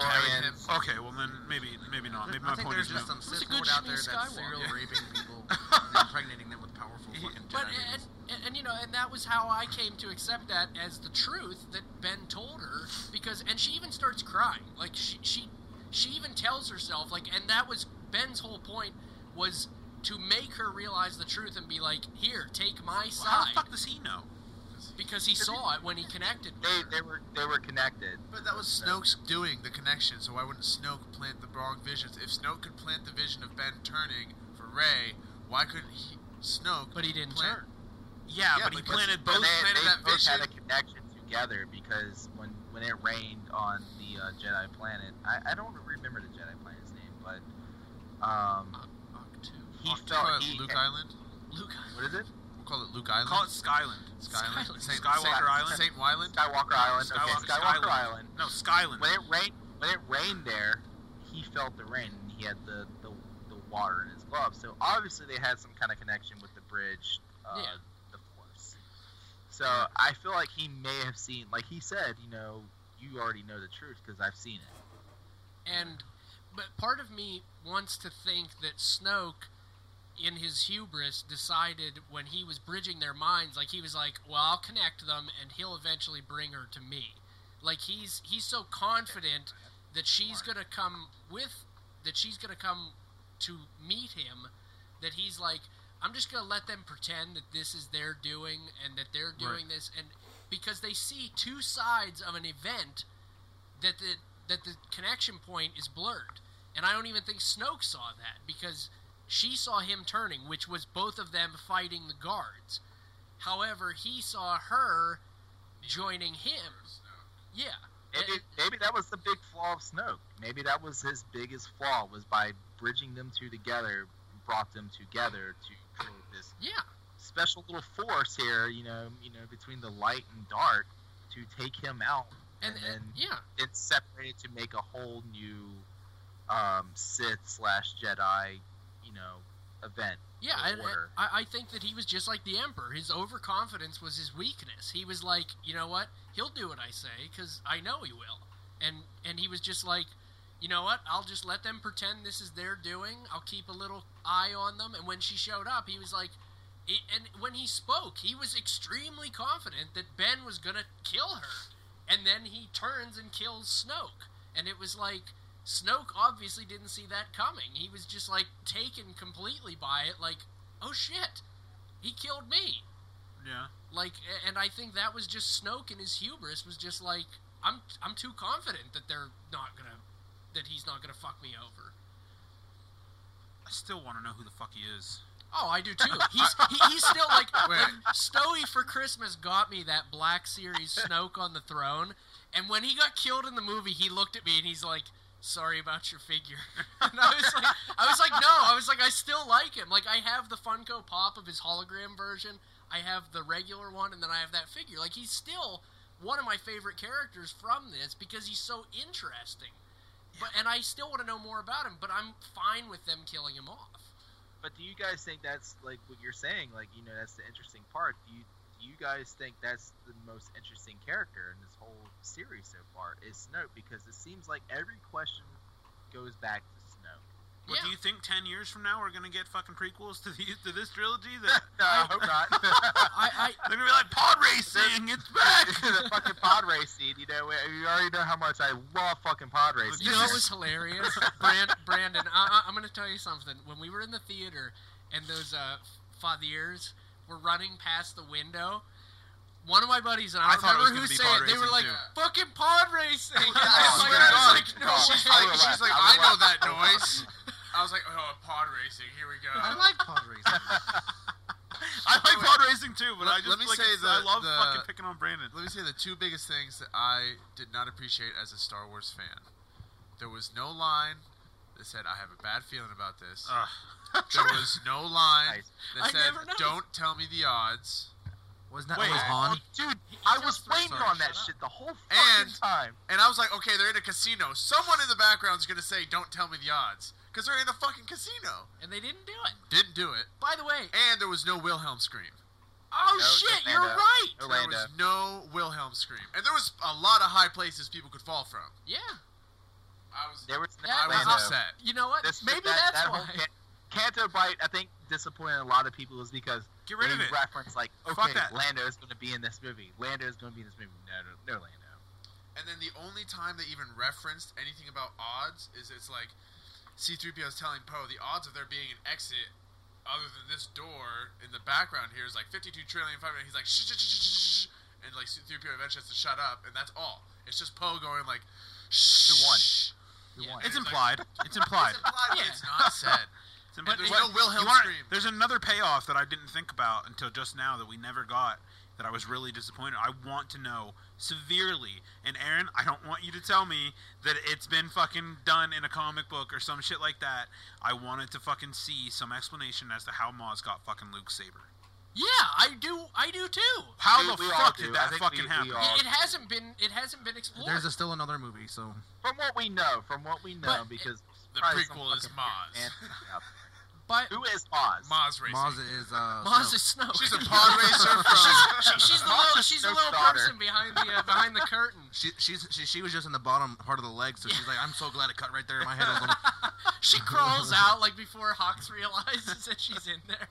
Speaker 4: him.
Speaker 3: Midichlorians.
Speaker 1: Okay, well then maybe maybe not. Uh, Maybe my
Speaker 2: I think
Speaker 1: point
Speaker 2: there's
Speaker 1: is no.
Speaker 2: just some
Speaker 5: Who's a
Speaker 2: Sith
Speaker 5: good
Speaker 2: Lord out there
Speaker 5: Shmi
Speaker 2: that's serial
Speaker 5: Skywalker?
Speaker 2: raping people and impregnating them with powerful fucking Jedi.
Speaker 5: But
Speaker 2: maidens.
Speaker 5: and, and and you know, and that was how I came to accept that as the truth that Ben told her because, and she even starts crying. Like she she she even tells herself like, and that was Ben's whole point was to make her realize the truth and be like, here, take my
Speaker 1: Well, how
Speaker 5: side
Speaker 1: the fuck does he know?
Speaker 5: because he saw it when he connected. With
Speaker 3: They,
Speaker 5: her.
Speaker 3: they were they were connected.
Speaker 4: But that was Snoke's doing the connection. So why wouldn't Snoke plant the wrong visions? If Snoke could plant the vision of Ben turning for Rey, why couldn't he? Snoke.
Speaker 5: But he didn't
Speaker 4: plant-
Speaker 5: turn.
Speaker 1: Yeah,
Speaker 4: Yeah,
Speaker 1: but he
Speaker 4: because-
Speaker 1: planted
Speaker 4: but
Speaker 1: both.
Speaker 4: they- planted
Speaker 3: they
Speaker 4: that
Speaker 3: both had a
Speaker 4: vision.
Speaker 3: connection together because when when it rained on the uh, Jedi planet, I, I don't remember the Jedi planet's name, but um,
Speaker 5: Fuck, too.
Speaker 3: he
Speaker 4: We'll call
Speaker 3: felt
Speaker 4: it
Speaker 3: he,
Speaker 4: Luke Island.
Speaker 5: Luke,
Speaker 3: What is it?
Speaker 4: We'll call it Luke Island.
Speaker 1: Call it Skyland.
Speaker 4: Skyland.
Speaker 5: Skyland.
Speaker 4: Saint-
Speaker 1: Skywalker
Speaker 4: Saint-
Speaker 1: Island?
Speaker 4: Saint Wyland.
Speaker 3: Skywalker Island.
Speaker 1: Skywalker-
Speaker 3: okay, Skywalker
Speaker 1: Skyland.
Speaker 3: Island.
Speaker 1: No, Skyland.
Speaker 3: When it rained, when it rained there, he felt the rain. and He had the, the the water in his glove. So obviously they had some kind of connection with the bridge, uh,
Speaker 5: Yeah.
Speaker 3: the force. So I feel like he may have seen, like he said, you know, you already know the truth because I've seen it.
Speaker 5: And but part of me wants to think that Snoke in his hubris decided when he was bridging their minds like he was like, "Well, I'll connect them and he'll eventually bring her to me." Like he's he's so confident that she's going to come with that she's going to come to meet him that he's like, "I'm just going to let them pretend that this is their doing and that they're doing this and because they see two sides of an event that the that the connection point is blurred. And I don't even think Snoke saw that because she saw him turning, which was both of them fighting the guards. However, he saw her joining him. Yeah.
Speaker 3: Maybe, maybe that was the big flaw of Snoke. Maybe that was his biggest flaw was by bridging them two together, brought them together to create this
Speaker 5: Yeah.
Speaker 3: special little force here, you know, you know, between the light and dark to take him out
Speaker 5: And,
Speaker 3: and, then
Speaker 5: and- yeah.
Speaker 3: it's separated to make a whole new um, Sith slash Jedi, you know, event.
Speaker 5: Yeah,
Speaker 3: the
Speaker 5: and, and
Speaker 3: order.
Speaker 5: I, I think that he was just like the Emperor. His overconfidence was his weakness. He was like, you know what? He'll do what I say because I know he will. And and he was just like, you know what? I'll just let them pretend this is their doing. I'll keep a little eye on them. And when she showed up, he was like, i and when he spoke, he was extremely confident that Ben was gonna kill her. And then he turns and kills Snoke. And it was like, Snoke obviously didn't see that coming. He was just like taken completely by it, like, oh shit, he killed me.
Speaker 1: yeah.
Speaker 5: Like, a- and I think that was just Snoke and his hubris was just like, I'm I'm too confident that they're not gonna, that he's not gonna fuck me over.
Speaker 1: I still want to know who the fuck he is.
Speaker 5: Oh, I do too. He's he, he's still like
Speaker 4: Wait.
Speaker 5: when Stewie for Christmas got me that Black Series Snoke on the throne, and when he got killed in the movie, he looked at me and he's like, "Sorry about your figure." And I was like, I was like, no, I was like, I still like him. Like I have the Funko Pop of his hologram version, I have the regular one, and then I have that figure. Like he's still one of my favorite characters from this because he's so interesting. But and I still want to know more about him, but I'm fine with them killing him off.
Speaker 3: But do you guys think that's like what you're saying? Like, you know, that's the interesting part. Do you do you guys think that's the most interesting character in this whole series so far is Snoke? Because it seems like every question goes back to Snoke.
Speaker 1: What
Speaker 5: Yeah.
Speaker 1: do you think? Ten years from now, we're gonna get fucking prequels to these to this trilogy. That
Speaker 3: No, I hope not.
Speaker 5: I, I
Speaker 1: they're gonna be like pod racing. It's back.
Speaker 3: the fucking pod race scene, you know, you already know how much I love fucking pod racing.
Speaker 5: You know, it was hilarious, Brand, Brandon. I, I, I'm going to tell you something. When we were in the theater and those uh, fathers were running past the window, one of my buddies and I,
Speaker 1: I thought it was gonna
Speaker 5: remember who
Speaker 1: be
Speaker 5: said
Speaker 1: pod
Speaker 5: it. They were
Speaker 1: racing,
Speaker 5: like,
Speaker 1: too.
Speaker 5: "Fucking pod racing!" And
Speaker 4: I
Speaker 5: I was like,
Speaker 4: swear
Speaker 5: I was
Speaker 4: to Oh God.
Speaker 5: like, "No
Speaker 4: she's
Speaker 5: way."
Speaker 4: like,
Speaker 3: will
Speaker 4: she's
Speaker 3: laugh.
Speaker 4: like,
Speaker 3: I
Speaker 4: I
Speaker 3: will
Speaker 4: know
Speaker 3: laugh.
Speaker 4: that noise. I was like, oh, pod racing. Here we go.
Speaker 2: I like pod racing.
Speaker 1: I like pod racing too, but
Speaker 4: Let-
Speaker 1: I just
Speaker 4: let me
Speaker 1: like,
Speaker 4: say
Speaker 1: it's- I
Speaker 4: the-
Speaker 1: love
Speaker 4: the-
Speaker 1: fucking picking on Brandon.
Speaker 4: Let me say the two biggest things that I did not appreciate as a Star Wars fan. There was no line that said, I have a bad feeling about this.
Speaker 1: Ugh.
Speaker 4: there was no line
Speaker 3: Nice.
Speaker 4: that
Speaker 5: I
Speaker 4: said,
Speaker 5: never noticed.
Speaker 4: don't tell me the odds.
Speaker 2: Wasn't that
Speaker 1: Wait.
Speaker 2: always Han?
Speaker 3: Dude, I was
Speaker 5: just-
Speaker 3: waiting
Speaker 4: Sorry,
Speaker 3: on that
Speaker 5: shut up.
Speaker 3: shit the whole fucking
Speaker 4: And-
Speaker 3: time.
Speaker 4: And I was like, okay, they're in a casino. Someone in the background's going to say, don't tell me the odds. Because they're in a fucking casino.
Speaker 5: and they didn't do it.
Speaker 4: Didn't do it.
Speaker 5: By the way,
Speaker 4: And there was no Wilhelm scream.
Speaker 5: oh
Speaker 3: No, Orlando.
Speaker 5: shit, you're right.
Speaker 4: There
Speaker 3: Orlando.
Speaker 4: was no Wilhelm scream. And there was a lot of high places people could fall from.
Speaker 5: Yeah,
Speaker 4: I was,
Speaker 3: There was no
Speaker 5: Yeah,
Speaker 4: I was
Speaker 5: Orlando.
Speaker 4: upset.
Speaker 5: you know what?
Speaker 3: This-
Speaker 5: Maybe
Speaker 3: that-
Speaker 5: that's
Speaker 3: that whole
Speaker 5: why.
Speaker 3: Can- Canto Bite, I think, disappointed a lot of people is because
Speaker 1: Get rid
Speaker 3: they
Speaker 1: of it.
Speaker 3: reference like,
Speaker 1: Fuck
Speaker 3: okay,
Speaker 1: that.
Speaker 3: Lando is going to be in this movie. Lando is going to be in this movie. No, no, no, Lando.
Speaker 4: And then the only time they even referenced anything about odds is it's like C3PO is telling Poe the odds of there being an exit other than this door in the background here is like 52 trillion, five million. He's like, shh, shh, shh, shh, shh, shh. And like C3PO eventually has to shut up, and that's all. It's just Poe going like, shh.
Speaker 3: one.
Speaker 5: Yeah.
Speaker 3: One.
Speaker 1: It's implied. It's implied.
Speaker 4: It's implied, but
Speaker 5: Yeah.
Speaker 4: it's not said.
Speaker 1: It's implied.
Speaker 4: But there's
Speaker 1: What-
Speaker 4: no Wilhelm
Speaker 1: you aren't-
Speaker 4: scream.
Speaker 1: There's another payoff that I didn't think about until just now that we never got. That I was really disappointed. I want to know severely. And Aaron, I don't want you to tell me that it's been fucking done in a comic book or some shit like that. I wanted to fucking see some explanation as to how Maz got fucking Luke's saber.
Speaker 5: Yeah, I do. I do too.
Speaker 1: How
Speaker 3: We-
Speaker 1: the
Speaker 3: we all
Speaker 1: fuck
Speaker 3: do.
Speaker 1: did
Speaker 3: I
Speaker 1: that
Speaker 3: think
Speaker 1: fucking
Speaker 3: we- we
Speaker 1: happen?
Speaker 3: all-
Speaker 5: It, it hasn't been. It hasn't been explored.
Speaker 2: There's a, still another movie, so
Speaker 3: From what we know, from what we know,
Speaker 5: But-
Speaker 3: because
Speaker 4: The
Speaker 3: probably some
Speaker 4: prequel is
Speaker 3: fucking
Speaker 4: Maz.
Speaker 3: man- yeah.
Speaker 5: but
Speaker 3: Who is Maz?
Speaker 4: Maz racing.
Speaker 2: Maz is uh.
Speaker 5: Maz
Speaker 2: Snoke.
Speaker 5: is Snoke.
Speaker 4: She's a pod racer from.
Speaker 5: She- she's the
Speaker 3: Maz
Speaker 5: little,
Speaker 3: is
Speaker 5: she's the
Speaker 3: Snoke's
Speaker 5: little
Speaker 3: daughter.
Speaker 5: person behind the uh, behind the curtain.
Speaker 2: She, she's, she, she was just in the bottom part of the leg, so she's like, I'm so glad it cut right there in my head. I was like,
Speaker 5: She crawls out like before Hawks realizes that she's in there.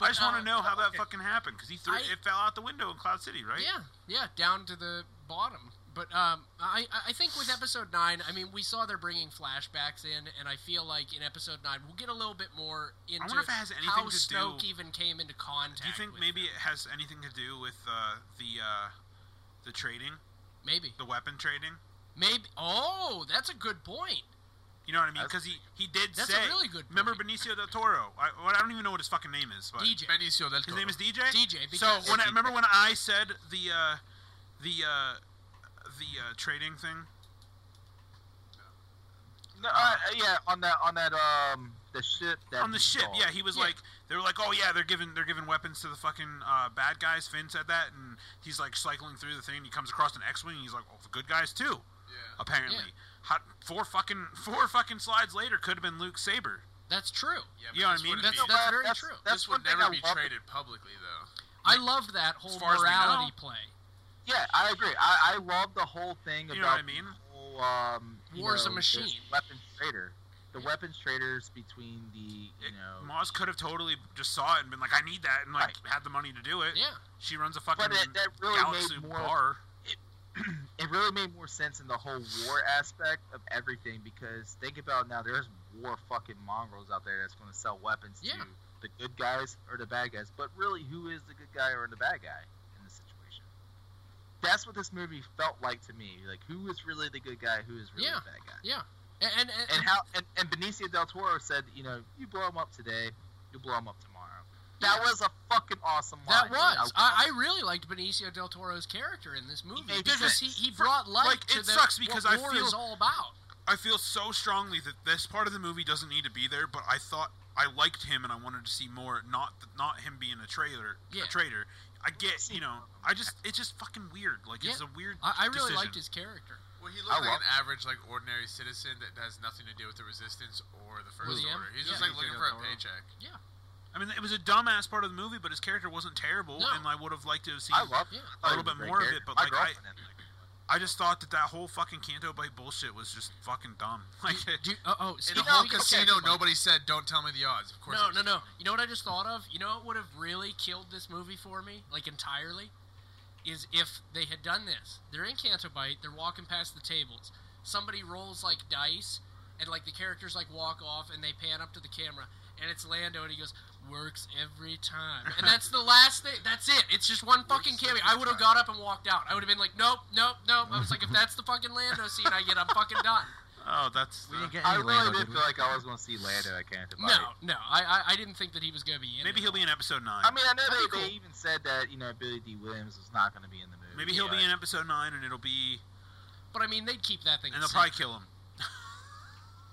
Speaker 1: I just want
Speaker 5: uh,
Speaker 1: to know how that
Speaker 5: okay.
Speaker 1: fucking happened because he threw
Speaker 5: I-
Speaker 1: it fell out the window in Cloud City, right?
Speaker 5: Yeah, yeah, down to the bottom. But um, I I- I think with episode nine, I mean, we saw they're bringing flashbacks in, and I feel like in episode nine we'll get a little bit more into
Speaker 1: wonder if it has anything
Speaker 5: how
Speaker 1: to do-
Speaker 5: Snoke even came into contact.
Speaker 1: Do you think
Speaker 5: with
Speaker 1: maybe
Speaker 5: them.
Speaker 1: it has anything to do with uh, the uh, the trading,
Speaker 5: maybe
Speaker 1: the weapon trading?
Speaker 5: maybe? Oh, that's a good point.
Speaker 1: You know what I mean?
Speaker 3: That's-
Speaker 1: Because he, he did
Speaker 5: That's
Speaker 1: say.
Speaker 5: a really good. Point.
Speaker 1: remember Benicio del Toro? I, well, I don't even know what his fucking name is, but
Speaker 5: DJ?
Speaker 4: Benicio del
Speaker 1: his
Speaker 4: Toro.
Speaker 1: name is DJ.
Speaker 5: DJ. Because,
Speaker 1: So when I
Speaker 3: DJ.
Speaker 1: remember when I said the uh, the uh, the uh, trading thing.
Speaker 3: No, uh, yeah, on that on that um the ship that
Speaker 1: on the
Speaker 3: he
Speaker 1: ship.
Speaker 3: saw.
Speaker 1: Yeah, he was
Speaker 5: Yeah.
Speaker 1: like, they were like, oh yeah, they're giving they're giving weapons to the fucking uh, bad guys. Finn said that, and he's like cycling through the thing. and He comes across an X-wing, and he's like, oh, the good guys too.
Speaker 4: Yeah.
Speaker 1: Apparently,
Speaker 5: Yeah.
Speaker 1: Hot, four fucking four fucking slides later, could have been Luke Saber.
Speaker 5: that's true.
Speaker 4: Yeah, but
Speaker 1: You know what I
Speaker 4: this
Speaker 1: mean?
Speaker 4: wouldn't
Speaker 5: That's
Speaker 4: be-
Speaker 5: that's
Speaker 3: Well,
Speaker 5: very
Speaker 3: that's-
Speaker 5: true.
Speaker 3: that's
Speaker 4: this
Speaker 3: one
Speaker 4: would
Speaker 3: thing
Speaker 4: never
Speaker 3: I
Speaker 4: be
Speaker 3: love-
Speaker 4: traded publicly, though.
Speaker 5: I love that whole
Speaker 1: As far as we know.
Speaker 5: morality play.
Speaker 3: Yeah, I agree. I, I love the whole thing
Speaker 1: You
Speaker 3: about
Speaker 1: know what I mean?
Speaker 3: the whole, um, you
Speaker 5: War's a
Speaker 3: know, this
Speaker 5: machine.
Speaker 3: Weapons trader. The
Speaker 5: Yeah.
Speaker 3: weapons traders between the you
Speaker 1: It-
Speaker 5: Oh,
Speaker 3: know.
Speaker 1: Moss could have totally just saw it and been like, I need that, and like
Speaker 3: Right.
Speaker 1: had the money to do it.
Speaker 5: Yeah.
Speaker 1: She runs a fucking
Speaker 3: but it, that really
Speaker 1: galaxy
Speaker 3: made more.
Speaker 1: bar.
Speaker 3: It really made more sense in the whole war aspect of everything because think about now there's war fucking mongrels out there that's going to sell weapons
Speaker 5: Yeah.
Speaker 3: to the good guys or the bad guys. But really, who is the good guy or the bad guy in this situation? That's what this movie felt like to me. Like who is really the good guy, who is really
Speaker 5: Yeah.
Speaker 3: the bad guy.
Speaker 5: Yeah. And, and, and-
Speaker 3: and how and, and Benicio del Toro said, you know, you blow him up today, You'll blow him up tomorrow. That was a fucking awesome line.
Speaker 5: That was.
Speaker 3: dude.
Speaker 5: I, I really liked Benicio del Toro's character in this movie
Speaker 3: made
Speaker 5: because he,
Speaker 3: sense.
Speaker 5: he brought light
Speaker 1: like,
Speaker 5: to
Speaker 1: it
Speaker 5: the,
Speaker 1: sucks because
Speaker 5: what
Speaker 1: I
Speaker 5: war
Speaker 1: feel-
Speaker 5: is all about.
Speaker 1: I feel so strongly that this part of the movie doesn't need to be there, but I thought I liked him and I wanted to see more. Not not him being a traitor,
Speaker 5: Yeah.
Speaker 1: a traitor. I get, you know, I just it's just fucking weird. Like it's
Speaker 5: Yeah.
Speaker 1: a weird.
Speaker 5: I, I really
Speaker 1: decision.
Speaker 5: liked his character.
Speaker 4: Well, he looked
Speaker 3: I
Speaker 4: like
Speaker 3: love-
Speaker 4: an average, like ordinary citizen that has nothing to do with the resistance or the first
Speaker 5: the
Speaker 4: order.
Speaker 5: em-
Speaker 4: He's
Speaker 5: yeah.
Speaker 4: just like looking for a
Speaker 2: Toro.
Speaker 4: paycheck.
Speaker 1: I mean, it was a dumbass part of the movie, but his character wasn't terrible,
Speaker 5: No.
Speaker 1: and I would have liked to have seen.
Speaker 3: I love
Speaker 5: Yeah.
Speaker 1: A little bit more of it, but, like, I- I just thought that that whole fucking Canto Bite bullshit was just fucking dumb. Like,
Speaker 5: Do- do- oh, oh,
Speaker 4: In
Speaker 5: speaking
Speaker 4: the
Speaker 5: of
Speaker 4: whole
Speaker 5: Casino,
Speaker 4: casino,
Speaker 5: Bite.
Speaker 4: nobody said, "Don't tell me the odds." Of course.
Speaker 5: No,
Speaker 4: it
Speaker 5: no,
Speaker 4: was-
Speaker 5: no. You know what I just thought of? You know what would have really killed this movie for me, like entirely, is if they had done this. They're in Canto Bite. They're walking past the tables. Somebody rolls like dice, and like the characters like walk off, and they pan up to the camera, and it's Lando, and he goes, "Works every time." And that's the last thing. That's it. It's just one fucking cameo. I would have got up and walked out. I would have been like, "Nope, nope, nope." I was like, "If that's the fucking Lando scene I get, I'm fucking done."
Speaker 1: oh, that's
Speaker 2: We didn't get
Speaker 3: I
Speaker 2: any
Speaker 3: really
Speaker 2: Lando,
Speaker 3: did
Speaker 2: did we?
Speaker 3: feel like I was going to see Lando at Canterbury.
Speaker 5: No, no. I, I, I didn't think that he was gonna be in.
Speaker 1: maybe
Speaker 5: it.
Speaker 1: he'll be in episode nine.
Speaker 3: I mean, I know
Speaker 5: That'd
Speaker 3: they,
Speaker 5: be
Speaker 3: they even said that you know Billy D. Williams was not going to be in the movie.
Speaker 1: maybe he'll
Speaker 3: but-
Speaker 1: be in episode nine, and it'll be,
Speaker 5: But I mean, they'd keep that thing.
Speaker 1: and they'll probably
Speaker 5: secret.
Speaker 1: kill him.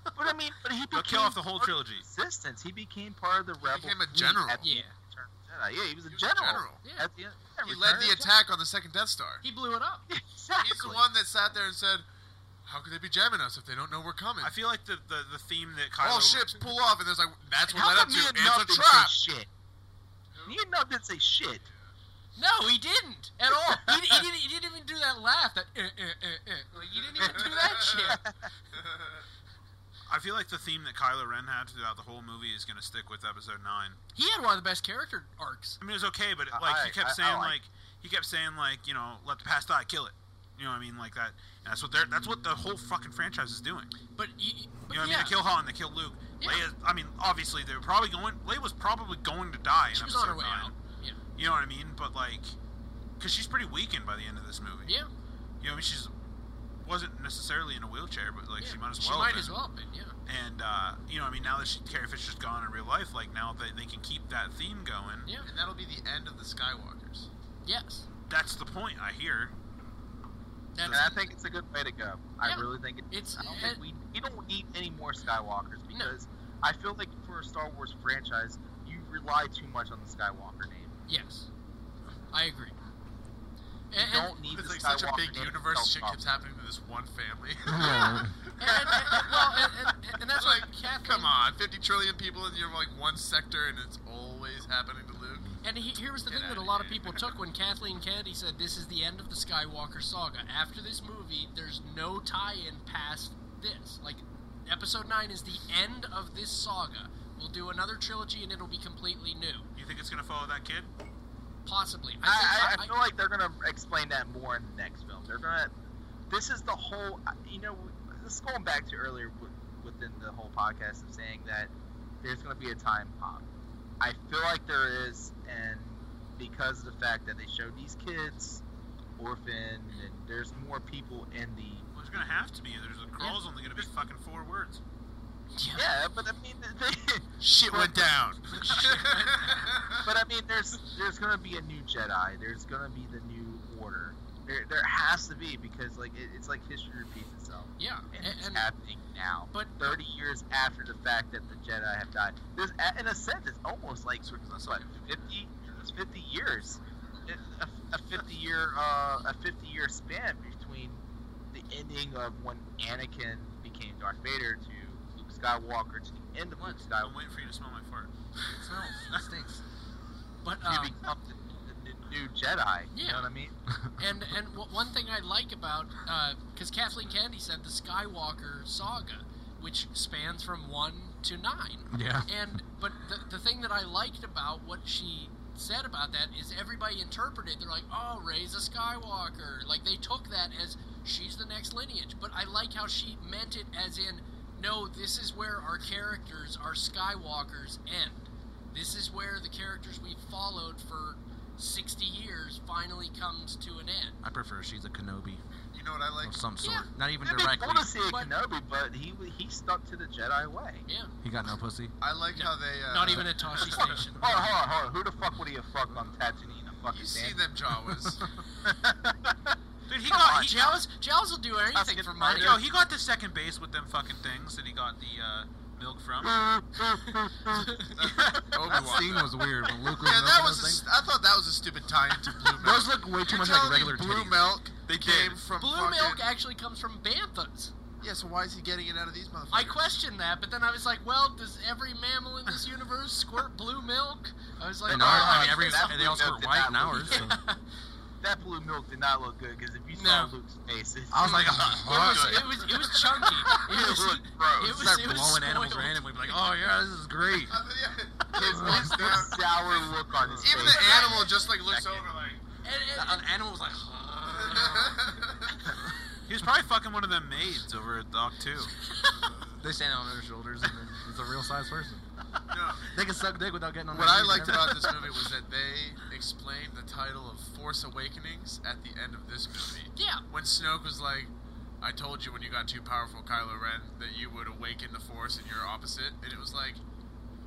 Speaker 3: But I mean, but he
Speaker 1: They'll
Speaker 3: became
Speaker 1: kill off the whole
Speaker 3: part of
Speaker 1: trilogy.
Speaker 3: the Resistance. He became part of the rebel.
Speaker 4: became a
Speaker 3: fleet
Speaker 4: general.
Speaker 3: at the
Speaker 5: Yeah.
Speaker 3: Return of the Jedi. Yeah, he was a
Speaker 4: He was a
Speaker 3: general.
Speaker 4: general.
Speaker 5: Yeah.
Speaker 3: At the end, yeah,
Speaker 4: He
Speaker 3: Return
Speaker 4: led
Speaker 3: of
Speaker 4: the
Speaker 3: Jedi.
Speaker 4: attack on the second Death Star.
Speaker 5: He blew it up.
Speaker 3: Exactly.
Speaker 4: He's the one that sat there and said, "How could they be jamming us if they don't know we're coming?"
Speaker 1: I feel like the the, the theme that Kylo
Speaker 4: All ships pull off, and there's like, "That's what
Speaker 3: How
Speaker 4: led up
Speaker 3: come me
Speaker 4: to."
Speaker 3: and
Speaker 4: it.
Speaker 3: Nub
Speaker 4: It's
Speaker 3: didn't
Speaker 4: a trap.
Speaker 3: say shit? Me and Nub didn't say shit.
Speaker 5: No, he didn't at all. He, he didn't. He didn't even do that laugh. That uh, uh, uh, uh. like he didn't even do that shit.
Speaker 1: I feel like the theme that Kylo Ren had throughout the whole movie is going to stick with episode 9. I
Speaker 5: He had one of the best character arcs.
Speaker 1: mean, it was okay, but
Speaker 3: I-
Speaker 1: like he
Speaker 3: I-
Speaker 1: kept
Speaker 3: I- I
Speaker 1: saying
Speaker 3: like-
Speaker 1: like he kept saying like, you know, let the past die, kill it. You know what I mean? Like that. And that's what they're that's what the whole fucking franchise is doing.
Speaker 5: But,
Speaker 1: You
Speaker 5: he, but
Speaker 1: know what
Speaker 5: yeah,
Speaker 1: I mean? They kill Han, they kill Luke.
Speaker 5: Yeah.
Speaker 1: Leia I mean, obviously they were probably going Leia was probably going to die in
Speaker 5: she was
Speaker 1: episode
Speaker 5: on her way
Speaker 1: 9.
Speaker 5: out. Yeah,
Speaker 1: You know what I mean? But like cuz she's pretty weakened by the end of this movie.
Speaker 5: yeah.
Speaker 1: You know, what I mean she's wasn't necessarily in a wheelchair, but like
Speaker 5: yeah.
Speaker 1: she might as well
Speaker 5: She
Speaker 1: have
Speaker 5: might
Speaker 1: been.
Speaker 5: as well have been. Yeah.
Speaker 1: And uh, you know, I mean, now that she, Carrie Fisher's gone in real life, like now that they can keep that theme going,
Speaker 5: Yeah.
Speaker 4: And that'll be the end of the Skywalkers.
Speaker 5: Yes.
Speaker 1: that's the point. I hear.
Speaker 5: That's,
Speaker 3: And I think it's a good way to go.
Speaker 5: Yeah.
Speaker 3: I really think it,
Speaker 5: it's.
Speaker 3: I don't
Speaker 5: uh,
Speaker 3: think we we don't need any more Skywalkers because I feel like for a Star Wars franchise, you rely too much on the Skywalker name.
Speaker 5: yes. I agree.
Speaker 3: You
Speaker 5: And, and,
Speaker 3: don't need
Speaker 4: It's
Speaker 3: the
Speaker 4: like such a
Speaker 3: Skywalker
Speaker 4: big
Speaker 3: name
Speaker 4: universe. Shit
Speaker 3: itself.
Speaker 4: keeps happening to this one family.
Speaker 5: and, and, and- well, and, and, and that's why
Speaker 4: like,
Speaker 5: Kathleen.
Speaker 4: come on, 50 trillion people in you're like one sector, and it's always happening to Luke.
Speaker 5: And he, here was the
Speaker 4: Get
Speaker 5: thing that a
Speaker 4: outta
Speaker 5: lot of
Speaker 4: here.
Speaker 5: people took when Kathleen Kennedy said, "This is the end of the Skywalker saga. After this movie, there's no tie-in past this. Like, Episode Nine is the end of this saga. We'll do another trilogy, and it'll be completely new.
Speaker 1: You think it's gonna follow that kid?
Speaker 5: Possibly.
Speaker 3: I,
Speaker 5: think-
Speaker 3: I, I feel like they're gonna explain that more in the next film. They're gonna. This is the whole. uh, You know, this is going back to earlier wi- within the whole podcast of saying that there's gonna be a time pop. I feel like there is, and because of the fact that they showed these kids, orphan, and there's more people in the.
Speaker 1: Well, there's gonna have to be. There's a crawl's only gonna be fucking four words.
Speaker 5: Yeah.
Speaker 3: Yeah, but I mean, they,
Speaker 4: Shit went down.
Speaker 3: but I mean, there's there's gonna be a new Jedi. There's gonna be the new Order. There, there has to be because like it, it's like history repeats itself.
Speaker 5: yeah.
Speaker 3: and
Speaker 5: And,
Speaker 3: it's
Speaker 5: and-
Speaker 3: happening now.
Speaker 5: but
Speaker 3: 30 years after the fact that the Jedi have died. There's, a- in a sense, it's almost like sort of what, 50, it's 50 years, It- a, a 50 year, uh, a 50 year span between the ending of when Anakin became Darth Vader to Luke Skywalker to the end of Luke
Speaker 1: I'm
Speaker 3: Skywalker
Speaker 1: waiting for you to smell my fart.
Speaker 2: It smells. It stinks.
Speaker 5: but
Speaker 3: to
Speaker 5: um,
Speaker 3: become the, the, the new Jedi. You
Speaker 5: Yeah.
Speaker 3: know what I mean?
Speaker 5: and and w- one thing I like about because Kathleen Kennedy said the Skywalker saga, which spans from one to nine.
Speaker 2: Yeah.
Speaker 5: And but the, the thing that I liked about what she said about that is everybody interpreted. They're like, "Oh, Ray's a Skywalker." Like they took that as she's the next lineage. But I like how she meant it as in, "No, this is where our characters, our Skywalkers, end. This is where the characters we followed for." 60 years finally comes to an end.
Speaker 2: I prefer she's a Kenobi.
Speaker 4: You know what I like?
Speaker 2: of some sort.
Speaker 5: Yeah.
Speaker 2: Not even
Speaker 3: It'd be
Speaker 2: directly.
Speaker 3: cool to see a
Speaker 5: But-
Speaker 3: Kenobi, but he he stuck to the Jedi way.
Speaker 5: Yeah.
Speaker 2: He got no pussy.
Speaker 4: I like
Speaker 5: No,
Speaker 4: how they. Uh,
Speaker 5: Not even at Toshi Station.
Speaker 3: Hold on, hold on, hold on. Who the fuck would he have fucked on Tatooine? A fucking
Speaker 4: You see them Jawas.
Speaker 3: sandwich?
Speaker 1: Dude, he
Speaker 5: Come
Speaker 1: got
Speaker 5: on,
Speaker 1: he,
Speaker 5: Jaws, Jaws will do anything
Speaker 3: Tusken
Speaker 5: for
Speaker 1: uh,
Speaker 5: money.
Speaker 1: yo, he got to second base with them fucking things that he got the uh, milk from.
Speaker 2: That
Speaker 4: Obi-Wan.
Speaker 2: scene was weird when Luke was
Speaker 4: Yeah, that
Speaker 2: milking
Speaker 4: was.
Speaker 2: those
Speaker 4: A,
Speaker 2: things.
Speaker 4: st- I thought that was a stupid tie-in to Blue Milk.
Speaker 2: Those look way too
Speaker 4: You're
Speaker 2: much
Speaker 4: telling
Speaker 2: like
Speaker 4: me
Speaker 2: regular
Speaker 4: Blue
Speaker 2: titties.
Speaker 4: Milk
Speaker 1: They
Speaker 4: came
Speaker 1: did.
Speaker 4: from
Speaker 5: Blue
Speaker 4: fucking-
Speaker 5: milk actually comes from banthas.
Speaker 4: Yeah, so why is he getting it out of these motherfuckers?
Speaker 5: I questioned that, but then I was like, well, does every mammal in this universe squirt blue milk? I was like,
Speaker 2: In ours, I mean,
Speaker 5: oh,
Speaker 2: every,
Speaker 3: that
Speaker 2: they all
Speaker 3: Luke
Speaker 2: squirt
Speaker 3: did
Speaker 2: white
Speaker 3: not
Speaker 2: in ours.
Speaker 3: look
Speaker 2: so-
Speaker 5: yeah.
Speaker 3: that blue milk did not look good because if you saw
Speaker 5: No.
Speaker 3: Luke's face, it-
Speaker 2: I was like,
Speaker 5: It
Speaker 2: oh,
Speaker 5: was, it was it was chunky. It
Speaker 3: it
Speaker 5: was
Speaker 3: looked gross.
Speaker 5: it was
Speaker 2: start
Speaker 5: it was
Speaker 2: blowing animals
Speaker 5: spoiled.
Speaker 2: randomly. Be like, oh yeah, this is great.
Speaker 4: I mean, Uh, yeah.
Speaker 3: His, his, his sour look on his
Speaker 4: Even
Speaker 3: face.
Speaker 4: the animal just like looks over like.
Speaker 5: And- and-
Speaker 2: An animal was like,
Speaker 5: "Ah."
Speaker 4: uh,
Speaker 2: Uh,
Speaker 1: He was probably fucking one of them maids over at Doc Two.
Speaker 2: they stand on their shoulders, and then it's a real sized person.
Speaker 4: no.
Speaker 2: They can suck dick without getting on.
Speaker 4: What
Speaker 2: their
Speaker 4: I
Speaker 2: knees
Speaker 4: liked
Speaker 2: and
Speaker 4: about this movie was that they explained the title of Force Awakenings at the end of this movie.
Speaker 5: yeah,
Speaker 4: When Snoke was like, I told you when you got too powerful, Kylo Ren, that you would awaken the Force in your opposite. And it was like,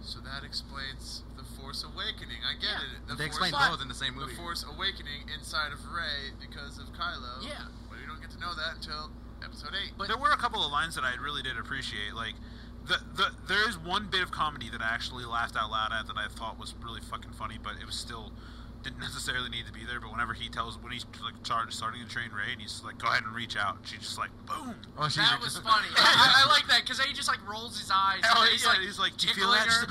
Speaker 4: so that explains the Force Awakening. I get
Speaker 5: Yeah.
Speaker 4: it. The
Speaker 2: everything. They
Speaker 4: Force,
Speaker 2: explain
Speaker 5: But-
Speaker 2: both in the same
Speaker 4: The
Speaker 2: movie.
Speaker 4: Force Awakening inside of Rey because of Kylo.
Speaker 5: Yeah.
Speaker 4: But you don't get to know that until episode 8.
Speaker 5: But-
Speaker 1: there were a couple of lines that I really did appreciate. Like, the, the there is one bit of comedy that I actually laughed out loud at that I thought was really fucking funny, but it was still didn't necessarily need to be there. But whenever he tells when he's like char- starting to train Ray and he's like, "Go ahead and reach out," she's just like, "Boom."
Speaker 2: Oh, she's
Speaker 5: that
Speaker 2: like-
Speaker 5: was funny. I, I like that because he just like rolls his eyes.
Speaker 1: Oh,
Speaker 5: and
Speaker 1: he's yeah,
Speaker 5: he's like,
Speaker 1: like, he's like, "Do you feel
Speaker 5: tickling
Speaker 1: that?" She's
Speaker 5: her.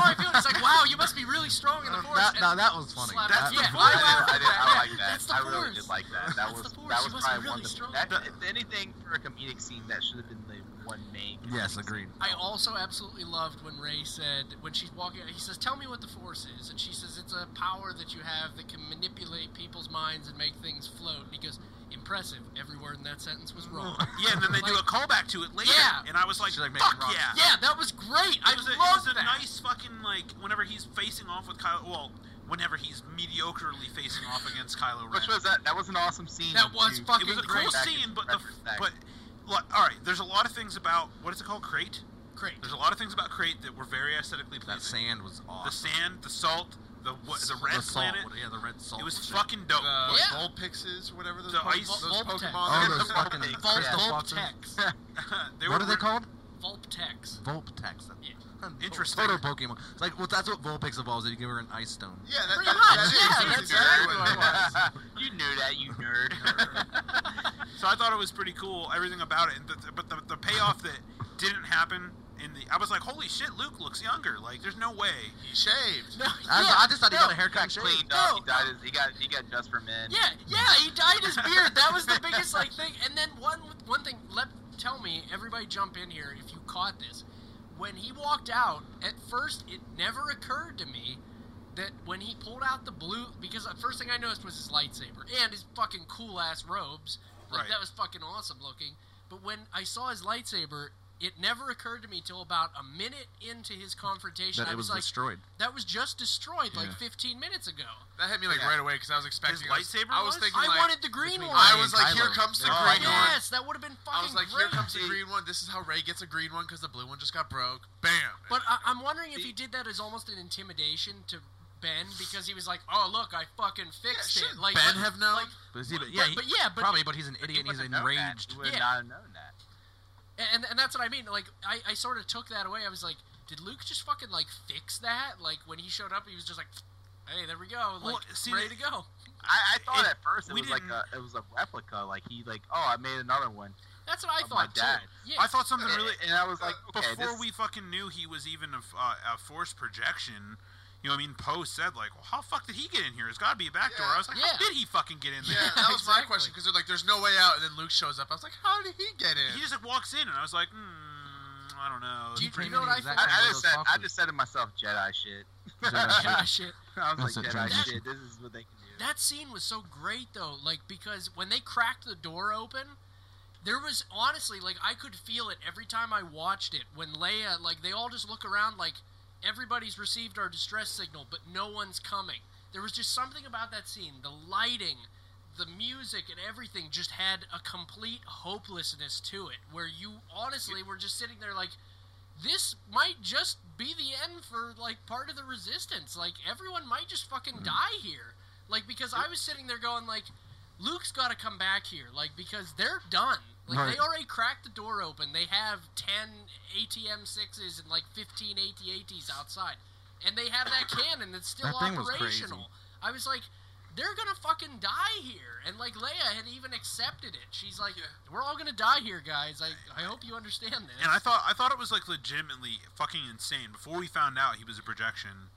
Speaker 1: like,
Speaker 5: oh, I feel it. Oh, I feel it. It's like, wow, you must be really strong in the force.
Speaker 2: That,
Speaker 5: And-
Speaker 2: no, that was funny.
Speaker 5: Slap
Speaker 2: That-
Speaker 5: it. Yeah,
Speaker 3: I,
Speaker 5: I
Speaker 3: did, I,
Speaker 5: laughed
Speaker 3: did, I
Speaker 5: at that.
Speaker 3: like that.
Speaker 5: That's the
Speaker 3: I really
Speaker 5: force.
Speaker 3: did like that. That
Speaker 5: That's
Speaker 3: was
Speaker 5: the force.
Speaker 3: that was
Speaker 5: She must be
Speaker 3: probably one
Speaker 5: really
Speaker 3: of the
Speaker 5: strong.
Speaker 3: that, if anything for a comedic scene that should have been the one main. comedic
Speaker 2: Yes,
Speaker 3: scene.
Speaker 2: agreed.
Speaker 5: I also absolutely loved when Ray said when she's walking. He says, "Tell me what the Force is," and she says, "It's a power that you have that can manipulate people's minds and make things float." And he goes, "Impressive." Every word in that sentence was wrong.
Speaker 1: Yeah, and then they do a
Speaker 5: Like-
Speaker 1: callback to it later,
Speaker 5: Yeah.
Speaker 1: and I was like,
Speaker 2: She's like making
Speaker 1: "Fuck
Speaker 2: rocks.
Speaker 1: yeah!"
Speaker 5: yeah, that was great. I
Speaker 1: It was a,
Speaker 5: love
Speaker 1: it was a
Speaker 5: that.
Speaker 1: nice fucking like whenever he's facing off with Kylo. Well, whenever he's mediocrely facing off against Kylo Ren,
Speaker 3: Which was that? That was an awesome scene.
Speaker 5: That was
Speaker 3: to-
Speaker 5: fucking
Speaker 1: it was a
Speaker 5: great.
Speaker 1: cool
Speaker 3: Back
Speaker 1: scene,
Speaker 3: in
Speaker 1: but the
Speaker 3: retrospect.
Speaker 1: but look, all right. There's a lot of things about what is it called, crate.
Speaker 5: Great.
Speaker 1: There's a lot of things about crate that were very aesthetically pleasing.
Speaker 2: That sand was
Speaker 1: the
Speaker 2: awesome.
Speaker 1: sand, the salt, the what, the red
Speaker 2: the salt,
Speaker 1: planet.
Speaker 2: Yeah, the red salt.
Speaker 1: It was
Speaker 2: shit.
Speaker 1: fucking dope.
Speaker 4: the
Speaker 5: Yeah.
Speaker 4: Vulpixes, whatever those,
Speaker 1: The
Speaker 4: po-
Speaker 1: ice-
Speaker 4: those
Speaker 5: Vulptech.
Speaker 4: Pokemon.
Speaker 2: Oh,
Speaker 4: are.
Speaker 2: those fucking
Speaker 3: Vulpix.
Speaker 2: crystal
Speaker 5: Vulpix.
Speaker 2: boxes.
Speaker 1: they
Speaker 2: what
Speaker 1: were
Speaker 2: are they
Speaker 1: re-
Speaker 2: called?
Speaker 5: Vulptex.
Speaker 2: Vulptex.
Speaker 5: Yeah.
Speaker 1: Interesting.
Speaker 2: Photo Pokemon. It's like, well, that's what Vulpix evolves. If you give her an ice stone.
Speaker 4: Yeah, that,
Speaker 5: Pretty
Speaker 4: that,
Speaker 5: much,
Speaker 4: that is
Speaker 5: yeah,
Speaker 4: basically
Speaker 5: that's exactly
Speaker 4: what
Speaker 5: what
Speaker 4: it
Speaker 5: it was.
Speaker 3: you knew that, you nerd.
Speaker 1: So I thought it was pretty cool, everything about it. And the, but the, the payoff that didn't happen in the, I was like, holy shit, Luke looks younger. Like, there's no way.
Speaker 4: He shaved.
Speaker 5: No,
Speaker 2: I,
Speaker 5: yeah,
Speaker 2: I just thought he got a
Speaker 5: no.
Speaker 2: haircut.
Speaker 3: got
Speaker 2: and shaved.
Speaker 3: cleaned up.
Speaker 5: No.
Speaker 3: He, dyed his, he got he got just for men.
Speaker 5: Yeah, yeah, he dyed his beard. That was the biggest like thing. And then one one thing. Let tell me, everybody, jump in here if you caught this. When he walked out, at first it never occurred to me that when he pulled out the blue, because the first thing I noticed was his lightsaber and his fucking cool ass robes. Like
Speaker 1: Right.
Speaker 5: that was fucking awesome looking. But when I saw his lightsaber, it never occurred to me till about a minute into his confrontation.
Speaker 2: That
Speaker 5: I
Speaker 2: it was
Speaker 5: like,
Speaker 2: destroyed.
Speaker 5: that was just destroyed like
Speaker 2: Yeah.
Speaker 5: 15 minutes ago.
Speaker 4: That hit me like
Speaker 3: Yeah.
Speaker 4: right away because I was
Speaker 1: His
Speaker 4: expecting. I was-
Speaker 1: lightsaber
Speaker 4: I was
Speaker 1: was?
Speaker 4: thinking
Speaker 5: I
Speaker 4: like,
Speaker 5: wanted the green one.
Speaker 4: I was like,
Speaker 2: Kylo.
Speaker 4: here comes the
Speaker 2: Oh,
Speaker 4: green one.
Speaker 5: Yes, that would have been fucking
Speaker 4: I was like,
Speaker 5: great.
Speaker 4: here comes the
Speaker 3: See-
Speaker 4: green one. This is how Ray gets a green one because the blue one just got broke. Bam.
Speaker 5: but I, I'm wondering if he did that as almost an intimidation to Ben because he was like, "Oh look, I fucking fixed
Speaker 4: shouldn't
Speaker 5: it." Like
Speaker 4: Ben
Speaker 5: like-
Speaker 4: have known?
Speaker 5: like-
Speaker 2: But, see, but,
Speaker 5: but-
Speaker 2: yeah, he-
Speaker 5: but yeah, but
Speaker 2: probably. But he's an idiot. and He's
Speaker 3: wouldn't have known that.
Speaker 2: enraged.
Speaker 3: He would
Speaker 5: Yeah.
Speaker 3: not have known that.
Speaker 5: and and that's what I mean. Like I, I sort of took that away. I was like, did Luke just fucking like fix that? Like when he showed up, he was just like, "Hey, there we go, like
Speaker 1: Well, see,
Speaker 5: ready
Speaker 1: the-
Speaker 5: to go."
Speaker 3: I, I thought
Speaker 1: It-
Speaker 3: at first it
Speaker 1: we
Speaker 3: was like
Speaker 1: didn't-
Speaker 3: a it was a replica. Like he like oh I made another one.
Speaker 5: That's what I
Speaker 3: Of my
Speaker 5: thought
Speaker 3: dad.
Speaker 5: too. Yeah,
Speaker 1: I thought something
Speaker 3: And-
Speaker 1: really,
Speaker 3: and I was like okay,
Speaker 1: Uh, before
Speaker 3: this-
Speaker 1: we fucking knew he was even a, f- uh, a force projection, you know what I mean? Poe said, like, well, how the fuck did he get in here? There's got to be a back door.
Speaker 4: Yeah.
Speaker 1: I was like,
Speaker 5: Yeah.
Speaker 1: how did he fucking get in there?
Speaker 4: yeah, that was my
Speaker 5: Exactly.
Speaker 4: question because they're like, there's no way out, and then Luke shows up. I was like, how did he get in?
Speaker 1: He just like, walks in, and I was like, hmm, I don't know.
Speaker 5: Do you, do you
Speaker 2: pretty
Speaker 5: know what I
Speaker 2: exact-
Speaker 3: I,
Speaker 5: thought?
Speaker 3: I
Speaker 2: Those
Speaker 3: just said I
Speaker 2: boxes.
Speaker 3: just said to myself Jedi shit.
Speaker 2: Jedi
Speaker 5: Yeah, shit.
Speaker 3: I was
Speaker 2: That's
Speaker 3: like
Speaker 2: a
Speaker 3: Jedi
Speaker 2: transition.
Speaker 3: shit. This is what they can do.
Speaker 5: That scene was so great though, like because when they cracked the door open, there was honestly like I could feel it every time I watched it. When Leia, like they all just look around, like everybody's received our distress signal, but no one's coming. There was just something about that scene, the lighting, the music and everything just had a complete hopelessness to it, where you honestly were just sitting there like, this might just be the end for like part of the resistance. Like everyone might just
Speaker 2: Hmm.
Speaker 5: fucking die here. Like because I was sitting there going like, Luke's got to come back here. Like because they're done. Like
Speaker 2: Right.
Speaker 5: they already cracked the door open. They have ten ATM sixes and like fifteen AT-ATs outside, and they have that cannon that's still
Speaker 2: That thing was
Speaker 5: operational.
Speaker 2: crazy.
Speaker 5: I was like, they're gonna fucking die here. And like Leia had even accepted it. She's like, we're all gonna die here, guys. I, I hope you understand this.
Speaker 1: And I thought I thought it was like legitimately fucking insane before we found out he was a projection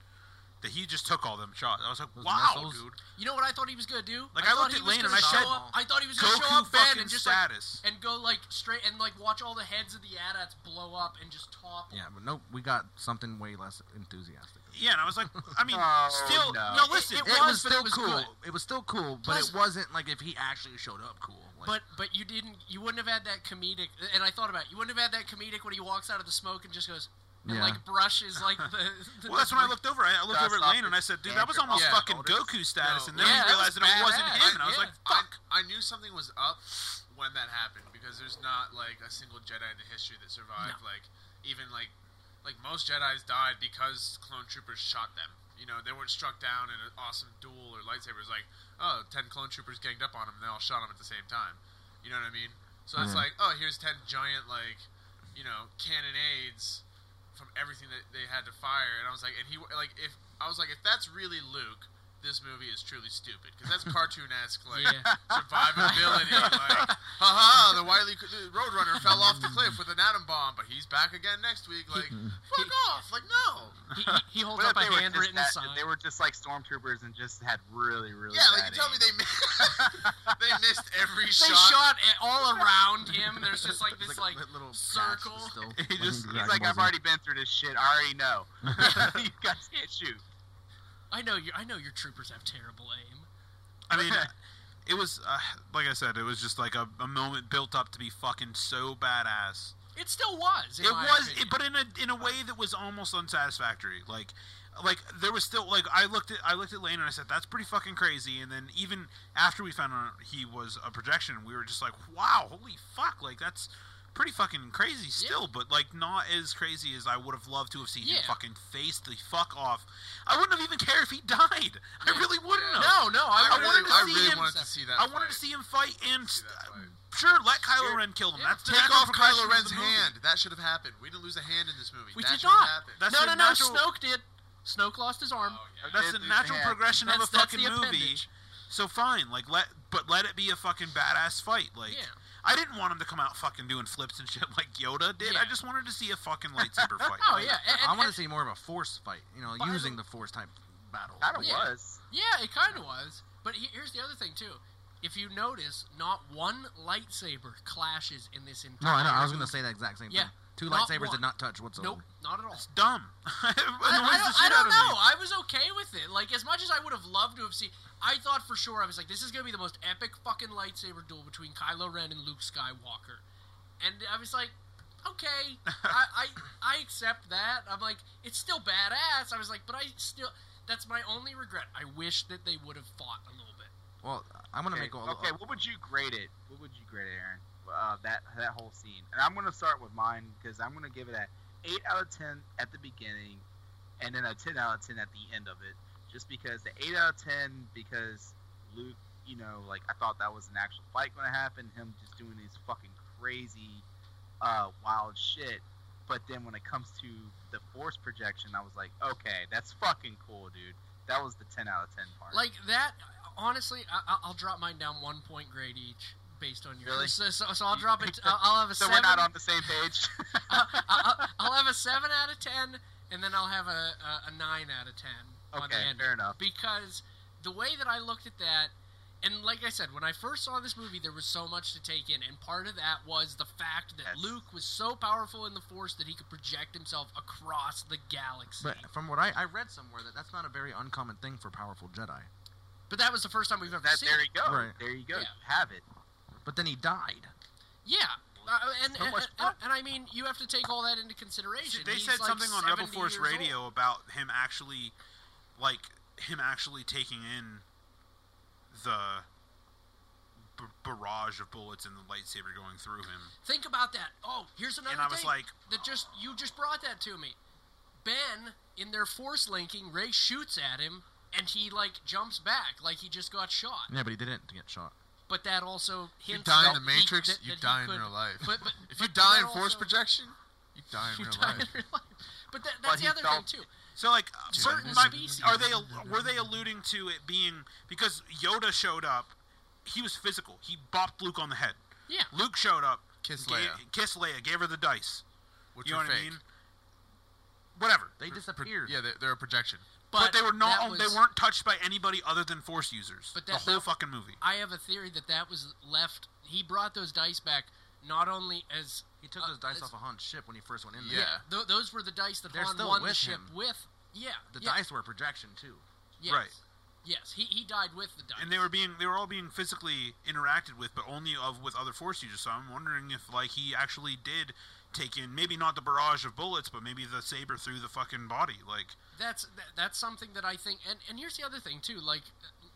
Speaker 1: that he just took all them shots. I was like,
Speaker 2: Those
Speaker 1: wow,
Speaker 2: missiles?
Speaker 1: dude,
Speaker 5: you know what I thought he was gonna do?
Speaker 1: Like, I
Speaker 5: thought
Speaker 1: looked
Speaker 5: he
Speaker 1: at
Speaker 5: was
Speaker 1: Lane and
Speaker 5: gonna
Speaker 1: I said,
Speaker 5: show up- I thought he was gonna show
Speaker 1: Goku
Speaker 5: up bad
Speaker 1: fucking
Speaker 5: and just like
Speaker 1: status.
Speaker 5: and go like straight and like watch all the heads of the adats blow up and just topple.
Speaker 2: Yeah, but nope, we got something way less enthusiastic.
Speaker 1: yeah, and I was like, I mean,
Speaker 3: Oh,
Speaker 1: still
Speaker 3: no.
Speaker 1: no. Listen,
Speaker 5: It
Speaker 2: It, was,
Speaker 5: was, but it
Speaker 2: still
Speaker 5: was
Speaker 2: cool.
Speaker 5: good.
Speaker 2: It was still cool, but
Speaker 5: Plus-
Speaker 2: it wasn't like if he actually showed up cool. Like,
Speaker 5: But but you didn't you wouldn't have had that comedic and I thought about it, you wouldn't have had that comedic when he walks out of the smoke and just goes and
Speaker 2: Yeah.
Speaker 5: like brushes like the, the
Speaker 1: Well, that's when I looked over. I I looked
Speaker 3: That's
Speaker 1: over at
Speaker 3: not
Speaker 1: Lane and I said, "Dude,
Speaker 3: the
Speaker 1: that was almost
Speaker 4: Yeah.
Speaker 1: fucking Goku status." And
Speaker 4: No.
Speaker 1: then
Speaker 5: Oh,
Speaker 1: we
Speaker 5: Yeah, that was
Speaker 1: realized that it wasn't
Speaker 5: badass.
Speaker 1: him, and I was
Speaker 5: Yeah.
Speaker 1: like, "Fuck."
Speaker 4: I, I knew something was up when that happened because there's not like a single Jedi in the history that survived. Like even like like most Jedi's died because clone troopers shot them. You know, they weren't struck down in an awesome duel or lightsabers. Like, oh, 10 clone troopers ganged up on him, and they all shot him at the same time. You know what I mean? So it's
Speaker 2: Yeah.
Speaker 4: like, oh, here's 10 giant like, you know, cannonades from everything that they had to fire, and I was like, and he like if I was like, if that's really Luke, this movie is truly stupid because that's cartoon esque like
Speaker 5: Yeah.
Speaker 4: survivability. like, haha, the wily c- the Roadrunner fell off the cliff with an atom bomb, but he's back again next week. Like, fuck off! Like, no.
Speaker 5: he, he, he holds
Speaker 3: What if
Speaker 5: up a
Speaker 3: they were just
Speaker 5: handwritten
Speaker 3: that-
Speaker 5: sign.
Speaker 3: They were just like stormtroopers and just had really, really.
Speaker 4: Yeah,
Speaker 3: bad
Speaker 4: like you tell me
Speaker 3: aim.
Speaker 4: they mi- they missed every
Speaker 5: they shot
Speaker 4: shot.
Speaker 5: it all around him. There's just like
Speaker 2: it's
Speaker 5: this
Speaker 2: like
Speaker 5: like,
Speaker 2: a little
Speaker 5: circle.
Speaker 2: patch still.
Speaker 1: He
Speaker 2: Like
Speaker 1: just-
Speaker 2: in
Speaker 3: He's
Speaker 2: Dragon
Speaker 3: like,
Speaker 2: Ball
Speaker 3: I've
Speaker 2: Z.
Speaker 3: already been through this shit. I already know. you guys can't shoot.
Speaker 5: I know you. I know your troopers have terrible aim.
Speaker 1: I mean, it was uh, like I said, it was just like a, a moment built up to be fucking so badass.
Speaker 5: It still was. in
Speaker 1: It
Speaker 5: my
Speaker 1: was,
Speaker 5: opinion.
Speaker 1: it, but in a in a way that was almost unsatisfactory. Like, like there was still like I looked at I looked at Lane and I said that's pretty fucking crazy. And then even after we found out he was a projection, we were just like, wow, holy fuck, like that's pretty fucking crazy still. But like not as crazy as I would have loved to have seen him
Speaker 5: Yeah.
Speaker 1: fucking face the fuck off. I wouldn't have even cared if he died. I
Speaker 5: Yeah.
Speaker 1: really wouldn't have.
Speaker 5: no, no. I,
Speaker 4: I,
Speaker 1: I
Speaker 5: would-
Speaker 1: wanted
Speaker 4: really,
Speaker 1: to
Speaker 4: I
Speaker 1: see
Speaker 4: really
Speaker 1: him-
Speaker 4: wanted to see that.
Speaker 1: I wanted
Speaker 4: fight.
Speaker 1: to see him fight and
Speaker 4: See that fight.
Speaker 1: sure let Kylo
Speaker 4: Sure.
Speaker 1: Ren kill him.
Speaker 5: Yeah.
Speaker 1: That's the
Speaker 4: Take
Speaker 1: natural
Speaker 4: off
Speaker 1: progression
Speaker 4: Kylo
Speaker 1: of
Speaker 4: Ren's
Speaker 1: the movie.
Speaker 4: hand. That should have happened. We didn't lose a hand in this movie.
Speaker 5: We
Speaker 4: that
Speaker 5: did
Speaker 4: should have
Speaker 5: not.
Speaker 4: happened.
Speaker 1: That's
Speaker 5: no,
Speaker 1: the
Speaker 5: no, no.
Speaker 1: natural-
Speaker 5: Snoke did. Snoke lost his arm.
Speaker 4: Oh, yeah.
Speaker 1: That's
Speaker 3: Did
Speaker 1: the
Speaker 3: lose
Speaker 1: natural
Speaker 3: the hand.
Speaker 1: progression of a
Speaker 5: That's- that's
Speaker 1: fucking
Speaker 5: the
Speaker 1: movie.
Speaker 5: appendage.
Speaker 1: So fine, like let but let it be a fucking badass fight. Like
Speaker 5: Yeah.
Speaker 1: I didn't want him to come out fucking doing flips and shit like Yoda did.
Speaker 5: Yeah.
Speaker 1: I just wanted to see a fucking lightsaber fight.
Speaker 5: Oh yeah. and-
Speaker 2: I
Speaker 5: and-
Speaker 2: want to see more of a force fight. You know,
Speaker 5: But I
Speaker 2: using
Speaker 5: don't-
Speaker 2: the force type battle.
Speaker 3: Kind of
Speaker 5: Yeah.
Speaker 3: was.
Speaker 5: Yeah, it kind of was. But he- here's the other thing too. If you notice, not one lightsaber clashes in this
Speaker 2: No,
Speaker 5: entire.
Speaker 2: I know. I was gonna
Speaker 5: movie.
Speaker 2: say that exact same
Speaker 5: Yeah.
Speaker 2: thing. Two
Speaker 5: Not
Speaker 2: lightsabers
Speaker 5: one.
Speaker 2: did not touch whatsoever.
Speaker 5: Nope, not at all.
Speaker 1: It's dumb. It
Speaker 5: I, I
Speaker 1: annoys the
Speaker 5: don't,
Speaker 1: shit
Speaker 5: I
Speaker 1: out
Speaker 5: don't
Speaker 1: of me.
Speaker 5: know. I was okay with it. Like as much as I would have loved to have seen, I thought for sure I was like, this is gonna be the most epic fucking lightsaber duel between Kylo Ren and Luke Skywalker, and I was like, okay, I, I I accept that. I'm like, it's still badass. I was like, but I still, that's my only regret. I wish that they would have fought a little bit.
Speaker 2: Well, I'm gonna
Speaker 3: Okay,
Speaker 2: make a.
Speaker 3: okay, what would you grade it? What would you grade it, Aaron? Uh, that that whole scene. And I'm gonna start with mine because I'm gonna give it a eight out of ten at the beginning, and then a ten out of ten at the end of it. Just because the eight out of ten because Luke, you know, like I thought that was an actual fight gonna happen. Him just doing his fucking crazy, uh, wild shit. But then when it comes to the force projection, I was like, okay, that's fucking cool, dude. That was the ten out of ten part.
Speaker 5: Like that, honestly, I- I, I'll drop mine down one point grade each based on yours.
Speaker 3: Really?
Speaker 5: So, so, so I'll drop it. I'll, I'll have a
Speaker 3: so we
Speaker 5: seven.
Speaker 3: we're not on the same page.
Speaker 5: I, I, I'll have a seven out of ten, and then I'll have a, a, a nine out of ten on the
Speaker 3: Okay,
Speaker 5: end
Speaker 3: fair enough.
Speaker 5: because the way that I looked at that, and like I said, when I first saw this movie, there was so much to take in, and part of that was the fact that
Speaker 3: Yes.
Speaker 5: Luke was so powerful in the Force that he could project himself across the galaxy.
Speaker 2: But from what I, I read somewhere that that's not a very uncommon thing for powerful Jedi.
Speaker 5: But that was the first time we've ever
Speaker 3: That,
Speaker 5: seen.
Speaker 3: there
Speaker 5: it.
Speaker 3: you go.
Speaker 2: Right.
Speaker 3: There you go.
Speaker 5: Yeah.
Speaker 3: Have it.
Speaker 2: But then he died.
Speaker 5: Yeah. Uh, and,
Speaker 3: So
Speaker 5: and,
Speaker 3: much
Speaker 5: and,
Speaker 3: power.
Speaker 5: and I mean, you have to take all that into consideration.
Speaker 1: They
Speaker 5: He's
Speaker 1: said
Speaker 5: like
Speaker 1: something on Rebel
Speaker 5: 70
Speaker 1: Force
Speaker 5: years old.
Speaker 1: Radio about him actually, like him actually taking in the b- barrage of bullets and the lightsaber going through him.
Speaker 5: Think about that. Oh, here's another
Speaker 1: And I was
Speaker 5: thing
Speaker 1: like-
Speaker 5: that just you just brought that to me. Ben in their force linking, Ray shoots at him and he like jumps back like he just got shot.
Speaker 2: Yeah, but he didn't get shot.
Speaker 5: But that also hints
Speaker 4: you die in
Speaker 5: that
Speaker 4: the Matrix,
Speaker 5: he, that,
Speaker 4: you
Speaker 5: that he
Speaker 4: die in
Speaker 5: could-
Speaker 4: real life.
Speaker 5: But, but
Speaker 4: if you
Speaker 5: but that
Speaker 4: die in force
Speaker 5: also-
Speaker 4: projection, you die in
Speaker 5: you
Speaker 4: real
Speaker 5: die
Speaker 4: life.
Speaker 5: in real life. But that, that's
Speaker 3: he
Speaker 5: the other
Speaker 3: felt-
Speaker 5: thing too.
Speaker 1: So like, uh,
Speaker 5: Certain
Speaker 1: but my-
Speaker 5: species.
Speaker 1: are they were they alluding to it being because Yoda showed up? He was physical. He bopped Luke on the head.
Speaker 5: Yeah.
Speaker 1: Luke showed up.
Speaker 4: Kiss
Speaker 1: ga-
Speaker 4: Leia.
Speaker 1: Kiss Leia. Gave her the dice.
Speaker 4: Which
Speaker 1: you know
Speaker 4: are
Speaker 1: what
Speaker 4: fake.
Speaker 1: I mean? Whatever.
Speaker 2: They
Speaker 4: Pro-
Speaker 2: disappeared.
Speaker 4: yeah, they're, they're a projection.
Speaker 1: But, they were
Speaker 5: that
Speaker 1: not.
Speaker 5: was-
Speaker 1: they weren't touched by anybody other than Force users.
Speaker 5: But
Speaker 1: the
Speaker 5: that-
Speaker 1: whole
Speaker 5: that-
Speaker 1: fucking movie.
Speaker 5: I have a theory that that was left. He brought those dice back not only as
Speaker 2: He took
Speaker 5: uh,
Speaker 2: those dice
Speaker 5: as-
Speaker 2: off of Han's ship when he first went in there.
Speaker 4: Yeah.
Speaker 5: Th- those were the dice that
Speaker 2: They're
Speaker 5: Han
Speaker 2: still
Speaker 5: won the
Speaker 2: with
Speaker 5: ship
Speaker 2: him.
Speaker 5: with. Yeah,
Speaker 2: The
Speaker 5: yeah,
Speaker 2: dice were a projection too.
Speaker 5: yes.
Speaker 1: Right.
Speaker 5: Yes, he, he died with the dice.
Speaker 1: and they were being they were all being physically interacted with, but only of with other force users. So I'm wondering if like he actually did take in maybe not the barrage of bullets, but maybe the saber through the fucking body. Like
Speaker 5: that's that, that's something that I think. And and here's the other thing too. Like,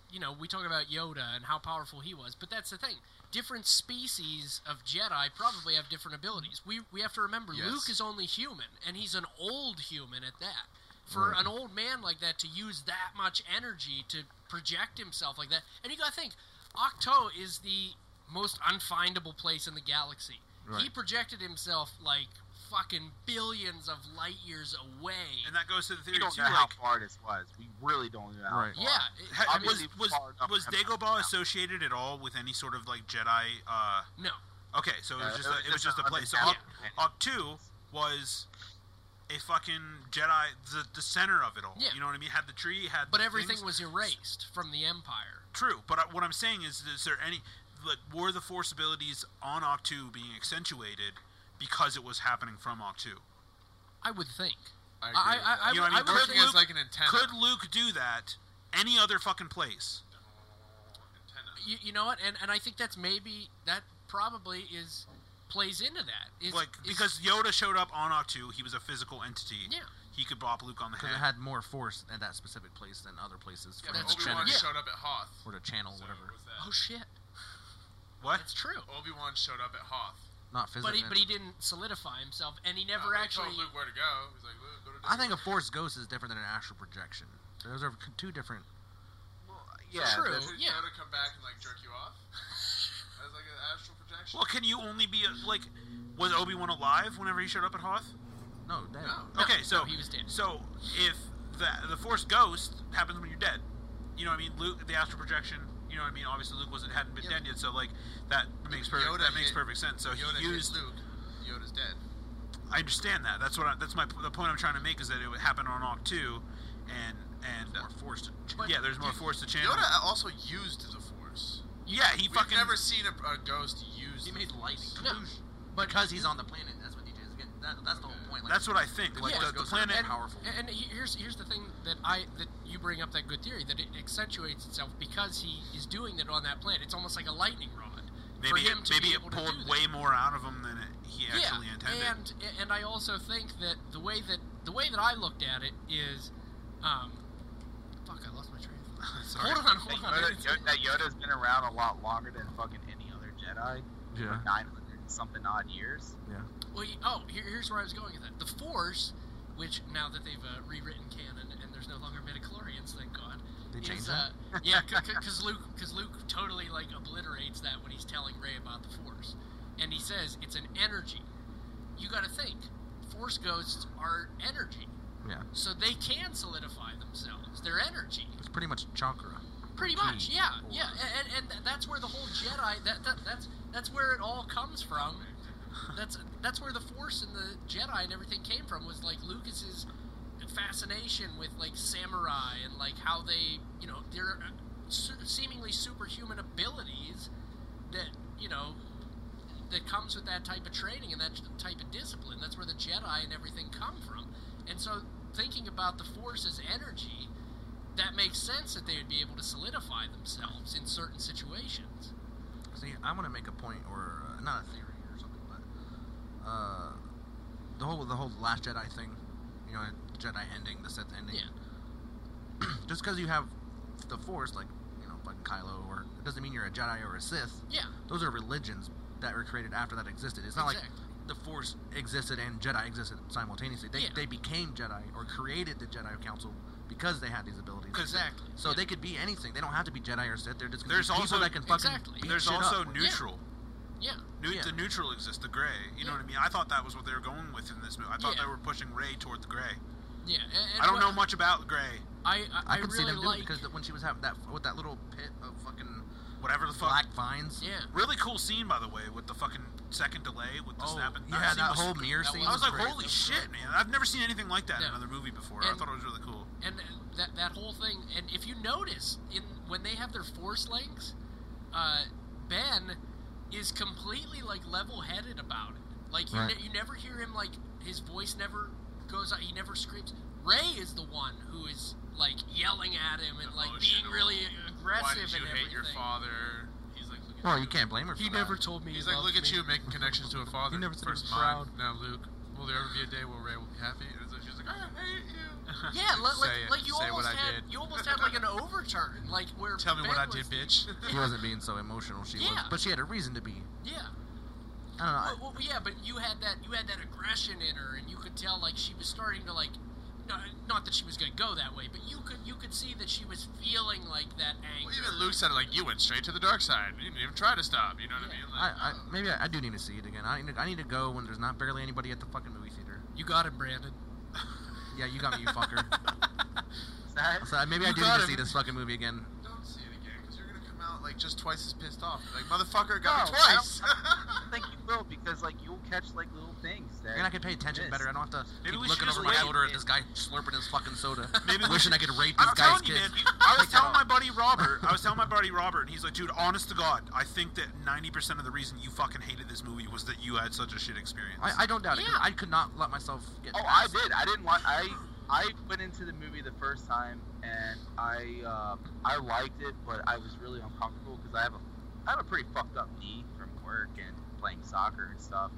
Speaker 5: you know, we talk about Yoda and how powerful he was, but that's the thing. Different species of Jedi probably have different abilities. We we have to remember
Speaker 4: Yes.
Speaker 5: Luke is only human, and he's an old human at that. For an old man like that to use that much energy to project himself like that, and you got to think, Octo is the most unfindable place in the galaxy. He projected himself like fucking billions of light years away.
Speaker 1: and that goes to the theory
Speaker 3: We don't
Speaker 1: too.
Speaker 3: know how
Speaker 1: like,
Speaker 3: far this was. We really don't know how
Speaker 2: Right.
Speaker 3: far.
Speaker 5: Yeah,
Speaker 1: ha-
Speaker 5: I mean,
Speaker 1: was
Speaker 3: obviously
Speaker 1: was
Speaker 3: far enough
Speaker 1: was
Speaker 3: to have
Speaker 1: Dagobah
Speaker 3: found out.
Speaker 1: associated at all with any sort of like Jedi? Uh,
Speaker 5: no.
Speaker 1: okay, so it
Speaker 3: Yeah,
Speaker 1: was just a, it was just a
Speaker 3: under
Speaker 1: place. So
Speaker 3: Jedi.
Speaker 1: Op, Op two was a fucking Jedi, the the center of it all.
Speaker 5: Yeah.
Speaker 1: You know what I mean? Had the tree, had
Speaker 5: But
Speaker 1: the
Speaker 5: everything
Speaker 1: things.
Speaker 5: was erased from the Empire.
Speaker 1: True, but I, what I'm saying is, is there any like were the force abilities on Octu being accentuated because it was happening from Octu?
Speaker 5: I would think.
Speaker 4: I agree
Speaker 5: I-
Speaker 4: with
Speaker 5: I-
Speaker 4: that.
Speaker 5: I
Speaker 1: You know what I mean?
Speaker 5: would- I would
Speaker 4: Working
Speaker 5: think-
Speaker 4: as like an antenna.
Speaker 1: Could Luke do that any other fucking place?
Speaker 4: antenna.
Speaker 5: You, you know what? And and I think that's maybe that probably is plays into that. Is,
Speaker 1: Like
Speaker 5: is-
Speaker 1: because Yoda showed up on Octu, he was a physical entity.
Speaker 5: yeah,
Speaker 1: He could bop Luke on the head.
Speaker 2: Because it had more force at that specific place than other places
Speaker 4: Yeah,
Speaker 2: for
Speaker 5: That's
Speaker 2: the
Speaker 4: Obi Wan
Speaker 5: true. Yeah.
Speaker 4: showed up at Hoth.
Speaker 2: or the channel,
Speaker 4: So,
Speaker 2: whatever.
Speaker 4: what's
Speaker 5: oh
Speaker 4: that?
Speaker 5: shit,
Speaker 1: what?
Speaker 5: that's true.
Speaker 1: Oh,
Speaker 4: Obi Wan showed up at Hoth.
Speaker 2: Not physically.
Speaker 5: But he but he didn't solidify himself, and he
Speaker 1: Uh,
Speaker 5: never
Speaker 4: No, he
Speaker 5: actually.
Speaker 4: told Luke where to go. He's like, Luke, go to.
Speaker 2: I think a force ghost is different than an actual projection. Those are c- two different.
Speaker 3: Yeah,
Speaker 5: True.
Speaker 3: that's-
Speaker 4: Did
Speaker 5: yeah.
Speaker 4: Yoda come back and like jerk you off? As like an astral projection.
Speaker 1: Well, can you only be a, like? Was Obi Wan alive whenever he showed up at Hoth?
Speaker 2: No, damn.
Speaker 4: No.
Speaker 5: No,
Speaker 1: okay, so
Speaker 5: no, he was dead.
Speaker 1: So if the the Force ghost happens when you're dead, you know what I mean. Luke, the astral projection. You know what I mean. Obviously, Luke wasn't hadn't been
Speaker 4: Yeah,
Speaker 1: dead yet, so like that makes perfect
Speaker 4: Yoda
Speaker 1: that makes
Speaker 4: hit-
Speaker 1: perfect sense. So
Speaker 4: Yoda
Speaker 1: he
Speaker 4: hit
Speaker 1: used.
Speaker 4: Luke. Yoda's dead.
Speaker 1: I understand that. That's what I, that's my the point I'm trying to make is that it would happen on Oct two, and and more Force. To,
Speaker 5: But-
Speaker 1: yeah, there's more Force to channel.
Speaker 4: Yoda also used the Force.
Speaker 1: yeah, he
Speaker 4: We've
Speaker 1: fucking
Speaker 4: never seen a, a ghost use.
Speaker 2: He
Speaker 4: the
Speaker 2: made
Speaker 4: Force.
Speaker 2: lightning.
Speaker 5: No.
Speaker 2: But because he's on the planet, that's what he did. Again, that, that's the whole point. Like,
Speaker 1: That's what I think. Like
Speaker 5: Yeah.
Speaker 1: the, the planet.
Speaker 5: and,
Speaker 2: powerful.
Speaker 5: And he- here's here's the thing that I that you bring up that good theory that it accentuates itself because he is doing it on that planet. It's almost like a lightning rod.
Speaker 1: Maybe
Speaker 5: for him
Speaker 1: it,
Speaker 5: to
Speaker 1: maybe
Speaker 5: be
Speaker 1: it
Speaker 5: able to do
Speaker 1: pulled
Speaker 5: that.
Speaker 1: way more out of him than it, he actually intended.
Speaker 5: And and I also think that the way that the way that I looked at it is, um, fuck, I lost my train. of thought.
Speaker 1: Sorry.
Speaker 5: Hold on, hold on.
Speaker 3: Yoda, Yoda, that Yoda's been around a lot longer than fucking any other Jedi.
Speaker 2: yeah.
Speaker 3: 900 something odd years.
Speaker 5: Well, you- oh, here, here's where I was going with that. The Force, which now that they've uh, rewritten canon and there's no longer midichlorians, thank God.
Speaker 2: They
Speaker 5: is,
Speaker 2: changed
Speaker 5: uh, Yeah, because Luke, because Luke totally like obliterates that when he's telling Ray about the Force, and he says it's an energy. You got to think, Force ghosts are energy.
Speaker 2: Yeah.
Speaker 5: So they can solidify themselves. They're energy.
Speaker 2: It's pretty much chakra.
Speaker 5: Pretty
Speaker 2: Key.
Speaker 5: much, yeah, yeah, and, and and that's where the whole Jedi that, that that's that's where it all comes from. That's that's where the Force and the Jedi and everything came from was like Lucas's fascination with like samurai and like how they you know their uh, su- seemingly superhuman abilities that you know that comes with that type of training and that type of discipline. That's where the Jedi and everything come from. And so thinking about the Force as energy that makes sense that they would be able to solidify themselves in certain situations.
Speaker 2: See, I want to make a point, or uh, not a theory or something, but uh, the whole the whole Last Jedi thing, you know, Jedi ending, the Sith ending.
Speaker 5: Yeah.
Speaker 2: Just because you have the Force, like you know, like Kylo, or it doesn't mean you're a Jedi or a Sith.
Speaker 5: Yeah,
Speaker 2: Those are religions that were created after that existed. It's not
Speaker 5: exactly.
Speaker 2: like the Force existed and Jedi existed simultaneously. They,
Speaker 5: Yeah.
Speaker 2: they became Jedi or created the Jedi Council because they had these abilities.
Speaker 5: exactly.
Speaker 2: So
Speaker 5: yeah.
Speaker 2: they could be anything. They don't have to be Jedi or Sith. They're just gonna
Speaker 1: There's
Speaker 2: be people
Speaker 1: also-
Speaker 2: that can fucking
Speaker 5: Exactly.
Speaker 2: beat
Speaker 1: There's
Speaker 2: shit
Speaker 1: also
Speaker 2: up.
Speaker 1: neutral.
Speaker 5: Yeah.
Speaker 1: New,
Speaker 2: Yeah.
Speaker 1: The neutral exists, the gray. You know
Speaker 5: Yeah.
Speaker 1: what I mean? I thought that was what they were going with in this movie. I thought
Speaker 5: Yeah.
Speaker 1: they were pushing Ray toward the gray.
Speaker 5: yeah. and- and
Speaker 1: I don't
Speaker 5: what-
Speaker 1: know much about gray.
Speaker 5: I I,
Speaker 2: I can see
Speaker 5: really
Speaker 2: them doing
Speaker 5: like.
Speaker 2: it because that- when she was having that with that little pit of fucking
Speaker 1: Whatever the fuck.
Speaker 2: black vines.
Speaker 5: yeah.
Speaker 1: Really cool scene, by the way, with the fucking second delay with the
Speaker 2: Oh,
Speaker 1: snap. and-
Speaker 2: yeah,
Speaker 1: scene
Speaker 2: that
Speaker 1: was-
Speaker 2: whole mirror
Speaker 5: that
Speaker 2: scene.
Speaker 5: was-
Speaker 1: I was like,
Speaker 2: crazy.
Speaker 1: holy shit, man! I've never seen anything like that in
Speaker 5: Yeah.
Speaker 1: another movie before. I
Speaker 5: And-
Speaker 1: thought it was really cool.
Speaker 5: and uh, that that whole thing. And if you notice, in when they have their force links, uh, Ben is completely like level-headed about it. Like you,
Speaker 3: Right.
Speaker 5: ne- you never hear him like his voice never goes out. He never screams. Ray is the one who is like yelling at him and like being
Speaker 4: Emotional.
Speaker 5: really
Speaker 4: Why
Speaker 5: aggressive
Speaker 4: did you
Speaker 5: and
Speaker 4: hate
Speaker 5: everything.
Speaker 4: your father? He's like, look at
Speaker 2: Well, you can't blame her. For
Speaker 5: He
Speaker 2: that.
Speaker 5: never told me.
Speaker 4: He's
Speaker 5: he
Speaker 4: like,
Speaker 5: loved
Speaker 4: look at
Speaker 5: me."
Speaker 4: you making connections to a father.
Speaker 2: You never said he
Speaker 4: First
Speaker 2: was
Speaker 4: mine, Now Luke. Will there ever be a day where Ray will be happy? And so she's like, I hate you.
Speaker 5: Yeah, like, like,
Speaker 4: Say it.
Speaker 5: like you
Speaker 4: Say
Speaker 5: almost
Speaker 4: what I
Speaker 5: had
Speaker 4: did.
Speaker 5: you almost had like an overturn, like where
Speaker 4: Tell me
Speaker 5: Ben
Speaker 4: what I
Speaker 5: was-
Speaker 4: did, bitch.
Speaker 2: He wasn't being so emotional. She was,
Speaker 5: Yeah.
Speaker 2: but she had a reason to be.
Speaker 5: Yeah, Oh,
Speaker 2: I don't know. I-
Speaker 5: well, well, yeah, but you had that you had that aggression in her, and you could tell like she was starting to like, no, not that she was gonna go that way, but you could you could see that she was feeling like that anger.
Speaker 4: Well, even Luke said it like you went straight to the dark side. You didn't even try to stop. You know what
Speaker 5: Yeah.
Speaker 4: I mean?
Speaker 2: I,
Speaker 4: Like,
Speaker 2: I, maybe I, I do need to see it again. I need, to, I need to go when there's not barely anybody at the fucking movie theater.
Speaker 5: you got him, Brandon.
Speaker 2: Yeah, you got me, you fucker.
Speaker 3: Is that-
Speaker 2: So I- maybe I
Speaker 4: You
Speaker 2: do need
Speaker 4: got
Speaker 2: to
Speaker 4: him.
Speaker 2: see this fucking movie again.
Speaker 4: don't see it again because you're gonna come out like just twice as pissed off. Like motherfucker,
Speaker 3: No,
Speaker 4: got me twice.
Speaker 3: I don't think you will because like you'll catch like little things that.
Speaker 2: I mean, I can pay attention
Speaker 3: Yes.
Speaker 2: better. I don't have to
Speaker 1: Maybe
Speaker 2: keep
Speaker 1: we should
Speaker 2: looking
Speaker 1: just
Speaker 2: over my
Speaker 1: wait.
Speaker 2: shoulder at this guy slurping his fucking soda,
Speaker 1: Maybe we
Speaker 2: wishing I
Speaker 1: should-
Speaker 2: could rape this
Speaker 1: I'm
Speaker 2: guy's
Speaker 1: telling you,
Speaker 2: kid.
Speaker 1: man. I was
Speaker 2: Take that
Speaker 1: telling my
Speaker 2: off.
Speaker 1: buddy Robert. I was telling my buddy Robert, and he's like, "Dude, honest to God, I think that 90% of the reason you fucking hated this movie was that you had such a shit experience."
Speaker 2: I, I don't doubt it. 'cause
Speaker 5: Yeah.
Speaker 2: I could not let myself get.
Speaker 3: Oh, I
Speaker 2: past-
Speaker 3: did. I didn't like. I I went into the movie the first time and I uh, I liked it, but I was really uncomfortable because I have a I have a pretty fucked up knee from work and playing soccer and stuff.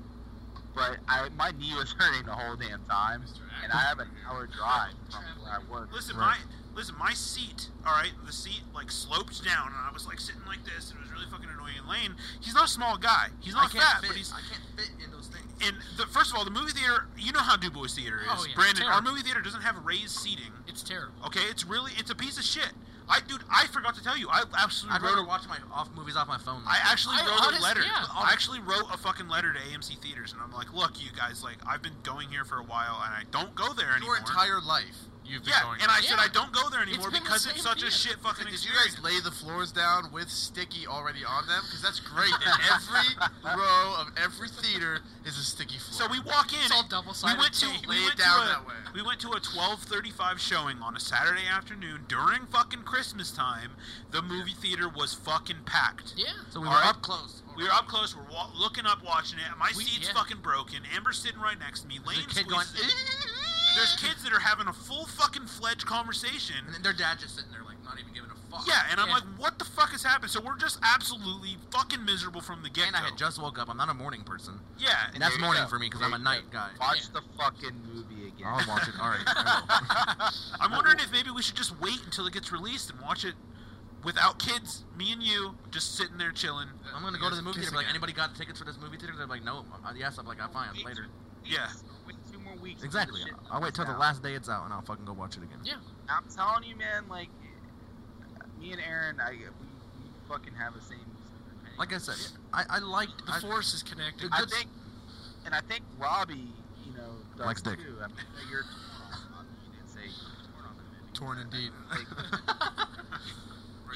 Speaker 3: But I my knee was hurting the whole damn time, and I have an hour drive from where I work.
Speaker 1: Listen,
Speaker 2: Right.
Speaker 1: my listen, my seat. All right, the seat like sloped down, and I was like sitting like this, and it was really fucking annoying. And Lane, he's not a small guy. He's
Speaker 2: I
Speaker 1: not
Speaker 2: can't
Speaker 1: fat,
Speaker 2: fit.
Speaker 1: but he's.
Speaker 2: I can't fit in those things.
Speaker 1: And the, first of all, the movie theater. You know how DuBois Theater is,
Speaker 5: Oh, yeah,
Speaker 1: Brandon. Our
Speaker 5: terrible.
Speaker 1: movie theater doesn't have raised seating.
Speaker 5: It's terrible.
Speaker 1: Okay, it's really it's a piece of shit. I dude, I forgot to tell you. I absolutely
Speaker 2: I'd
Speaker 1: wrote.
Speaker 2: rather
Speaker 1: A,
Speaker 2: watch my off movies off my phone.
Speaker 1: I actually
Speaker 5: I
Speaker 1: wrote
Speaker 5: honest-
Speaker 1: a letter.
Speaker 5: yeah.
Speaker 1: I actually wrote a fucking letter to AMC theaters, and I'm like, look, you guys, like I've been going here for a while, and I don't go there anymore.
Speaker 4: Your entire life, you've been
Speaker 1: yeah,
Speaker 4: going.
Speaker 1: and I
Speaker 5: Yeah.
Speaker 1: said I don't go there anymore
Speaker 5: been the
Speaker 1: because it's
Speaker 5: same
Speaker 1: such a
Speaker 5: theater.
Speaker 1: shit fucking
Speaker 4: did you
Speaker 1: experience.
Speaker 4: guys lay the floors down with sticky already on them? Because that's great. In every row of every theater is a sticky
Speaker 1: so
Speaker 4: floor.
Speaker 1: we walk in.
Speaker 5: It's all
Speaker 1: and
Speaker 5: double
Speaker 1: We
Speaker 5: sided.
Speaker 1: went to we
Speaker 4: Lay it
Speaker 1: went
Speaker 4: down
Speaker 1: to a,
Speaker 4: that way.
Speaker 1: we went to a 12:35 showing on a Saturday afternoon during fucking Christmas time. The movie theater was fucking packed.
Speaker 5: Yeah.
Speaker 2: So we were
Speaker 1: All right.
Speaker 2: up close.
Speaker 1: We were up close. We're wa- looking up, watching it. My
Speaker 5: We-
Speaker 1: seat's
Speaker 5: yeah.
Speaker 1: fucking broken. Amber's sitting right next to me.
Speaker 2: There's
Speaker 1: Lane
Speaker 2: a kid going.
Speaker 1: squeezes in. There's kids that are having a full fucking fledged conversation.
Speaker 2: And then their dad just sitting there, like, not even giving a fuck.
Speaker 1: Yeah, and I'm
Speaker 5: Yeah.
Speaker 1: like, what the fuck has happened? So we're just absolutely fucking miserable from the get
Speaker 2: And
Speaker 1: go.
Speaker 2: I had just woke up. I'm not a morning person.
Speaker 1: yeah,
Speaker 2: And that's
Speaker 3: There you
Speaker 2: morning
Speaker 3: go.
Speaker 2: for me because
Speaker 3: There
Speaker 2: I'm a
Speaker 3: you
Speaker 2: night
Speaker 3: go.
Speaker 2: guy.
Speaker 3: Watch
Speaker 5: Yeah.
Speaker 3: the fucking movie again.
Speaker 2: I'll watch it. All right. I
Speaker 1: I'm wondering if maybe we should just wait until it gets released and watch it without kids. Me and you just sitting there chilling.
Speaker 2: will. I'm gonna go to the movie theater. be Like, anybody got tickets for this movie theater? They're like, no. I'm- Yes, I'm like, I'm fine. Later.
Speaker 1: Yeah.
Speaker 3: Wait two more weeks. till
Speaker 2: Exactly.
Speaker 3: the shit
Speaker 2: I'll wait till the
Speaker 3: comes out.
Speaker 2: last day it's out, and I'll fucking go watch it again.
Speaker 5: Yeah.
Speaker 3: I'm telling you, man. Like, me and Aaron, I we, we fucking have the same. opinion.
Speaker 2: Like I said, I, I liked
Speaker 5: The
Speaker 2: I,
Speaker 5: force is connected.
Speaker 3: I think, and I think Robbie, you know, does
Speaker 2: Likes
Speaker 3: too.
Speaker 2: dick.
Speaker 3: I mean, you're torn on Robbie. You didn't say you were torn on the movie.
Speaker 4: Torn indeed.
Speaker 3: Like,
Speaker 4: Right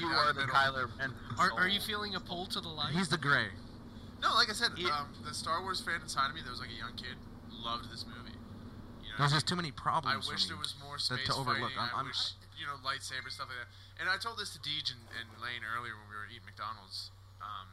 Speaker 3: you
Speaker 4: down
Speaker 3: are
Speaker 4: the
Speaker 3: the
Speaker 4: middle.
Speaker 3: Kyler Ren.
Speaker 5: Are, are
Speaker 3: soul.
Speaker 5: you feeling a pull to the light?
Speaker 2: He's the gray.
Speaker 4: No, like I said,
Speaker 3: Yeah.
Speaker 4: um, the Star Wars fan inside of me that was like a young kid loved this movie. You know,
Speaker 2: There's just too many
Speaker 4: I
Speaker 2: problems. for
Speaker 4: wish
Speaker 2: me.
Speaker 4: there was more
Speaker 2: to-
Speaker 4: space
Speaker 2: to overlook.
Speaker 4: fighting.
Speaker 2: I'm-
Speaker 4: i
Speaker 2: I'm-
Speaker 4: wish, you know, lightsabers stuff like that. And I told this to Deej and, and Lane earlier when we were eating McDonald's. Um,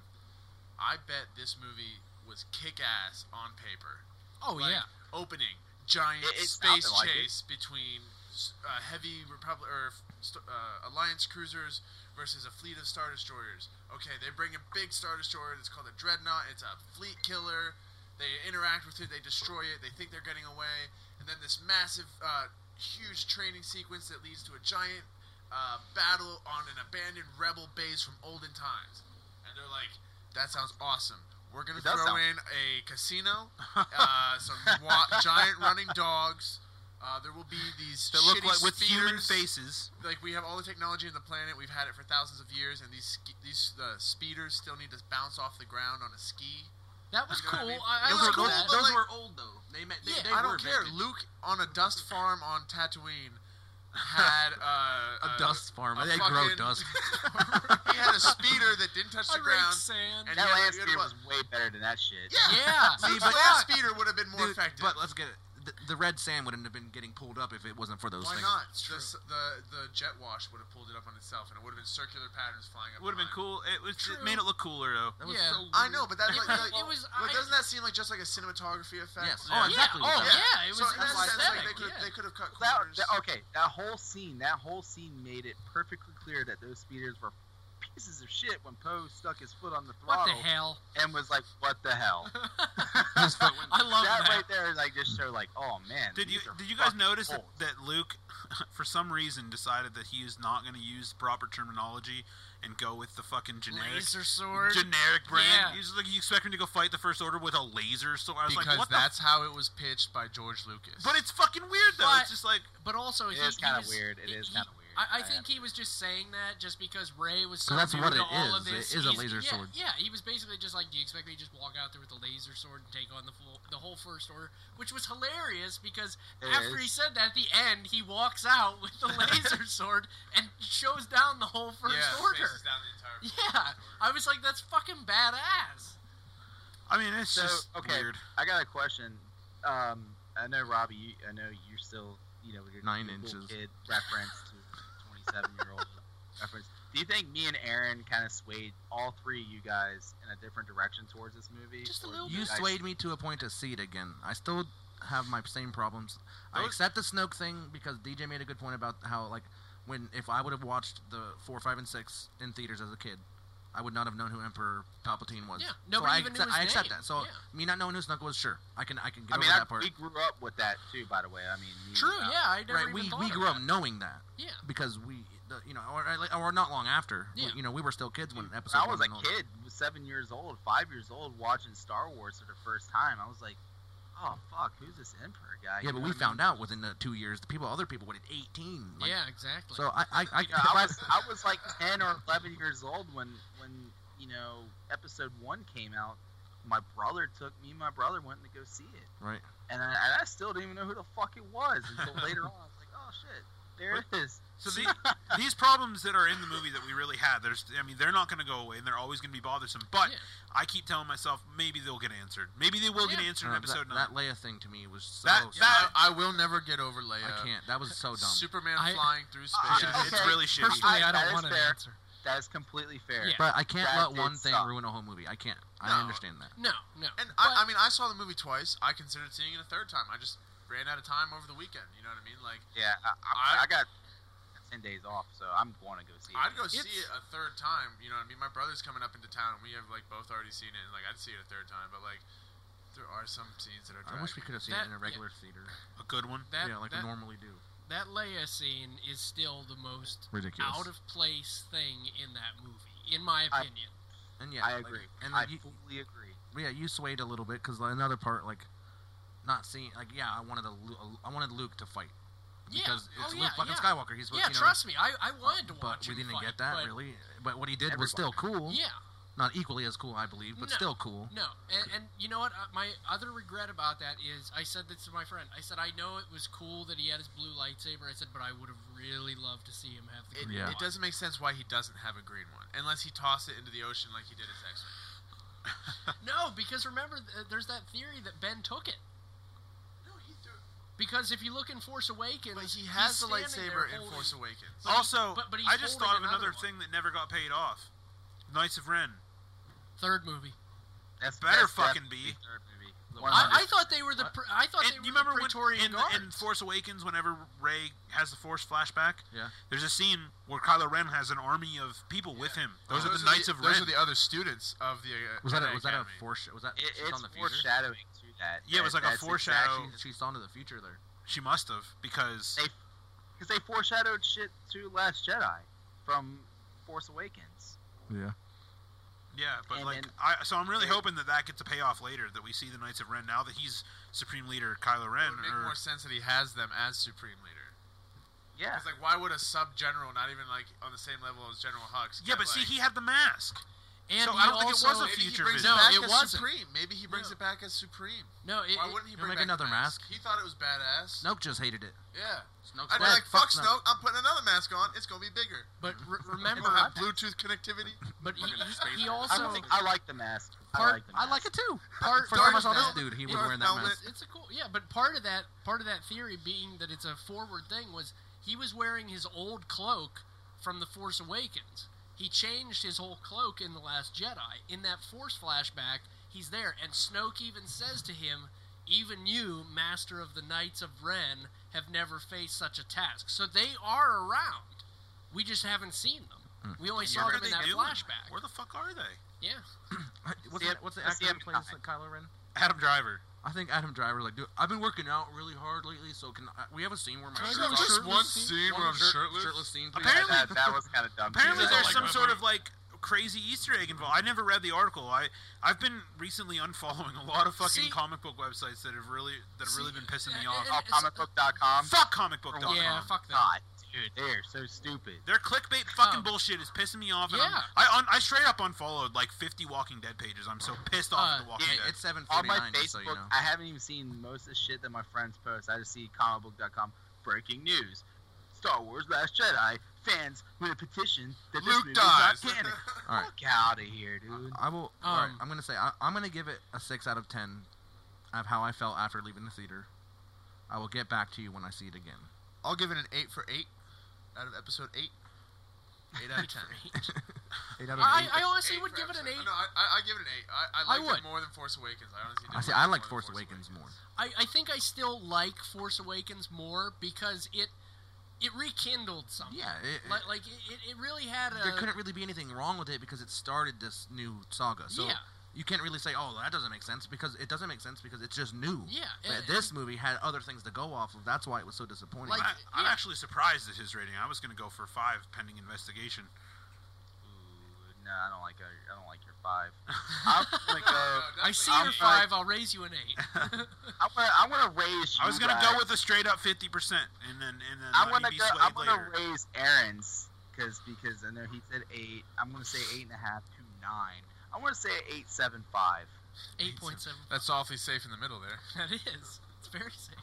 Speaker 4: I bet this movie was kick ass on paper.
Speaker 5: oh
Speaker 4: Like,
Speaker 5: yeah.
Speaker 4: Opening giant
Speaker 3: It- it sounded
Speaker 4: space
Speaker 3: like it.
Speaker 4: chase between s- uh, heavy Republic or st- uh, Alliance cruisers versus a fleet of Star Destroyers. Okay, they bring a big Star Destroyer. It's called a Dreadnought. It's a fleet killer. They interact with it. They destroy it. They think they're getting away, and then this massive, uh, huge training sequence that leads to a giant uh, battle on an abandoned rebel base from olden times. And they're like, that sounds awesome. We're going to
Speaker 3: It does
Speaker 4: throw
Speaker 3: sound-
Speaker 4: in a casino, uh, some wa- giant running dogs. Uh, there will be these
Speaker 1: that look
Speaker 4: shitty
Speaker 1: like with human
Speaker 4: speeders.
Speaker 1: faces.
Speaker 4: Like we have all the technology on the planet, we've had it for thousands of years, and these ski- these uh, speeders still need to bounce off the ground on a ski.
Speaker 5: That was
Speaker 4: You know what I
Speaker 5: cool.
Speaker 4: mean?
Speaker 5: I, I
Speaker 4: Those
Speaker 5: like
Speaker 4: are cool,
Speaker 5: that.
Speaker 4: but
Speaker 2: Those
Speaker 4: like-
Speaker 2: were old though. They meant they,
Speaker 5: Yeah,
Speaker 2: they
Speaker 4: I
Speaker 2: were
Speaker 4: don't care.
Speaker 2: vintage.
Speaker 4: Luke on a dust farm on Tatooine had uh,
Speaker 2: A dust farm.
Speaker 4: a
Speaker 2: They grow
Speaker 4: fucking-
Speaker 2: dust.
Speaker 4: He had a speeder that didn't touch
Speaker 5: I
Speaker 4: the
Speaker 5: rake
Speaker 4: ground.
Speaker 5: sand.
Speaker 4: And
Speaker 3: That
Speaker 4: yeah,
Speaker 3: land
Speaker 4: it
Speaker 3: speeder
Speaker 4: was-
Speaker 3: was way better than that shit.
Speaker 4: Yeah,
Speaker 5: Yeah.
Speaker 4: Luke's
Speaker 2: but-
Speaker 4: last speeder would have been more
Speaker 2: Dude,
Speaker 4: effective.
Speaker 2: But let's get it. The, the red sand wouldn't have been getting pulled up if it wasn't for those
Speaker 4: Why
Speaker 2: things.
Speaker 4: not? The,
Speaker 5: true.
Speaker 4: s- the the jet wash would have pulled it up on itself, and it would have been circular patterns flying up.
Speaker 1: Would have been
Speaker 4: behind.
Speaker 1: cool. It was
Speaker 5: True.
Speaker 1: it made it look cooler though.
Speaker 2: That was
Speaker 5: Yeah. Oh,
Speaker 2: so.
Speaker 4: I know, but that's
Speaker 5: It
Speaker 4: like,
Speaker 5: was-
Speaker 4: like
Speaker 5: it was-
Speaker 4: But
Speaker 5: I-
Speaker 4: doesn't that seem like just like a cinematography effect?
Speaker 2: Yes.
Speaker 1: Yeah.
Speaker 2: Oh, exactly.
Speaker 5: Yeah. Oh,
Speaker 2: Yeah.
Speaker 5: yeah. It was
Speaker 4: so in that sense, like,
Speaker 5: aesthetic.
Speaker 4: they could
Speaker 5: yeah.
Speaker 4: they could have cut
Speaker 3: That,
Speaker 4: corners.
Speaker 3: that- okay, that whole scene, that whole scene made it perfectly clear that those speeders were pieces of shit when Poe stuck his foot on the
Speaker 5: What the
Speaker 3: throttle
Speaker 5: hell?
Speaker 3: and was like, "What the hell?"
Speaker 5: I love
Speaker 3: that,
Speaker 5: that.
Speaker 3: right there, like, just showed like, "Oh man."
Speaker 1: Did you
Speaker 3: these are
Speaker 1: did you guys
Speaker 3: fucking
Speaker 1: notice that,
Speaker 3: cool.
Speaker 1: that Luke, for some reason, decided that he is not going to use proper terminology and go with the fucking generic
Speaker 5: Laser sword.
Speaker 1: generic brand?
Speaker 5: Yeah.
Speaker 1: You, just, like, you expect him to go fight the first order with a laser sword? I was
Speaker 4: because
Speaker 1: like, what
Speaker 4: that's how it was pitched by George Lucas.
Speaker 1: the? F-? But it's fucking weird though.
Speaker 5: But-
Speaker 1: it's just like
Speaker 5: but also,
Speaker 3: It
Speaker 5: he,
Speaker 3: is
Speaker 5: he
Speaker 3: kind of
Speaker 5: was-
Speaker 3: weird. It
Speaker 5: he-
Speaker 3: is
Speaker 5: he-
Speaker 3: kind of weird.
Speaker 5: I, I
Speaker 3: have
Speaker 5: think
Speaker 3: to
Speaker 5: he was just saying that just because Ray was
Speaker 2: So
Speaker 5: so
Speaker 2: that's
Speaker 5: new
Speaker 2: what
Speaker 5: to
Speaker 2: it
Speaker 5: all of
Speaker 2: is. It
Speaker 5: this.
Speaker 2: is a
Speaker 5: He's-
Speaker 2: laser
Speaker 5: yeah,
Speaker 2: sword.
Speaker 5: Yeah, he was basically just like, "Do you expect me to just walk out there with a laser sword and take on the full, the whole first order?" Which was hilarious because
Speaker 3: It
Speaker 5: after
Speaker 3: is.
Speaker 5: he said that, at the end he walks out with the laser sword and shows down the whole first
Speaker 4: yeah,
Speaker 5: order.
Speaker 4: faces down the entire
Speaker 5: Yeah, I was like, "That's fucking badass."
Speaker 1: I mean, it's
Speaker 3: So,
Speaker 1: just
Speaker 3: okay.
Speaker 1: weird.
Speaker 3: I got a question. Um, I know Robbie. You, I know you're still, you know, with your
Speaker 2: Nine
Speaker 3: your
Speaker 2: inches.
Speaker 3: little kid reference to 27 year old reference. Do you think me and Aaron kind of swayed all three of you guys in a different direction towards this movie?
Speaker 5: Just a
Speaker 3: Or
Speaker 5: little
Speaker 3: did
Speaker 2: You
Speaker 3: guys-
Speaker 2: swayed me to a point to see it again. I still have my same problems. I
Speaker 1: Those-
Speaker 2: accept the Snoke thing because DJ made a good point about how like when if I would have watched the four, five, and six in theaters as a kid, I would not have known who Emperor Palpatine was.
Speaker 5: Yeah,
Speaker 2: so
Speaker 5: nobody
Speaker 2: I,
Speaker 5: even knew
Speaker 2: accept-
Speaker 5: his
Speaker 2: I accept
Speaker 5: name.
Speaker 2: that. So
Speaker 5: Yeah.
Speaker 2: me not knowing who Snoke was, sure, I can I can get
Speaker 3: I mean,
Speaker 2: over
Speaker 3: I,
Speaker 2: that part.
Speaker 3: we grew up with that too. By the way, I mean, me,
Speaker 5: True.
Speaker 3: uh,
Speaker 5: Yeah, I never
Speaker 2: right,
Speaker 5: even
Speaker 2: we
Speaker 5: thought
Speaker 2: we
Speaker 5: of
Speaker 2: grew
Speaker 5: that.
Speaker 2: up knowing that
Speaker 5: Yeah.
Speaker 2: because we, the- you know, or, or not long after. We-
Speaker 5: Yeah. Mm.
Speaker 2: you know, we were still kids when
Speaker 3: When
Speaker 2: episode.
Speaker 3: I was
Speaker 2: one and
Speaker 3: a
Speaker 2: all-
Speaker 3: kid, was seven years old, five years old, watching Star Wars for the first time. I was like, "Oh fuck, who's this Emperor guy?"
Speaker 2: Yeah, but we found out within the two years, the people, other people, waited eighteen. like,
Speaker 5: Mm-hmm. yeah, exactly.
Speaker 2: So I, I, I,
Speaker 3: Yeah, I was I was like ten or eleven years old when when you know episode one came out. My brother took me and my brother went to go see it,
Speaker 2: right.
Speaker 3: and I, and I still didn't even know who the fuck it was until later on. I was like, oh shit, there it is.
Speaker 1: So the, these problems that are in the movie that we really had, there's, I mean, they're not going to go away, and they're always going to be bothersome. But
Speaker 5: Yeah.
Speaker 1: I keep telling myself, maybe they'll get answered. Maybe they will get
Speaker 5: Yeah.
Speaker 1: answered in
Speaker 2: Uh,
Speaker 1: episode
Speaker 2: that,
Speaker 1: nine.
Speaker 2: that Leia thing to me was so.
Speaker 1: That-
Speaker 2: stupid.
Speaker 1: that-
Speaker 4: I, I will never get over Leia.
Speaker 2: I can't. That was so dumb.
Speaker 4: Superman
Speaker 5: I-
Speaker 4: flying through space.
Speaker 1: It's
Speaker 3: Yeah.
Speaker 1: It's
Speaker 3: Okay.
Speaker 1: really shitty.
Speaker 5: Personally,
Speaker 3: I-
Speaker 5: I,
Speaker 3: that is
Speaker 5: don't want an
Speaker 3: fair.
Speaker 5: answer.
Speaker 3: That is completely fair.
Speaker 5: Yeah.
Speaker 2: But I can't
Speaker 3: That
Speaker 2: let
Speaker 3: did
Speaker 2: one thing
Speaker 3: suck.
Speaker 2: ruin a whole movie. I can't.
Speaker 4: No.
Speaker 2: I understand that.
Speaker 5: No, no.
Speaker 4: And
Speaker 5: But-
Speaker 4: I, I mean, I saw the movie twice. I considered seeing it a third time. I just ran out of time over the weekend. You know what I mean? Like,
Speaker 3: Yeah, I, I,
Speaker 4: I-
Speaker 3: I got ten days off, so I'm going to go see it.
Speaker 4: I'd go see
Speaker 5: It's-
Speaker 4: it a third time. You know what I mean? My brother's coming up into town, and we have like both already seen it. And like, I'd see it a third time. But like, there are some scenes that are.
Speaker 2: I wish we
Speaker 4: dragging.
Speaker 2: could have seen it
Speaker 5: That-
Speaker 2: in a regular theater.
Speaker 1: a good one.
Speaker 5: that,
Speaker 2: yeah, like we
Speaker 5: that,
Speaker 2: normally do.
Speaker 5: that Leia scene is still the most
Speaker 2: Ridiculous.
Speaker 5: out of place thing in that movie, in my
Speaker 3: I-
Speaker 5: opinion.
Speaker 2: and yeah,
Speaker 3: I
Speaker 2: like-
Speaker 3: agree.
Speaker 2: and
Speaker 3: I
Speaker 2: like, you,
Speaker 3: fully agree.
Speaker 2: yeah, you swayed a little bit because another part, like, not seeing, like, yeah, I wanted a, Lu- I wanted Luke to fight
Speaker 5: yeah.
Speaker 2: because
Speaker 5: oh,
Speaker 2: it's
Speaker 5: yeah,
Speaker 2: Luke fucking
Speaker 5: yeah.
Speaker 2: Skywalker. He's supposed-
Speaker 5: yeah,
Speaker 2: you know,
Speaker 5: trust me, I, I wanted to watch
Speaker 2: But we
Speaker 5: him
Speaker 2: didn't
Speaker 5: fight,
Speaker 2: get that
Speaker 5: but-
Speaker 2: really. But what he did was still
Speaker 3: Everybody.
Speaker 2: cool.
Speaker 5: Yeah,
Speaker 2: Not equally as cool, I believe, but
Speaker 5: No.
Speaker 2: still cool.
Speaker 5: no, and, and you know what? Uh, My other regret about that is I said this to my friend. I said I know it was cool that he had his blue lightsaber. I said, but I would have really loved to see him have the
Speaker 4: It,
Speaker 5: green
Speaker 2: Yeah.
Speaker 5: one.
Speaker 4: it doesn't make sense why he doesn't have a green one, unless he tossed it into the ocean like he did his X-Men.
Speaker 5: No, because remember, th- there's that theory that Ben took it.
Speaker 4: No, he threw.
Speaker 5: Because if you look in Force Awakens,
Speaker 4: But he has
Speaker 5: he's
Speaker 4: the
Speaker 5: standing there
Speaker 4: lightsaber in
Speaker 5: holding-
Speaker 4: Force Awakens.
Speaker 5: But he-
Speaker 1: also,
Speaker 5: but- but he's
Speaker 1: I just
Speaker 5: holding
Speaker 1: thought of another
Speaker 5: another one.
Speaker 1: thing that never got paid off. Knights of Ren.
Speaker 5: Third movie.
Speaker 3: That's
Speaker 1: Better
Speaker 3: that's
Speaker 1: fucking
Speaker 3: definitely
Speaker 1: be.
Speaker 3: third movie.
Speaker 5: I, I thought they were the.
Speaker 2: What?
Speaker 5: Pre- I thought
Speaker 1: And
Speaker 5: they were
Speaker 1: you remember
Speaker 5: the
Speaker 1: when
Speaker 5: Praetorian
Speaker 1: in,
Speaker 5: guards.
Speaker 1: in Force Awakens, whenever Ray has the Force flashback,
Speaker 2: Yeah.
Speaker 1: there's a scene where Kylo Ren has an army of people with him. Those are the Knights of Ren.
Speaker 4: Those are the other students of the. Uh,
Speaker 2: Was that a,
Speaker 4: Jedi
Speaker 2: was that a
Speaker 4: Academy.
Speaker 2: foresh? Was that
Speaker 3: It,
Speaker 2: she's
Speaker 3: it's
Speaker 2: on the future?
Speaker 3: foreshadowing to that.
Speaker 1: Yeah, it was
Speaker 3: That-
Speaker 1: like a
Speaker 3: that's
Speaker 1: foreshadow.
Speaker 3: exactly-
Speaker 2: She saw into the future there.
Speaker 1: she must have because
Speaker 3: They- because they foreshadowed shit to Last Jedi from Force Awakens.
Speaker 7: Yeah.
Speaker 1: Yeah, but
Speaker 3: And
Speaker 1: like,
Speaker 3: then-
Speaker 1: I, so I'm really
Speaker 3: and-
Speaker 1: hoping that that gets a payoff later. That we see the Knights of Ren now that he's Supreme Leader Kylo
Speaker 4: It
Speaker 1: Ren.
Speaker 4: would make
Speaker 1: or-
Speaker 4: more sense that he has them as supreme leader.
Speaker 3: Yeah,
Speaker 4: It's like, why would a sub general not even like on the same level as General Hux?
Speaker 1: yeah,
Speaker 4: get,
Speaker 1: but see,
Speaker 4: like-
Speaker 1: he had the mask.
Speaker 5: And
Speaker 1: So
Speaker 5: he
Speaker 1: I don't think it
Speaker 5: also,
Speaker 1: was a
Speaker 4: Maybe he
Speaker 1: future
Speaker 4: brings
Speaker 1: vision.
Speaker 4: it
Speaker 5: No,
Speaker 4: back
Speaker 5: it
Speaker 4: as
Speaker 5: wasn't.
Speaker 4: Supreme. Maybe he brings
Speaker 1: No.
Speaker 4: it back as Supreme.
Speaker 5: No, it,
Speaker 4: Why
Speaker 5: it-
Speaker 4: wouldn't he
Speaker 2: He'll
Speaker 4: bring
Speaker 2: make
Speaker 4: back
Speaker 2: another
Speaker 4: the
Speaker 2: mask.
Speaker 4: He thought it was badass.
Speaker 2: Snoke just hated it.
Speaker 4: Yeah.
Speaker 2: Snoke's
Speaker 4: I'd be
Speaker 2: dead.
Speaker 4: like, fuck
Speaker 2: Snoke.
Speaker 4: Snoke. I'm putting another mask on. It's gonna be bigger.
Speaker 5: but re-
Speaker 4: You
Speaker 5: remember,
Speaker 4: don't have Bluetooth connectivity.
Speaker 5: but he,
Speaker 4: Fucking space
Speaker 5: he, he
Speaker 4: race.
Speaker 3: I
Speaker 5: also
Speaker 3: don't think I like the mask. I
Speaker 2: Part-
Speaker 3: like the mask.
Speaker 2: I like it too. First
Speaker 5: part
Speaker 2: time I
Speaker 5: part
Speaker 2: saw
Speaker 5: of
Speaker 2: this
Speaker 5: that-
Speaker 2: dude, he was
Speaker 4: Darth
Speaker 2: wearing that
Speaker 4: Helmet.
Speaker 2: mask.
Speaker 5: It's a cool, yeah. But part of that, part of that theory being that it's a forward thing was he was wearing his old cloak from the Force Awakens. He changed his whole cloak in the Last Jedi. In that Force flashback, he's there, and Snoke even says to him, "Even you, Master of the Knights of Ren, have never faced such a task." So they are around. We just haven't seen them. We only saw
Speaker 1: What
Speaker 5: them
Speaker 1: are
Speaker 5: in
Speaker 1: they
Speaker 5: that
Speaker 1: doing?
Speaker 5: flashback.
Speaker 1: Where the fuck are they?
Speaker 5: yeah,
Speaker 2: What's
Speaker 3: Yeah,
Speaker 2: the, what's the
Speaker 3: that's
Speaker 2: actor
Speaker 3: the
Speaker 2: who plays
Speaker 3: FBI.
Speaker 2: Kylo Ren?
Speaker 1: Adam Driver.
Speaker 2: I think Adam Driver. Like, dude, I've been working out really hard lately, so can I, we have a scene where my
Speaker 5: Can I
Speaker 2: shirt's
Speaker 5: go
Speaker 2: off?
Speaker 5: shirtless
Speaker 4: Just one
Speaker 5: scene?
Speaker 4: scene where I'm
Speaker 2: Shirt-
Speaker 4: shirtless.
Speaker 2: shirtless scene. please?
Speaker 3: Yeah,
Speaker 1: Apparently-
Speaker 3: that, that was kind of dumb. too.
Speaker 1: Apparently,
Speaker 4: Yeah,
Speaker 1: there's
Speaker 4: like
Speaker 1: some
Speaker 4: that
Speaker 1: sort of
Speaker 4: movie.
Speaker 1: like crazy Easter egg involved. I never read the article. I I've been recently unfollowing a lot of fucking
Speaker 5: See-
Speaker 1: comic book websites that have really that have really
Speaker 5: See,
Speaker 1: been pissing me
Speaker 5: uh,
Speaker 1: off. Um,
Speaker 5: uh,
Speaker 3: Oh, comicbook.com.
Speaker 1: Fuck comicbook.com.
Speaker 5: yeah. Fuck that.
Speaker 3: God, dude, they're so stupid.
Speaker 1: Their clickbait fucking
Speaker 5: Um,
Speaker 1: bullshit is pissing me off. And I'm-
Speaker 5: yeah.
Speaker 1: I un, I straight up unfollowed like 50 Walking Dead pages. I'm so pissed off
Speaker 5: Uh,
Speaker 1: at the Walking
Speaker 3: yeah,
Speaker 1: Dead.
Speaker 2: It's 7:49,
Speaker 3: On my
Speaker 2: just
Speaker 3: Facebook,
Speaker 2: so you know.
Speaker 3: I haven't even seen most of the shit that my friends post. I just see comicbook.com breaking news. Star Wars Last Jedi fans with a petition that this
Speaker 4: Luke
Speaker 3: movie
Speaker 4: dies.
Speaker 3: is not canon.
Speaker 2: All right.
Speaker 3: Fuck out of here, dude.
Speaker 2: I will. all right,
Speaker 5: Um,
Speaker 2: I'm gonna say I, I'm gonna give it a six out of ten of how I felt after leaving the theater. I will get back to you when I see it again.
Speaker 4: I'll give it an eight for eight out of episode eight. Eight out of ten.
Speaker 2: Eight out of
Speaker 5: I,
Speaker 2: eight.
Speaker 5: I honestly
Speaker 4: Eight
Speaker 5: would
Speaker 4: for
Speaker 5: give it an
Speaker 4: episode-
Speaker 5: eight.
Speaker 4: No, I, I, I give it an eight. I, I
Speaker 5: I
Speaker 4: liked
Speaker 5: would.
Speaker 4: it more than Force Awakens. I honestly did.
Speaker 2: I see.
Speaker 4: like
Speaker 2: I
Speaker 4: it
Speaker 2: like
Speaker 4: more than
Speaker 2: Force Awakens more.
Speaker 5: I, I think I still like Force Awakens more because it it rekindled something.
Speaker 2: Yeah, it, it-
Speaker 5: Like, like it, it- it really had a
Speaker 2: there
Speaker 4: Uh.
Speaker 2: couldn't really be anything wrong with it because it started this new saga. So
Speaker 5: yeah
Speaker 2: you can't really say, "Oh, that doesn't make sense," because it doesn't make sense because it's just new.
Speaker 5: yeah.
Speaker 2: But
Speaker 5: and-
Speaker 2: this movivie had other things to go off of. That's why it was so disappointing.
Speaker 5: Like-
Speaker 1: I, I'm
Speaker 5: yeah.
Speaker 1: actually surprised at his rating. I was going to go for five pending investigation.
Speaker 3: Ooh, no, I don't like your, I don't like your five. I'm gonna go.
Speaker 4: No,
Speaker 5: I
Speaker 4: definitely
Speaker 5: see
Speaker 4: not.
Speaker 3: I'm like-
Speaker 5: your five. I'll raise you an eight.
Speaker 3: I'm gonna, I'm gonna raise. You
Speaker 1: I was going to go
Speaker 3: guys.
Speaker 1: with a straight up 50%, and then and then
Speaker 3: I'm
Speaker 1: let
Speaker 3: gonna
Speaker 1: me be
Speaker 3: go.
Speaker 1: swayed
Speaker 3: I'm gonna
Speaker 1: later.
Speaker 3: raise Aaron's because because I know he said eight. I'm gonna say eight and a half to nine. I'm gonna say eight seven five.
Speaker 5: Eight point seven.
Speaker 4: That's awfully safe in the middle there.
Speaker 5: That is. It's very safe.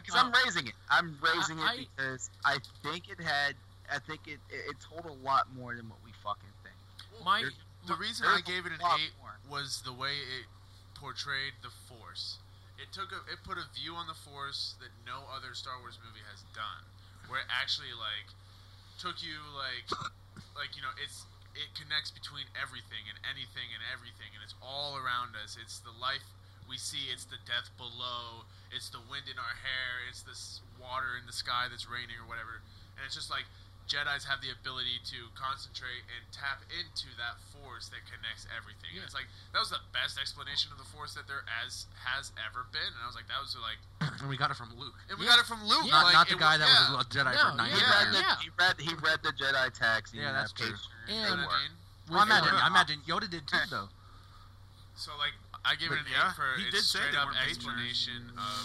Speaker 3: Because I'm
Speaker 5: Oh.
Speaker 3: raising it. I'm raising
Speaker 5: I- I-
Speaker 3: it because I think it had. I think it, it it told a lot more than what we fucking think.
Speaker 5: My
Speaker 3: there's-
Speaker 4: The reason
Speaker 3: There's
Speaker 4: I gave it an
Speaker 3: a lot
Speaker 4: eight
Speaker 3: more.
Speaker 4: was the way it portrayed the Force. It took a, it put a view on the Force that no other Star Wars movie has done, where it actually like took you like like you know it's it connects between everything and anything and everything and it's all around us. It's the life we see. It's the death below. It's the wind in our hair. It's this water in the sky that's raining or whatever. And it's just like Jedi's have the ability to concentrate and tap into that force that connects everything. And
Speaker 5: Yeah.
Speaker 4: It's like that was the best explanation of the force that there as has ever been. And I was like, that was like,
Speaker 2: and we got it from Luke,
Speaker 4: and we
Speaker 5: Yeah.
Speaker 4: got it from Luke,
Speaker 5: Yeah.
Speaker 2: not,
Speaker 4: like,
Speaker 2: not the
Speaker 4: it
Speaker 2: guy
Speaker 4: was,
Speaker 2: that
Speaker 4: yeah.
Speaker 2: was a Jedi
Speaker 5: No,
Speaker 2: for nine
Speaker 5: yeah.
Speaker 2: years.
Speaker 3: He, read the,
Speaker 5: Yeah.
Speaker 3: he read he read the Jedi text. and
Speaker 2: Yeah,
Speaker 3: he
Speaker 2: that's
Speaker 3: had
Speaker 2: true.
Speaker 3: pictures
Speaker 5: And-
Speaker 4: You
Speaker 3: they were.
Speaker 4: know what I mean?
Speaker 2: I imagine,
Speaker 5: With-
Speaker 2: I imagine Yoda did too, though.
Speaker 4: So like, I give
Speaker 1: But
Speaker 4: it an
Speaker 1: yeah,
Speaker 4: eight for
Speaker 1: he
Speaker 4: its
Speaker 1: did say
Speaker 4: straight
Speaker 1: they
Speaker 4: up
Speaker 1: weren't made for it.
Speaker 4: explanation of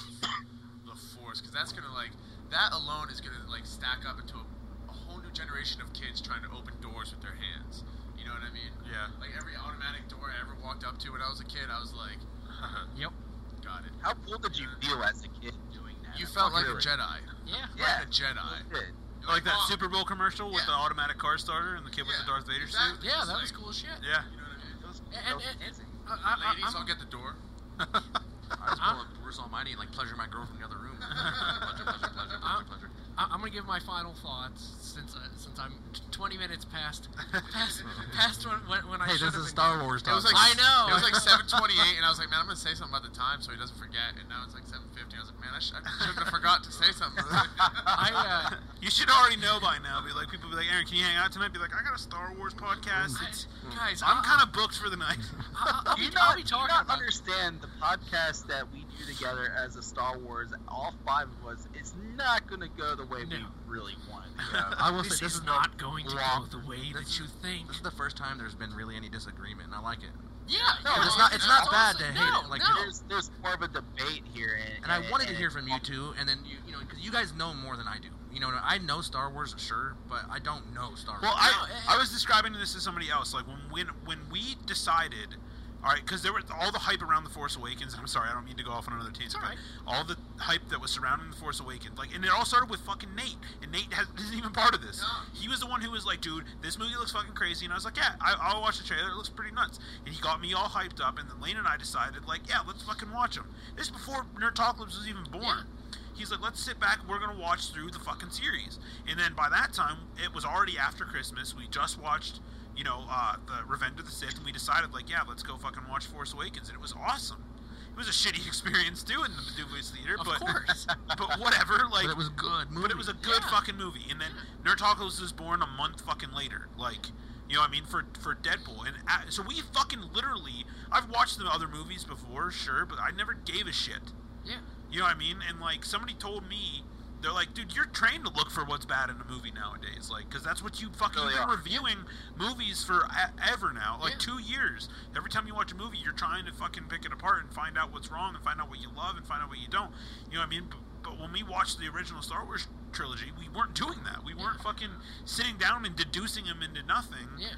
Speaker 4: the force, because that's gonna like that alone is gonna like stack up into a, a whole new generation of kids trying to open doors with their hands. You know what I mean?
Speaker 1: Yeah.
Speaker 4: Like every automatic door I ever walked up to when I was a kid, I was like,
Speaker 5: Yep.
Speaker 4: got it.
Speaker 3: How cool did you feel as a kid doing that?
Speaker 4: You felt like a
Speaker 3: Really?
Speaker 4: Jedi.
Speaker 5: Yeah.
Speaker 3: Yeah,
Speaker 4: Like a Jedi.
Speaker 3: you did.
Speaker 1: Like that
Speaker 4: oh,
Speaker 1: Super Bowl commercial with
Speaker 4: Yeah.
Speaker 1: the automatic car starter and the kid with
Speaker 4: Yeah,
Speaker 1: the Darth Vader
Speaker 4: exactly.
Speaker 5: Uh, Yeah.
Speaker 4: Just
Speaker 5: That was
Speaker 4: like-
Speaker 5: cool shit.
Speaker 1: suit. Yeah.
Speaker 4: You know what I mean?
Speaker 3: That was-
Speaker 5: And-
Speaker 3: that was
Speaker 5: and-
Speaker 3: amazing.
Speaker 5: I, I, I,
Speaker 4: Ladies,
Speaker 5: I'm-
Speaker 4: I'll get the door.
Speaker 2: I just
Speaker 5: Huh?
Speaker 2: pull up Bruce Almighty and like pleasure my girl from the other room.
Speaker 4: Pleasure, pleasure, pleasure,
Speaker 5: pleasure, I- I'm gonna give my final thoughts since I, since I'm t- 20 minutes past past past when when, when I
Speaker 2: Hey,
Speaker 5: should
Speaker 2: this
Speaker 5: have
Speaker 2: is
Speaker 5: been
Speaker 2: Star Wars
Speaker 4: It
Speaker 2: talk.
Speaker 4: was like
Speaker 5: I know.
Speaker 4: It was like 7:28, and I was like, man, I'm gonna say something about the time so he doesn't forget. And now it's like 7:50. I was like, man, I, sh- I shouldn't have forgot to say something.
Speaker 5: I, uh,
Speaker 1: You should already know by now. Be like, people be like, Aaron, can you hang out tonight? Be like, I got a Star Wars podcast. It's,
Speaker 5: uh, I- guys,
Speaker 1: I'm
Speaker 5: Mm. I-
Speaker 1: kind of booked for the night.
Speaker 5: I- I'll,
Speaker 3: Do
Speaker 5: be,
Speaker 3: you
Speaker 5: I'll
Speaker 3: not,
Speaker 5: be
Speaker 3: do you
Speaker 5: talking
Speaker 3: not
Speaker 5: about
Speaker 3: understand the podcast that we do review together as a Star Wars, all five of us, it's not going to go the way we
Speaker 5: No.
Speaker 3: really want it to go.
Speaker 2: I will
Speaker 5: This
Speaker 2: say this
Speaker 5: is
Speaker 2: is
Speaker 5: not going to go
Speaker 2: long-
Speaker 5: the way
Speaker 2: this
Speaker 5: that you think.
Speaker 2: This is the first time there's been really any disagreement, and I like it.
Speaker 5: Yeah,
Speaker 3: No,
Speaker 5: yeah,
Speaker 3: it's not- it's not
Speaker 2: bad
Speaker 5: awesome.
Speaker 2: to hate
Speaker 5: no,
Speaker 2: it, like,
Speaker 5: no.
Speaker 3: There's, there's more of a debate here. And,
Speaker 2: And I wanted to
Speaker 3: and-
Speaker 2: hear from you two, and then you, you know, because you guys know more than I do. You know, I know Star Wars, sure, but I don't know Star Wars.
Speaker 1: Well, I,
Speaker 5: No, it-
Speaker 1: I was describing this to somebody else. Like when when when we decided, all right, because there were all the hype around the Force Awakens. And I'm sorry, I don't mean to go off on another tangent.
Speaker 5: It's all
Speaker 1: but
Speaker 5: right.
Speaker 1: All the hype that was surrounding the Force Awakens, like, and it all started with fucking Nate, and Nate has, isn't even part of this.
Speaker 4: No.
Speaker 1: He was the one who was like, "Dude, this movie looks fucking crazy," and I was like, "Yeah, I, I'll watch the trailer. It looks pretty nuts." And he got me all hyped up, and then Lane and I decided, like, "Yeah, let's fucking watch them." This is before Nerd Talk Libs was even born. He's like, let's sit back. We're gonna watch through the fucking series. And then by that time, it was already after Christmas. We just watched, you know, uh, the Revenge of the Sith, and we decided, like, yeah, let's go fucking watch Force Awakens, and it was awesome. It was a shitty experience too in the Dubious theater,
Speaker 5: Of
Speaker 1: but
Speaker 5: course.
Speaker 1: but whatever. Like,
Speaker 2: but it was a good. Movie.
Speaker 1: but it was a good
Speaker 5: Yeah.
Speaker 1: fucking movie. And then Nerd Tacos was born a month fucking later. Like, you know what I mean? For for Deadpool. And uh, so we fucking literally. I've watched the other movies before, sure, but I never gave a shit.
Speaker 5: Yeah.
Speaker 1: You know what I mean? And like somebody told me, they're like, dude, you're trained to look for what's bad in a movie nowadays, like, because that's what you fucking
Speaker 3: Really
Speaker 1: you've been
Speaker 3: are.
Speaker 1: reviewing movies for a- ever now, like
Speaker 5: Yeah.
Speaker 1: two years. Every time you watch a movie, you're trying to fucking pick it apart and find out what's wrong and find out what you love and find out what you don't. You know what I mean? But, but when we watched the original Star Wars trilogy, we weren't doing that. We weren't
Speaker 5: Yeah.
Speaker 1: fucking sitting down and deducing them into nothing.
Speaker 5: Yeah.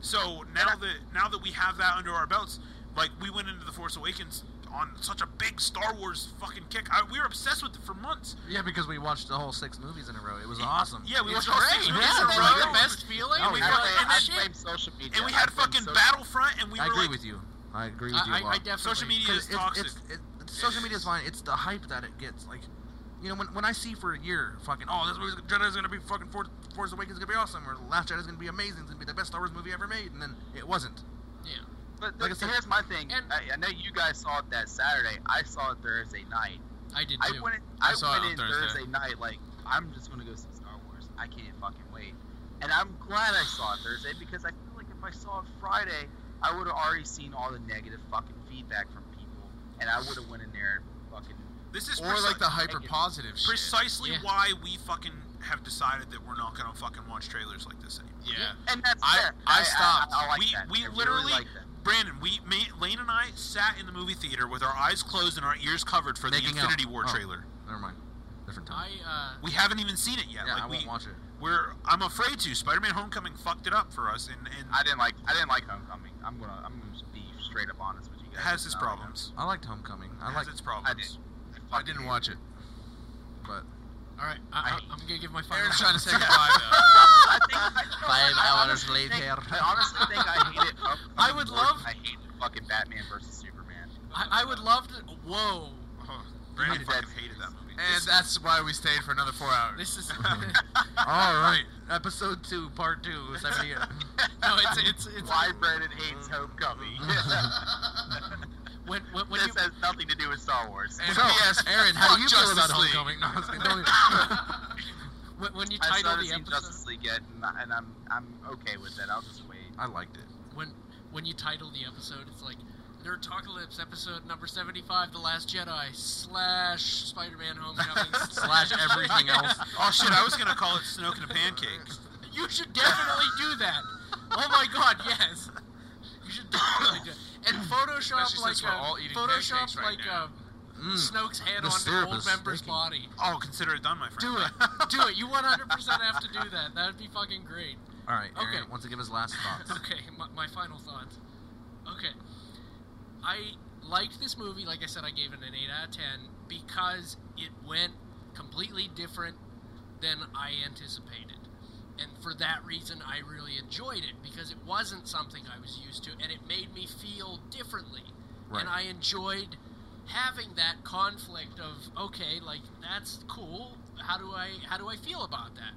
Speaker 1: So now that now that we have that under our belts, like we went into the Force Awakens on such a big Star Wars fucking kick. I, we were obsessed with it for months.
Speaker 2: Yeah, because we watched the whole six movies in a row. It was awesome.
Speaker 1: Yeah, we
Speaker 5: It's
Speaker 1: watched all six
Speaker 5: great.
Speaker 1: movies
Speaker 2: Yeah,
Speaker 1: in
Speaker 5: that's
Speaker 1: a
Speaker 5: like
Speaker 1: row.
Speaker 5: the best feeling.
Speaker 2: Oh,
Speaker 5: we
Speaker 3: I,
Speaker 1: yeah.
Speaker 5: felt,
Speaker 1: And
Speaker 5: and
Speaker 3: blame, I
Speaker 5: then-
Speaker 3: blame social media.
Speaker 1: And we
Speaker 3: I
Speaker 1: had
Speaker 3: blame
Speaker 1: fucking
Speaker 3: social-
Speaker 1: Battlefront, and we
Speaker 2: I
Speaker 1: were
Speaker 2: agree
Speaker 1: like,
Speaker 2: with you. I agree with you.
Speaker 5: I,
Speaker 2: a
Speaker 5: I, I
Speaker 2: lot.
Speaker 5: definitely.
Speaker 1: social media is
Speaker 2: Because it's-
Speaker 1: toxic.
Speaker 2: it's- it- it's- social media is fine. It's the hype that it gets. Like, you know, when, when I see for a year, fucking, oh, this movie's Jedi's gonna be fucking Force, Force Awakens gonna be awesome, or The Last Jedi's gonna be amazing, it's gonna be the best Star Wars movie ever made, and then it wasn't.
Speaker 5: Yeah.
Speaker 3: But
Speaker 2: Like I
Speaker 3: the,
Speaker 2: said-
Speaker 3: here's my thing.
Speaker 5: And-
Speaker 3: I, I know you guys saw it that Saturday. I saw it Thursday night.
Speaker 5: I did
Speaker 3: I
Speaker 5: too.
Speaker 3: went. In,
Speaker 4: I
Speaker 3: I,
Speaker 4: saw it
Speaker 3: went
Speaker 4: on
Speaker 3: in
Speaker 4: Thursday.
Speaker 3: Thursday. night like I'm just gonna go see Star Wars. I can't fucking wait. And I'm glad I saw it Thursday because I feel like if I saw it Friday, I would have already seen all the negative fucking feedback from people, and I would have went in there and fucking.
Speaker 1: this is
Speaker 4: Or
Speaker 1: preci-
Speaker 4: like the hyper positive shit.
Speaker 1: precisely
Speaker 5: Yeah.
Speaker 1: why we fucking have decided that we're not gonna fucking watch trailers like this anymore.
Speaker 4: Yeah.
Speaker 3: And that's
Speaker 4: I-
Speaker 3: fair.
Speaker 4: I stopped.
Speaker 3: I, I, like
Speaker 1: we
Speaker 3: that.
Speaker 1: we
Speaker 3: I really
Speaker 1: literally
Speaker 3: like that.
Speaker 1: Brandon, we me, Lane and I sat in the movie theater with our eyes closed and our ears covered for
Speaker 2: Making
Speaker 1: the
Speaker 2: out.
Speaker 1: Infinity War
Speaker 2: Oh.
Speaker 1: trailer.
Speaker 2: Never mind. Different
Speaker 5: I
Speaker 2: time.
Speaker 5: uh,
Speaker 1: We haven't even seen it yet.
Speaker 2: yeah,
Speaker 1: like
Speaker 2: I
Speaker 1: we,
Speaker 2: won't watch it.
Speaker 1: we're I'm afraid to. Spider-Man: Homecoming fucked it up for us, and and
Speaker 3: I didn't like. I didn't like Homecoming. I'm gonna. I'm gonna just be straight up honest with you guys.
Speaker 1: has its
Speaker 3: I don't
Speaker 1: problems.
Speaker 2: I liked Homecoming. I
Speaker 1: has
Speaker 2: liked
Speaker 1: its
Speaker 3: I
Speaker 1: problems.
Speaker 3: did.
Speaker 4: I didn't watch it.
Speaker 2: but
Speaker 5: all right.
Speaker 3: I-
Speaker 5: I, I, am gonna give my final.
Speaker 4: Aaron's trying to say
Speaker 5: thoughts.
Speaker 4: goodbye though.
Speaker 3: I think- I think-
Speaker 2: Five
Speaker 3: I
Speaker 2: hours
Speaker 3: honestly
Speaker 2: later.
Speaker 3: think- I honestly think I hated.
Speaker 5: I would love-
Speaker 3: I hated fucking Batman versus Superman.
Speaker 5: I, I would love to. Whoa.
Speaker 1: Oh, Brandon
Speaker 3: hated that
Speaker 1: fucking hated that movie.
Speaker 4: And that's why we stayed for another four hours.
Speaker 5: This is
Speaker 2: all right, episode two, part two, seventy.
Speaker 5: no. It's it's it's
Speaker 3: Why Brandon hates Homecoming?
Speaker 5: when when, when
Speaker 3: this
Speaker 5: you
Speaker 3: has nothing to do with Star Wars.
Speaker 4: And
Speaker 2: so,
Speaker 4: P.S.
Speaker 2: Aaron, how
Speaker 4: fuck
Speaker 2: do you feel
Speaker 4: Justice
Speaker 2: about
Speaker 4: League.
Speaker 2: Homecoming? No, I was kidding.
Speaker 5: when, when you
Speaker 3: I
Speaker 5: title
Speaker 3: still haven't
Speaker 5: the
Speaker 3: seen
Speaker 5: episode
Speaker 3: Justice League yet, and, I- and I'm I'm okay with that. I'll just wait.
Speaker 2: I liked it.
Speaker 5: when when you title the episode, it's like Nerdtalkalypse episode number seventy five, The Last Jedi slash Spider Man Homecoming
Speaker 2: Slash everything else.
Speaker 1: Oh shit! I was gonna call it Snoke and a Pancake.
Speaker 5: You should definitely do that. Oh my god, yes. You should definitely do. It. And Photoshop
Speaker 4: Especially
Speaker 5: like
Speaker 4: since we're
Speaker 5: a-
Speaker 4: all eating pancakes
Speaker 5: Photoshop
Speaker 4: right
Speaker 5: like
Speaker 4: now.
Speaker 5: um,
Speaker 2: Mm.
Speaker 5: Snoke's head
Speaker 2: The
Speaker 5: on the
Speaker 2: syrup
Speaker 5: old
Speaker 2: is
Speaker 5: member's
Speaker 2: stinking.
Speaker 5: body.
Speaker 1: Oh, consider it done, my friend.
Speaker 5: Do it. Do it. You 100% have to do that. That'd be fucking great.
Speaker 2: All right, Aaron
Speaker 5: Okay.
Speaker 2: wants to give his last thoughts.
Speaker 5: Okay, my, my final thoughts. Okay. I liked this movie. Like I said, I gave it an 8 out of 10 because it went completely different than I anticipated. And for that reason, I really enjoyed it because it wasn't something I was used to and it made me feel differently.
Speaker 2: Right.
Speaker 5: And I enjoyed having that conflict of okay, like that's cool. How do I how do I feel about that?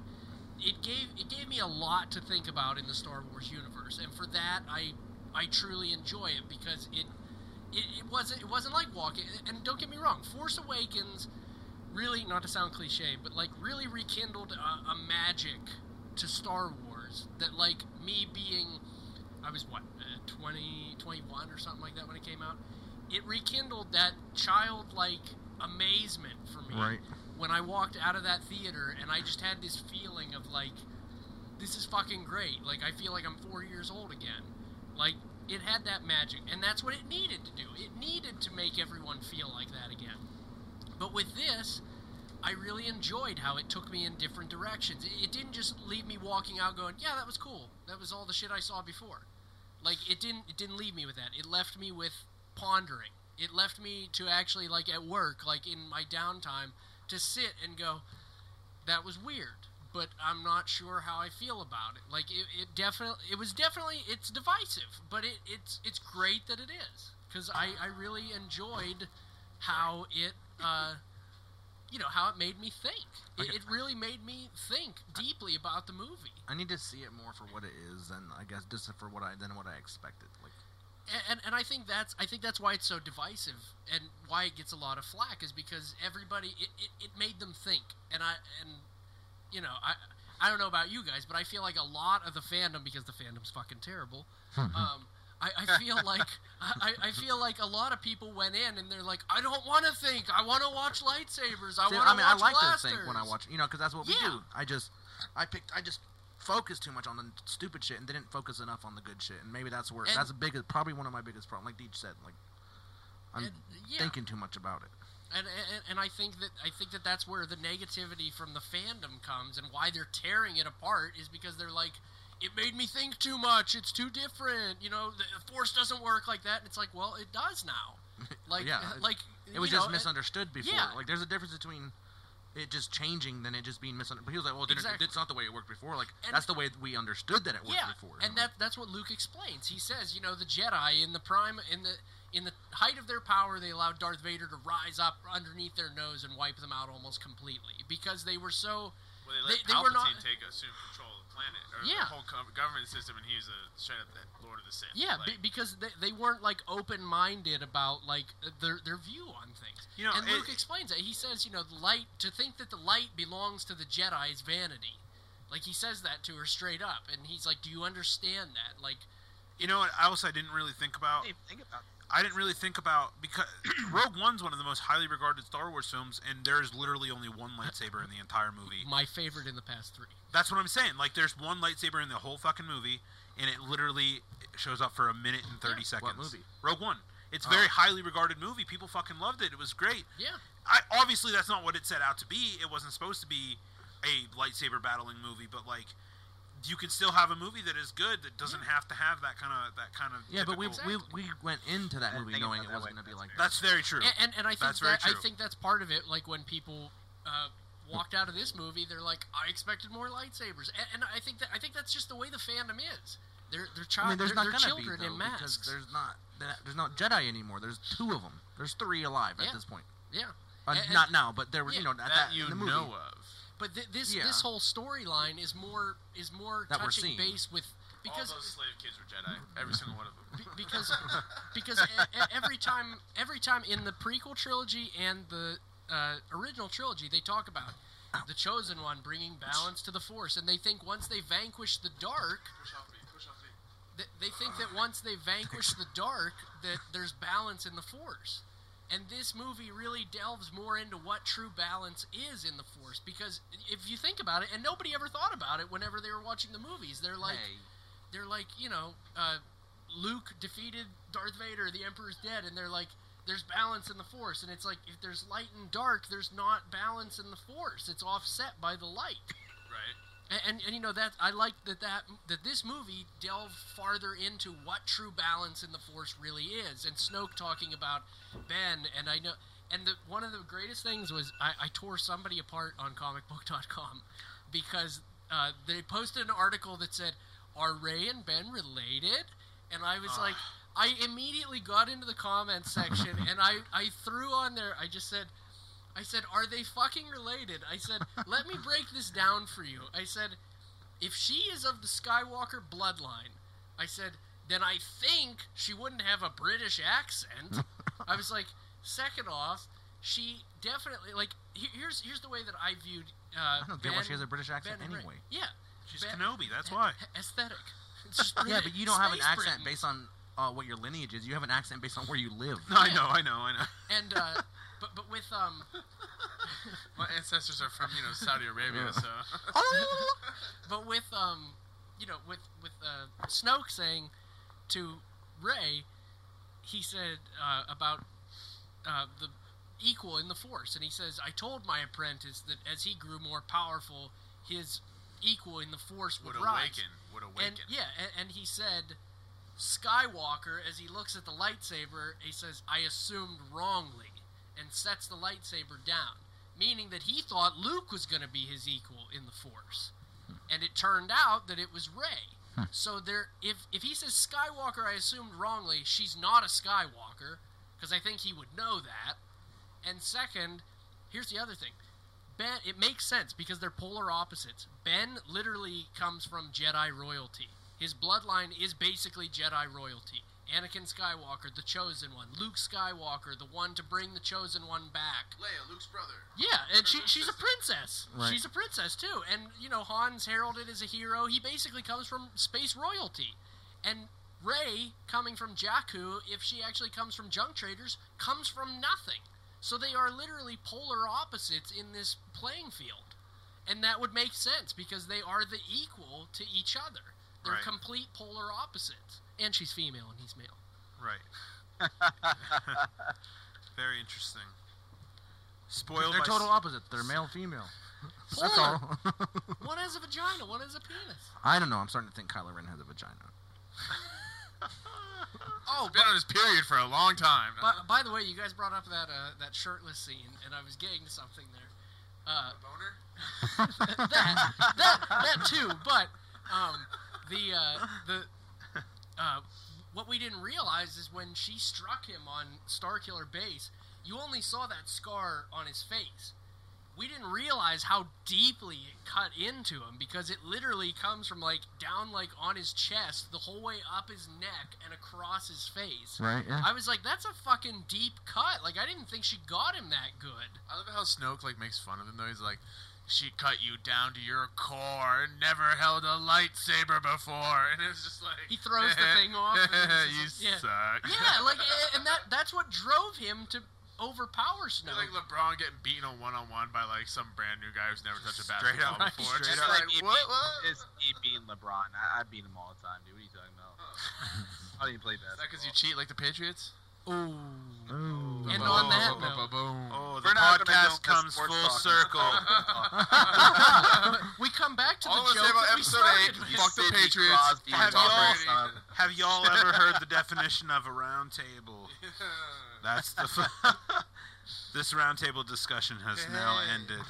Speaker 5: It gave it gave me a lot to think about in the Star Wars universe, and for that I I truly enjoy it because it it, it wasn't it wasn't like walking. And don't get me wrong, Force Awakens really not to sound cliche, but like really rekindled a, a magic to Star Wars that like me being I was what uh, 20 21 or something like that when it came out it rekindled that childlike amazement for me
Speaker 2: Right.
Speaker 5: when I walked out of that theater and I just had this feeling of like, this is fucking great. Like I feel like I'm four years old again. Like it had that magic, and that's what it needed to do. It needed to make everyone feel like that again. But with this, I really enjoyed how it took me in different directions. It, it didn't just leave me walking out going, "Yeah, that was cool. That was all the shit I saw before." Like it didn't it didn't leave me with that. It left me with pondering. It left me to actually like at work, like in my downtime, to sit and go, "That was weird." But I'm not sure how I feel about it. Like it, it definitely, it was definitely, it's divisive. But it, it's, it's great that it is because I, I really enjoyed how it, uh, you know, how it made me think. It, it really made me think deeply about the movie.
Speaker 2: I need to see it more for what it is, and I guess just for what I than what I expected. Like,
Speaker 5: and, and, and I think that's I think that's why it's so divisive and why it gets a lot of flack is because everybody it, it, it made them think and I and you know I I don't know about you guys but I feel like a lot of the fandom because the fandom's fucking terrible um, I, I feel like I, I feel like a lot of people went in and they're like I don't want to think I want to watch lightsabers I
Speaker 2: See,
Speaker 5: want to
Speaker 2: I mean, I
Speaker 5: watch
Speaker 2: like
Speaker 5: blasters
Speaker 2: to think when I watch, you know, because that's what
Speaker 5: Yeah.
Speaker 2: we do. I just, I picked, I just focused too much on the stupid shit and didn't focus enough on the good shit, and maybe that's where
Speaker 5: And-
Speaker 2: that's a big, probably one of my biggest problems. Like Deej said, like I'm
Speaker 5: And, yeah.
Speaker 2: thinking too much about it.
Speaker 5: and, and and I think that I think that that's where the negativity from the fandom comes, and why they're tearing it apart is because they're like, it made me think too much. It's too different. You know, the force doesn't work like that. And it's like, well, it does now. Like, uh,
Speaker 2: Yeah, it-
Speaker 5: like
Speaker 2: It was
Speaker 5: you
Speaker 2: just
Speaker 5: know,
Speaker 2: misunderstood before.
Speaker 5: yeah.
Speaker 2: Like, there's a difference between it just changing than it just being misunderstood. But he was like, well, it didn't,
Speaker 5: Exactly.
Speaker 2: it's not the way it worked before. Like,
Speaker 5: And-
Speaker 2: that's the way we understood that it worked
Speaker 5: yeah,
Speaker 2: before.
Speaker 5: and that that's what Luke explains. He says, you know, the Jedi in the prime in the in the height of their power, they allowed Darth Vader to rise up underneath their nose and wipe them out almost completely because they were so.
Speaker 4: Well, they let
Speaker 5: They- they were
Speaker 4: Palpatine
Speaker 5: not-
Speaker 4: take assume control of the planet or
Speaker 5: Yeah.
Speaker 4: the whole gov- government system, and he was a straight up the Lord of the Sith.
Speaker 5: Yeah,
Speaker 4: like,
Speaker 5: be- because they, they weren't like open minded about like their their view on things.
Speaker 4: You know,
Speaker 5: and
Speaker 4: it-
Speaker 5: Luke explains it. He says, you know, the light to think that the light belongs to the Jedi is vanity. Like he says that to her straight up, and he's like, "Do you understand that?" Like,
Speaker 1: You know what else I didn't really think about?
Speaker 3: Hey, think about
Speaker 1: I didn't really think about because Rogue One's one of the most highly regarded Star Wars films, and there is literally only one lightsaber in the entire movie.
Speaker 5: my favorite in the past three.
Speaker 1: That's what I'm saying. Like, there's one lightsaber in the whole fucking movie, and it literally shows up for a minute and 30 seconds.
Speaker 2: What movie?
Speaker 1: Rogue One. It's a very highly regarded movie. People fucking loved it. It was great.
Speaker 5: Yeah,
Speaker 1: I, obviously, that's not what it set out to be. It wasn't supposed to be a lightsaber battling movie, but like, you can still have a movie that is good that doesn't have to have that kind of that kind of.
Speaker 2: yeah, but we,
Speaker 1: typical-
Speaker 2: we we went into that
Speaker 3: I didn't
Speaker 2: movie
Speaker 3: think
Speaker 2: knowing it
Speaker 3: about that
Speaker 2: was
Speaker 3: way,
Speaker 2: going to be
Speaker 3: that's
Speaker 2: like that.
Speaker 3: fair.
Speaker 1: That's very true.
Speaker 5: and and, and I think
Speaker 1: That's very
Speaker 5: that I
Speaker 1: true.
Speaker 5: think that's part of it. Like when people uh, walked out of this movie, they're like, "I expected more lightsabers," and, and I think that I think that's just the way the fandom is. They're they're, child,
Speaker 2: I mean, there's
Speaker 5: they're,
Speaker 2: not
Speaker 5: they're
Speaker 2: going to be
Speaker 5: children
Speaker 2: though,
Speaker 5: in
Speaker 2: because
Speaker 5: masks.
Speaker 2: there's not there- there's not Jedi anymore. There's two of them. There's three alive
Speaker 5: Yeah.
Speaker 2: at this point.
Speaker 5: Yeah.
Speaker 2: Uh,
Speaker 5: And- and-
Speaker 2: not now, but there were
Speaker 5: yeah,
Speaker 2: you know at
Speaker 4: that,
Speaker 2: that
Speaker 4: you
Speaker 2: in the movie.
Speaker 4: know of.
Speaker 5: But th- this
Speaker 2: Yeah.
Speaker 5: this whole storyline is more is more
Speaker 2: That we're
Speaker 5: touching
Speaker 2: seeing.
Speaker 5: base with because
Speaker 4: all those slave kids were Jedi. Every single one of them.
Speaker 5: be- because because e- e- every time every time in the prequel trilogy and the uh, original trilogy they talk about the chosen one bringing balance to the force and they think once they vanquish the dark
Speaker 4: Push off me. Push off me.
Speaker 5: th- they think that once they vanquish the dark that there's balance in the force and this movie really delves more into what true balance is in the force because if you think about it and nobody ever thought about it whenever they were watching the movies they're like
Speaker 2: Hey.
Speaker 5: they're like you know uh, luke defeated darth vader the emperor's dead and they're like there's balance in the force and it's like if there's light and dark there's not balance in the force it's offset by the light
Speaker 4: Right.
Speaker 5: and, and, and you know that I like that that that this movie delved farther into what true balance in the Force really is, and Snoke talking about Ben, and I know, and the, one of the greatest things was I, I tore somebody apart on comicbook.com because uh, they posted an article that said, "Are Ray and Ben related?" and I was like, I immediately got into the comments section and I I threw on there, I just said. I said, "Are they fucking related?" I said, "Let me break this down for you." I said, "If she is of the Skywalker bloodline, I said, then I think she wouldn't have a British accent." I was like, second off, she definitely like he- here's here's the way that I viewed uh
Speaker 2: I don't
Speaker 5: ben,
Speaker 2: get why she has a British accent
Speaker 5: Ben and Ray.
Speaker 2: anyway.
Speaker 5: Yeah.
Speaker 1: She's
Speaker 5: Ben-
Speaker 1: Kenobi. That's why.
Speaker 5: Aesthetic. It's just
Speaker 2: Yeah,
Speaker 5: British-
Speaker 2: but you don't have an
Speaker 5: Space
Speaker 2: accent
Speaker 5: Britain.
Speaker 2: based on uh, what your lineage is. You have an accent based on where you live.
Speaker 1: No, I know, I know, I know.
Speaker 5: And uh, but but with um,
Speaker 4: My ancestors are from you know Saudi Arabia, so
Speaker 5: but with um, you know, with with uh, Snoke saying to Ray, he said uh, about uh, the equal in the Force, and he says, "I told my apprentice that as he grew more powerful, his equal in the Force would,
Speaker 4: would
Speaker 5: rise."
Speaker 4: awaken, would awaken.
Speaker 5: And yeah, and, and he said, Skywalker, as he looks at the lightsaber, he says, "I assumed wrongly," and sets the lightsaber down, meaning that he thought Luke was going to be his equal in the Force, and it turned out that it was Rey. So there, if if he says Skywalker, I assumed wrongly, she's not a Skywalker, because I think he would know that. And second, here's the other thing. Ben, it makes sense because they're polar opposites. Ben literally comes from Jedi royalty. His bloodline is basically Jedi royalty. Anakin Skywalker, the chosen one. Luke Skywalker, the one to bring the chosen one back.
Speaker 4: Leia, Luke's brother.
Speaker 5: Yeah, and she, she's a princess.
Speaker 2: Right.
Speaker 5: She's a princess too. And you know, Han's heralded as a hero. He basically comes from space royalty. And Rey, coming from Jakku, if she actually comes from junk traders, comes from nothing. So they are literally polar opposites in this playing field. And that would make sense because they are the equal to each other. They're
Speaker 1: Right.
Speaker 5: complete polar opposites. And she's female and he's male.
Speaker 1: Right. Very interesting. Spoiled
Speaker 2: They're
Speaker 1: by
Speaker 2: total
Speaker 1: s-
Speaker 2: opposites. They're male, female. That's
Speaker 5: Polar.
Speaker 2: all.
Speaker 5: One has a vagina, one has a penis.
Speaker 2: I don't know. I'm starting to think Kylo Ren has a vagina.
Speaker 4: Oh, been on his period for a long time.
Speaker 5: By, by the way, you guys brought up that uh, that shirtless scene, and I was getting to something there. Uh,
Speaker 4: Boner?
Speaker 5: that, that that too, but um, the uh, the uh, what we didn't realize is when she struck him on Starkiller Base, you only saw that scar on his face. We didn't realize how deeply it cut into him because it literally comes from like down like on his chest, the whole way up his neck and across his face.
Speaker 2: Right? Yeah.
Speaker 5: I was like, that's a fucking deep cut. Like, I didn't think she got him that good.
Speaker 4: I love how Snoke like makes fun of him though. He's like, "She cut you down to your core and never held a lightsaber before," and it's just like
Speaker 5: He throws the thing off and
Speaker 4: you
Speaker 5: it's just like-
Speaker 4: suck.
Speaker 5: Yeah, like, a- and that that's what drove him to overpower Snoke.
Speaker 4: It's like LeBron getting beaten on one on one by like some brand new guy who's never touched a
Speaker 1: Straight
Speaker 4: basketball
Speaker 1: up.
Speaker 4: before. It's
Speaker 1: Straight
Speaker 4: just
Speaker 1: up.
Speaker 4: like,
Speaker 3: It's like-
Speaker 4: what? What?
Speaker 3: It's me beating LeBron. I, I beat him all the time, dude. What are you talking about? I don't even play
Speaker 4: Is that because you
Speaker 3: basketball.
Speaker 4: cheat like the Patriots?
Speaker 5: Ooh.
Speaker 2: Ooh.
Speaker 5: And on that
Speaker 4: Boom, boom,
Speaker 5: note-
Speaker 4: boom, boom.
Speaker 1: Oh, the
Speaker 3: We're not gonna
Speaker 1: podcast
Speaker 3: go into
Speaker 1: comes
Speaker 3: sports
Speaker 1: full
Speaker 3: talk.
Speaker 1: circle.
Speaker 5: we come back to
Speaker 4: All
Speaker 5: the
Speaker 4: I'm
Speaker 5: joke
Speaker 4: gonna say about
Speaker 5: that we
Speaker 4: episode
Speaker 5: started
Speaker 4: eight,
Speaker 5: with.
Speaker 4: you fuck the
Speaker 3: Sidney
Speaker 4: Patriots,
Speaker 3: Crosby,
Speaker 1: have
Speaker 3: Tom
Speaker 1: y'all-
Speaker 3: Brady.
Speaker 1: Have y'all ever heard the definition of a round table? That's the. F- this round table discussion has now
Speaker 4: Hey.
Speaker 1: ended.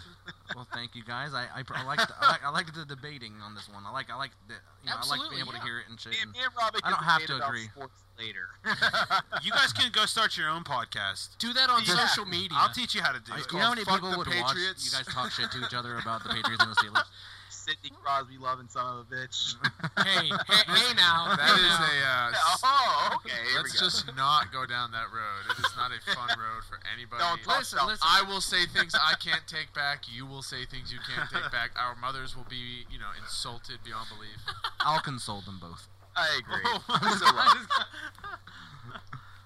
Speaker 2: Well, thank you guys. I I, pr- I like the, I like I like the debating on this one. I like I like the you know, I like
Speaker 5: Absolutely,
Speaker 2: being able
Speaker 5: yeah.
Speaker 2: to hear it and shit.
Speaker 3: Me,
Speaker 2: and-
Speaker 3: me and Robbie
Speaker 2: I
Speaker 3: can
Speaker 2: don't have to
Speaker 3: debate about
Speaker 2: agree.
Speaker 3: sports later.
Speaker 1: You guys can go start your own podcast.
Speaker 5: Do that on
Speaker 3: Yeah.
Speaker 5: social media.
Speaker 1: I'll teach you how to do
Speaker 2: you
Speaker 1: it.
Speaker 2: know how many
Speaker 4: Fuck
Speaker 2: people
Speaker 4: the
Speaker 2: would watch
Speaker 4: Patriots.
Speaker 2: you guys talk shit to each other about the Patriots and the Steelers?
Speaker 3: Sidney Crosby loving son of a bitch.
Speaker 5: hey, hey, hey now.
Speaker 4: That is a. Uh, s-
Speaker 3: oh, okay. Here we
Speaker 4: Let's
Speaker 3: go.
Speaker 4: just not go down that road. It is not a fun road for anybody.
Speaker 3: Don't talk
Speaker 5: Listen,
Speaker 3: about-
Speaker 5: listen.
Speaker 4: I will say things I can't take back. You will say things you can't take back. Our mothers will be, you know, insulted beyond belief.
Speaker 2: I'll console them both.
Speaker 3: I agree.
Speaker 1: It's
Speaker 3: a lot.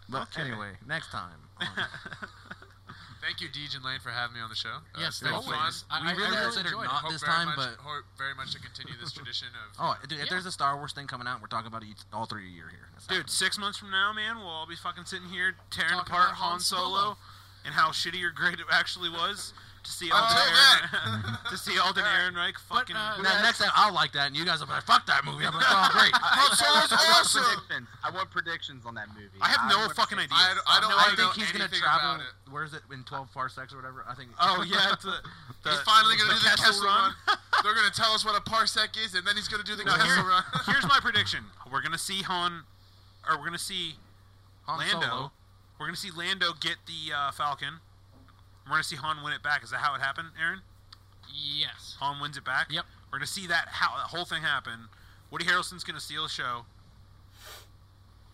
Speaker 2: But anyway, next time. on-
Speaker 4: Thank you, Deej and Lane, for having me on the show. Uh,
Speaker 5: Yes,
Speaker 4: it's been
Speaker 5: thank you.
Speaker 4: fun.
Speaker 5: I-
Speaker 2: we
Speaker 5: I- I
Speaker 2: really
Speaker 5: really
Speaker 2: considered
Speaker 5: enjoyed it.
Speaker 2: not
Speaker 4: Hope
Speaker 2: this
Speaker 4: very
Speaker 2: time,
Speaker 4: much,
Speaker 2: but
Speaker 4: hope very much to continue this tradition of.
Speaker 2: oh, dude, if
Speaker 5: Yeah.
Speaker 2: there's a Star Wars thing coming out, we're talking about it each- all three of you here. That's
Speaker 1: Dude, six months from now, man, we'll all be fucking sitting here tearing
Speaker 5: Talking
Speaker 1: apart
Speaker 5: about Han
Speaker 1: Han Solo,
Speaker 5: Solo. Oh,
Speaker 1: and how shitty or great it actually was. To see
Speaker 4: I'll
Speaker 1: Alden,
Speaker 4: take
Speaker 1: Aaron, to see Alden Ehrenreich fucking.
Speaker 5: uh,
Speaker 2: happening. Now, next time I'll like that, and you guys will be like, "Fuck that movie!" I'm like, "Oh, great."
Speaker 4: Han Solo's
Speaker 3: I want
Speaker 4: awesome!
Speaker 3: predictions. I want predictions on that movie.
Speaker 1: I have no
Speaker 3: want
Speaker 1: fucking
Speaker 3: predictions.
Speaker 1: idea.
Speaker 4: I, I don't
Speaker 1: No,
Speaker 4: wanna
Speaker 2: I think
Speaker 4: know
Speaker 2: he's gonna
Speaker 4: anything
Speaker 2: travel.
Speaker 4: about it.
Speaker 2: Where is it in twelve parsecs or whatever? I think.
Speaker 1: oh yeah, the, the,
Speaker 4: he's finally gonna
Speaker 1: the
Speaker 4: do the Kessel, run. They're gonna tell us what a parsec is, and then he's gonna do the
Speaker 1: No,
Speaker 4: Kessel
Speaker 1: here-
Speaker 4: run.
Speaker 1: Here's my prediction: we're gonna see Han, or we're gonna see
Speaker 2: Han
Speaker 1: Lando.
Speaker 2: Solo.
Speaker 1: We're gonna see Lando get the uh, Falcon. We're gonna see Han win it back. Is that how it happened, Aaron?
Speaker 5: yes.
Speaker 1: Han wins it back.
Speaker 5: Yep.
Speaker 1: We're gonna see that how that whole thing happen. Woody Harrelson's gonna steal the show,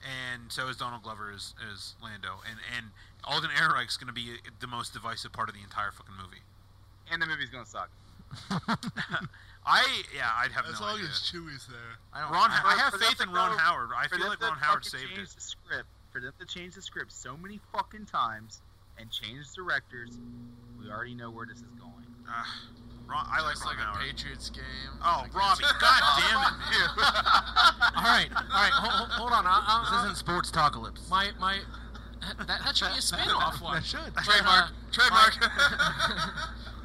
Speaker 1: and so is Donald Glover is is Lando, and and Alden Ehrenreich's gonna be the most divisive part of the entire fucking movie.
Speaker 3: And the movie's gonna suck.
Speaker 1: I yeah, I'd have
Speaker 4: As
Speaker 1: no
Speaker 4: long
Speaker 1: idea.
Speaker 4: as Chewie's there.
Speaker 2: I don't.
Speaker 1: Ron,
Speaker 3: For-
Speaker 1: I have
Speaker 3: for them
Speaker 1: faith
Speaker 3: to
Speaker 1: in Ron
Speaker 3: go-
Speaker 1: Howard. I
Speaker 3: for
Speaker 1: feel
Speaker 3: them
Speaker 1: like
Speaker 3: to
Speaker 1: Ron Howard
Speaker 3: fucking
Speaker 1: saved
Speaker 3: change
Speaker 1: it.
Speaker 3: The script for them to change the script so many fucking times and change directors. We already know where this is going.
Speaker 1: Uh, Ron, I like
Speaker 4: It's
Speaker 1: Ron
Speaker 4: like a
Speaker 1: Howard.
Speaker 4: Patriots game.
Speaker 1: Oh,
Speaker 4: Like,
Speaker 1: Robbie,
Speaker 4: it's-
Speaker 1: God damn it!
Speaker 5: All right, all right, ho- ho- hold on. uh, I,
Speaker 2: This
Speaker 5: I, I,
Speaker 2: isn't sports apocalypse.
Speaker 5: my my that, that should be a spin-off one.
Speaker 2: That should.
Speaker 5: Uh,
Speaker 4: Trademark. Trademark.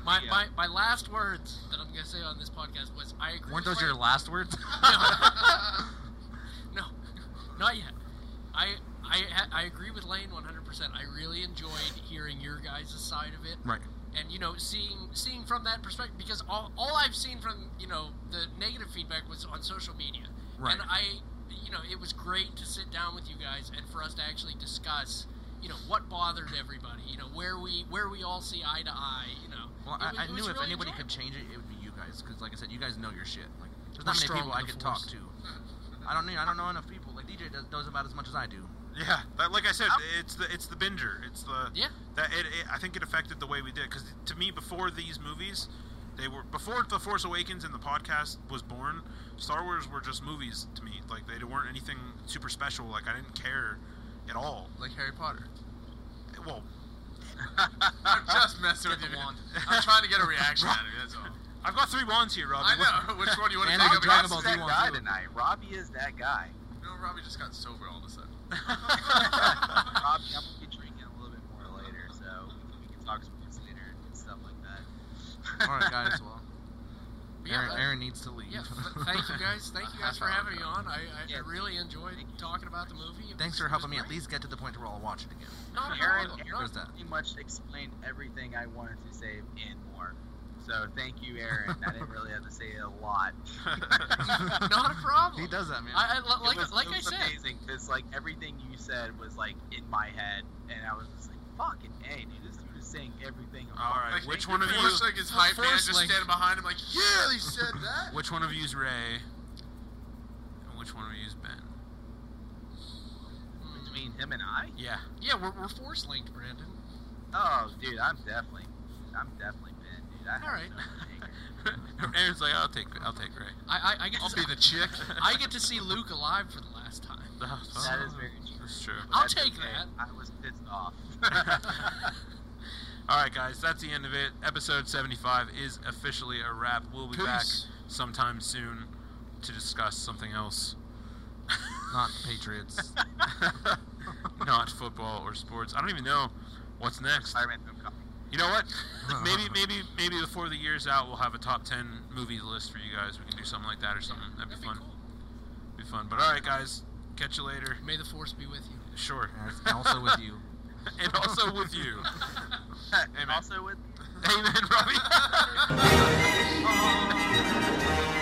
Speaker 5: My,
Speaker 3: Yeah.
Speaker 5: my, my last words that I'm gonna say on this podcast was I agree.
Speaker 2: Weren't
Speaker 5: with
Speaker 2: those
Speaker 5: my-
Speaker 2: your last words?
Speaker 5: no, not yet. I I ha- I agree with Lane 100%. I really enjoyed hearing your guys' side of it,
Speaker 2: right.
Speaker 5: and you know, seeing seeing from that perspective because all all I've seen from you know the negative feedback was on social media,
Speaker 2: Right.
Speaker 5: and I you know it was great to sit down with you guys and for us to actually discuss you know what bothered everybody, you know where we where we all see eye to eye, you know.
Speaker 2: Well,
Speaker 5: It
Speaker 2: I,
Speaker 5: was-
Speaker 2: I
Speaker 5: it
Speaker 2: knew
Speaker 5: was
Speaker 2: if
Speaker 5: really
Speaker 2: anybody could
Speaker 5: enjoyable.
Speaker 2: change it, it would be you guys. Because, like I said, you guys know your shit. Like, there's
Speaker 5: We're
Speaker 2: not many
Speaker 5: strong
Speaker 2: people
Speaker 5: in
Speaker 2: I
Speaker 5: the
Speaker 2: could
Speaker 5: force.
Speaker 2: talk to. I don't need. I don't know enough people. Like DJ does, knows about as much as I do.
Speaker 1: Yeah, that, like I said,
Speaker 3: I'm-
Speaker 1: it's the it's the binger. It's the
Speaker 5: Yeah.
Speaker 1: That it, it, I think it affected the way we did because to me before these movies, they were before the Force Awakens and the podcast was born. Star Wars were just movies to me. Like they weren't anything super special. Like I didn't care at all.
Speaker 4: like Harry Potter.
Speaker 1: Well,
Speaker 4: I'm just messing
Speaker 5: Get
Speaker 4: with
Speaker 5: the
Speaker 4: you.
Speaker 5: wand.
Speaker 4: I'm trying to get a reaction out of you. That's all.
Speaker 1: I've got three wands here, Robbie.
Speaker 4: I know. Which one do you want to
Speaker 2: And
Speaker 4: take
Speaker 2: I'm
Speaker 4: up
Speaker 2: Dragon
Speaker 4: against?
Speaker 2: Ball Z
Speaker 3: Robbie's that
Speaker 2: one,
Speaker 3: guy
Speaker 2: too.
Speaker 3: tonight. Robbie is that guy.
Speaker 4: No, Robbie just got sober all of a sudden.
Speaker 3: Robbie, I'm gonna be drinking a little bit more later, so we can, we can talk sports later and stuff like that.
Speaker 2: All right, guys. Well,
Speaker 5: But yeah,
Speaker 2: Aaron,
Speaker 5: that-
Speaker 2: Aaron needs to leave.
Speaker 5: Yeah, th- thank you guys.
Speaker 2: Uh,
Speaker 5: Thank you guys for having me on. I, I, I really enjoyed talking about the movie. It
Speaker 2: Thanks
Speaker 5: was-
Speaker 2: for
Speaker 5: it
Speaker 2: helping me
Speaker 5: was
Speaker 2: at
Speaker 5: great.
Speaker 2: least get to the point where I'll watch it again.
Speaker 5: Not at
Speaker 3: Aaron,
Speaker 5: all,
Speaker 3: Aaron
Speaker 5: not-
Speaker 2: There's that.
Speaker 3: pretty much explained everything I wanted to say and more. So thank you, Aaron. I didn't really have to say a lot.
Speaker 5: not, a problem.
Speaker 2: He does that, man.
Speaker 5: I, I, li- like
Speaker 3: it was,
Speaker 5: like
Speaker 3: it
Speaker 5: I
Speaker 3: was
Speaker 5: said,
Speaker 3: amazing because like everything you said was like in my head, and I was just like, "Fucking hey, dude, this dude is saying everything." I'm
Speaker 1: All
Speaker 3: like,
Speaker 1: right,
Speaker 4: Like,
Speaker 1: which one of you?
Speaker 4: Force Link is hype man,
Speaker 5: Force
Speaker 4: just
Speaker 5: Link.
Speaker 4: standing behind him like, yeah, he said that.
Speaker 1: Which one of you is Ray? And which one of you is Ben?
Speaker 5: Mm,
Speaker 3: Between him and I,
Speaker 1: Yeah.
Speaker 5: yeah, we're, we're force linked, Brandon.
Speaker 3: oh, dude, I'm definitely, I'm definitely Ben, dude. I have
Speaker 5: All right.
Speaker 3: no anger.
Speaker 1: Aaron's like, I'll take I'll take Ray.
Speaker 5: I, I, I get
Speaker 4: I'll
Speaker 5: to
Speaker 4: be the chick.
Speaker 5: I get to see Luke alive for the last time.
Speaker 3: That is very true.
Speaker 1: Uh-huh. That's true.
Speaker 3: but
Speaker 5: I'll
Speaker 3: that's
Speaker 5: take
Speaker 3: okay.
Speaker 5: that.
Speaker 3: I was pissed off.
Speaker 1: All right, guys, that's the end of it. Episode 75 is officially a wrap. We'll be back
Speaker 4: Peace.
Speaker 1: sometime soon to discuss something else,
Speaker 2: Not the Patriots.
Speaker 1: not football or sports. I don't even know what's next.
Speaker 3: Spider-Man: Homecoming.
Speaker 1: You know what? Maybe, maybe, maybe before the year's out, we'll have a top 10 movie list for you guys. We can do something like that or something. That'd be
Speaker 5: That'd
Speaker 1: fun.
Speaker 5: cool.
Speaker 1: Be fun. But all right, guys, catch you later.
Speaker 5: May the force be with you.
Speaker 1: Sure.
Speaker 2: Yes, and also with you.
Speaker 1: and also with you.
Speaker 3: And also with
Speaker 1: Amen, Robbie.